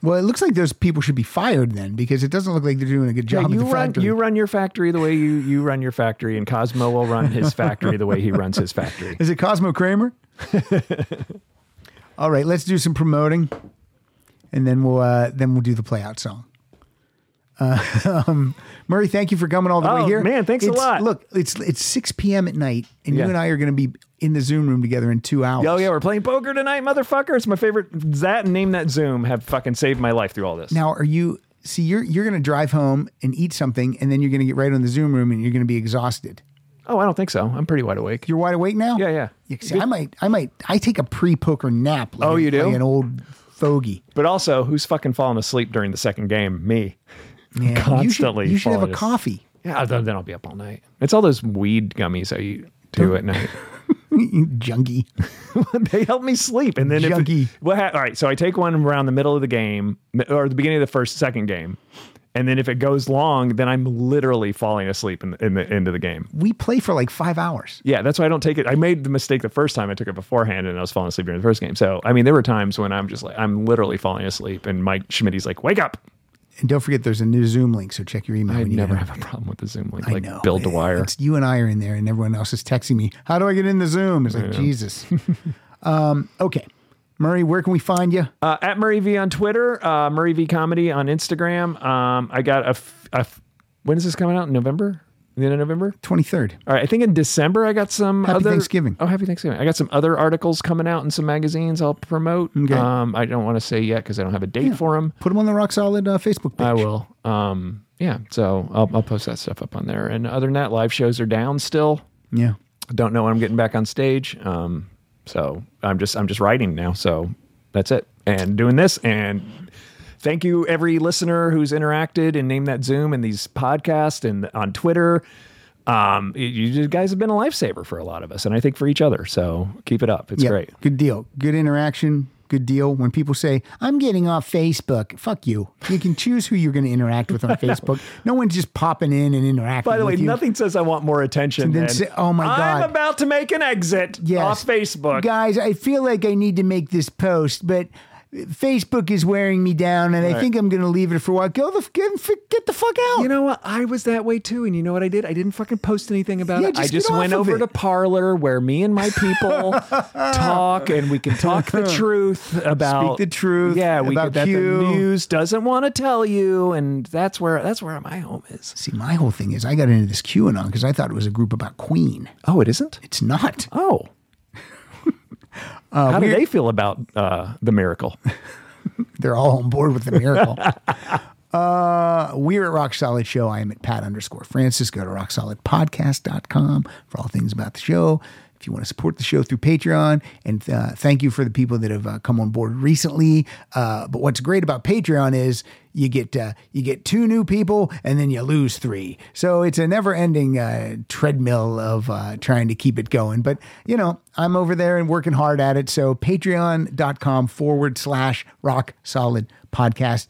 S1: Well, it looks like those people should be fired then because it doesn't look like they're doing a good
S2: Yeah,
S1: job at
S2: you
S1: the
S2: run
S1: factory.
S2: you run your factory the way you you run your factory, and Cosmo will run his factory the way he runs his factory.
S1: Is it Cosmo Kramer? all right, let's do some promoting, and then we'll uh, then we'll do the playout song. Uh, um, Murray, thank you for coming all the
S2: Oh,
S1: way here.
S2: man, thanks a
S1: It's-
S2: lot.
S1: Look, it's it's six p.m. at night, and
S2: Yeah.
S1: you and I are going to be in the Zoom room together in two hours.
S2: Oh yeah, we're playing poker tonight, motherfucker. It's my favorite. That and name that Zoom have fucking saved my life through all this.
S1: Now, are you? See, you're you're going to drive home and eat something, and then you're going to get right on the Zoom room, and you're going to be exhausted.
S2: Oh, I don't think so. I'm pretty wide awake.
S1: You're wide awake now.
S2: Yeah, yeah.
S1: You see, I might, I might, I take a pre-poker nap. Like
S2: Oh, you do?
S1: Like an old fogey.
S2: But also, who's fucking falling asleep during the second game? Me.
S1: Yeah, you should-
S2: constantly.
S1: you should have a
S2: falling asleep.
S1: coffee.
S2: Yeah, then then I'll be up all night. It's all those weed gummies I eat too at night.
S1: junkie.
S2: they help me sleep, and then
S1: junkie.
S2: If, what ha- all right, so I take one around the middle of the game m- or the beginning of the first second game, and then if it goes long, then I'm literally falling asleep in the, in the end of the game.
S1: we play for like five hours.
S2: Yeah, that's why I don't take it. I made the mistake the first time I took it beforehand and I was falling asleep during the first game. So, I mean, there were times when I'm just like, I'm literally falling asleep and Mike Schmidt's like, wake up.
S1: And don't forget, there's a new Zoom link, so check your email.
S2: I
S1: when you get
S2: never
S1: home.
S2: have a problem with the Zoom link.
S1: I
S2: Like
S1: know.
S2: Bill Dwyer.
S1: It's you and I are in there, and everyone else is texting me. How do I get in the Zoom? It's like
S2: Yeah.
S1: Jesus. um, okay, Murray, where can we find you?
S2: Uh, at Murray V on Twitter, uh, Murray V Comedy on Instagram. Um, I got a, f- a f- when is this coming out? In November? The end of November?
S1: 23rd.
S2: All right. I think in December I got some
S1: Happy
S2: other
S1: Thanksgiving.
S2: Oh, happy Thanksgiving. I got some other articles coming out in some magazines I'll promote.
S1: Okay.
S2: Um, I don't want to say yet because I don't have a date for them.
S1: Put them on the Rock Solid uh, Facebook page.
S2: I will. Um, yeah. So I'll, I'll post that stuff up on there. And other than that, live shows are down still.
S1: Yeah.
S2: I don't know when I'm getting back on stage. Um, so I'm just I'm just writing now. So that's it. And doing this. And thank you every listener who's interacted and named that Zoom and these podcasts and on Twitter. Um, you- you guys have been a lifesaver for a lot of us, and I think for each other. So keep it up. It's
S1: Yeah,
S2: great.
S1: Good deal. Good interaction. Good deal. When people say, I'm getting off Facebook, fuck you. You can choose who you're going to interact with on Facebook. No one's just popping in and interacting
S2: By the way,
S1: with you.
S2: nothing says I want more attention
S1: And then
S2: than
S1: say- oh my
S2: I'm
S1: God."
S2: about to make an exit off Facebook.
S1: Guys, I feel like I need to make this post, but Facebook is wearing me down and I
S2: Right.
S1: think I'm going to leave it for a while. Go the f- get, f- get the fuck out.
S2: You know what? I was that way too, and you know what I did? I didn't fucking post anything about
S1: Yeah,
S2: it. I
S1: just
S2: just
S1: get
S2: went
S1: off of
S2: over
S1: it.
S2: to Parlor where me and my people talk, and we can talk the truth
S1: Speak
S2: about
S1: the truth
S2: Yeah, we
S1: about
S2: could- that
S1: Q.
S2: the news doesn't want to tell you, and that's where that's where my home is.
S1: See, my whole thing is I got into this QAnon because I thought it was a group about Queen.
S2: Oh, it isn't?
S1: It's not.
S2: Oh.
S1: uh,
S2: How do
S1: we're-
S2: they feel about uh, the miracle?
S1: They're all on board with the miracle. uh, we're at Rock Solid Show. I am at Pat underscore Francis. Go to rocksolidpodcast.com for all things about the show. If you want to support the show through Patreon, and uh, thank you for the people that have uh, come on board recently. Uh, but what's great about Patreon is you get uh, you get two new people, and then you lose three. So it's a never-ending uh, treadmill of uh, trying to keep it going. But you know, I'm over there and working hard at it. So Patreon.com forward slash Rock Solid Podcast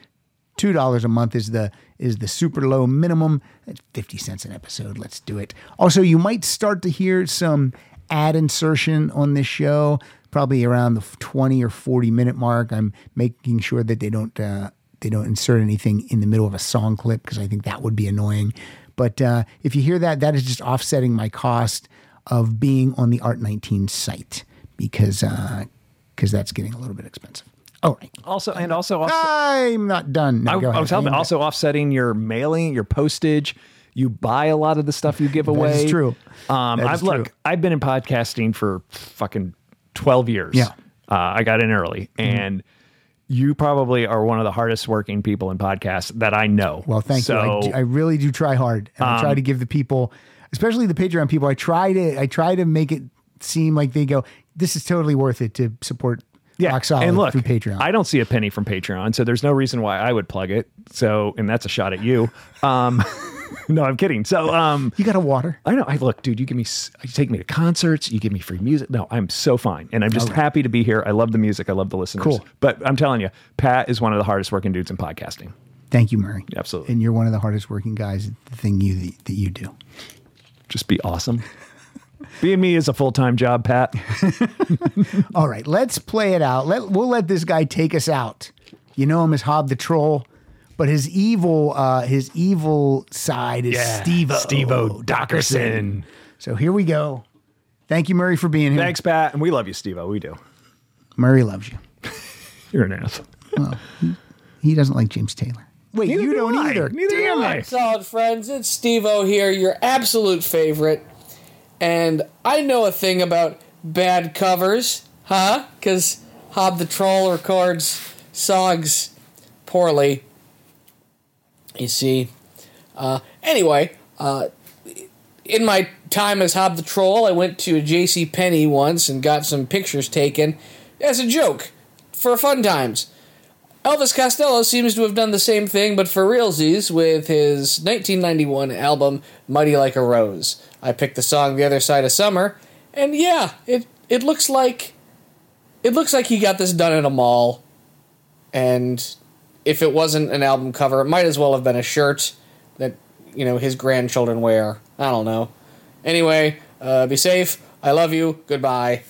S1: two dollars a month is the is the super low minimum. That's fifty cents an episode. Let's do it. Also, you might start to hear some ad insertion on this show, probably around the twenty or forty minute mark. I'm making sure that they don't uh, they don't insert anything in the middle of a song clip because I think that would be annoying. But uh, if you hear that, that is just offsetting my cost of being on the Art 19 site because because that's getting a little bit expensive. All right.
S2: Also, and also,
S1: I'm not done. No,
S2: I,
S1: go
S2: I
S1: ahead.
S2: was helping.
S1: Hang
S2: Also, offsetting your mailing, your postage. You buy a lot of the stuff you give
S1: is
S2: away.
S1: true.
S2: Um,
S1: That
S2: I've
S1: is
S2: look.
S1: true.
S2: I've been in podcasting for fucking twelve years.
S1: Yeah. Mm-hmm.
S2: Uh, I got in early, and you probably are one of the hardest working people in podcasts that I know.
S1: Well, thank you. I
S2: so,
S1: d- I, really do try hard, and I try
S2: Um,
S1: to give the people, especially the Patreon people, I try to I try to make it seem like they go, "This is totally worth it to support
S2: Yeah,
S1: Rock Solid
S2: and look,
S1: through Patreon."
S2: I don't see a penny from Patreon, so there's no reason why I would plug it. So, and that's a shot at you. Um, no, I'm kidding. So, um,
S1: you got a water?
S2: I know. I look, dude. You give me, s- you take me to concerts. You give me free music. No, I'm so fine, and I'm just
S1: All right.
S2: happy to be here. I love the music. I love the listeners.
S1: Cool.
S2: But I'm telling you, Pat is one of the hardest working dudes in podcasting.
S1: Thank you, Murray.
S2: Absolutely.
S1: And you're one of the hardest working guys. at The thing you that, that you do.
S2: Just be awesome. Being me is a full time job, Pat.
S1: All right, let's play it out. Let we'll let this guy take us out. You know him as Hob the Troll, but his evil uh, his evil side is
S2: Yeah,
S1: Steve-O.
S2: Steve-O Dockerson.
S1: So here we go. Thank you, Murray, for being here.
S2: Thanks, Pat, and we love you, Steve-O. We do.
S1: Murray loves you.
S2: You're an ass.
S1: Well, he, he doesn't like James Taylor. Wait, you don't either. Damn it.
S3: Solid friends, it's Steve O here, your absolute favorite. And I know a thing about bad covers, huh? Because Hob the Troll records songs poorly. You see. Uh, anyway, uh, in my time as Hob the Troll, I went to a J.C. Penney once and got some pictures taken as a joke for fun times. Elvis Costello seems to have done the same thing, but for realsies, with his 1991 album Muddy Like a Rose. I picked the song The Other Side of Summer, and yeah, it, it looks like. It looks like he got this done in a mall, and if it wasn't an album cover, it might as well have been a shirt that, you know, his grandchildren wear. I don't know. Anyway, uh, be safe. I love you. Goodbye.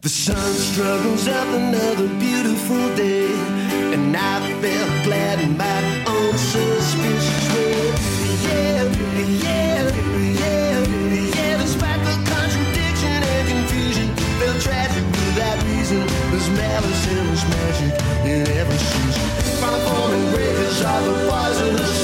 S5: The sun struggles up another beautiful day, and I felt glad in my own suspicious way. Yeah, yeah, yeah, yeah. Despite the contradiction and confusion, felt tragic without reason. There's malice and there's magic in every season. From forming breakers are the poisonous